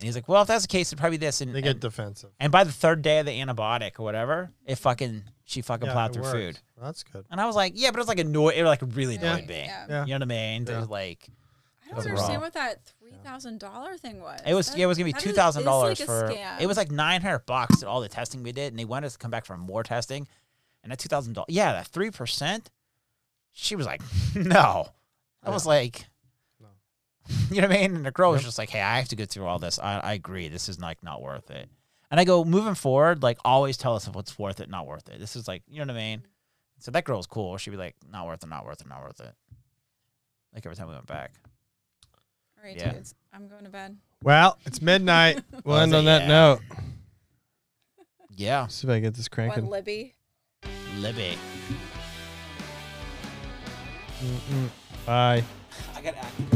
A: And he's like, well, if that's the case, it'd probably be this. And
B: They get
A: and-
B: defensive.
A: And by the third day of the antibiotic or whatever, it fucking she fucking
B: Yeah,
A: plowed
B: it
A: through
B: worked.
A: food.
B: That's good.
A: And I was like, yeah, but it was like annoyed. It like really
Q: Yeah.
A: annoyed me.
Q: Yeah.
A: You know what I mean? It
B: Yeah.
A: was like,
Q: I don't understand what that three thousand dollar thing was.
A: It was
Q: That-
A: yeah, it was gonna be
Q: that is-
A: two
Q: is
A: thousand dollars
Q: like a
A: for
Q: scam.
A: it was like nine hundred bucks at all the testing we did, and they wanted us to come back for more testing, and that two thousand dollars, yeah, that three percent. She was like, no, I was like, you know what I mean? And the girl was just like, hey, I have to go through all this. I, I agree, this is like not worth it. And I go moving forward, like always tell us if it's worth it, not worth it. This is like, you know what I mean?
Q: Mm-hmm.
A: So that girl was cool. She'd be like, not worth it, not worth it, not worth it. Like every time we went back.
Q: All right,
A: Yeah.
Q: dudes, I'm going to bed.
B: Well, it's midnight. We'll
A: Was
B: end
A: it?
B: on that
A: Yeah.
B: note.
A: Yeah.
B: See if I can get this
Q: What,
B: cranking.
Q: Libby?
A: Libby.
B: Mm-mm. Bye.
A: I got active.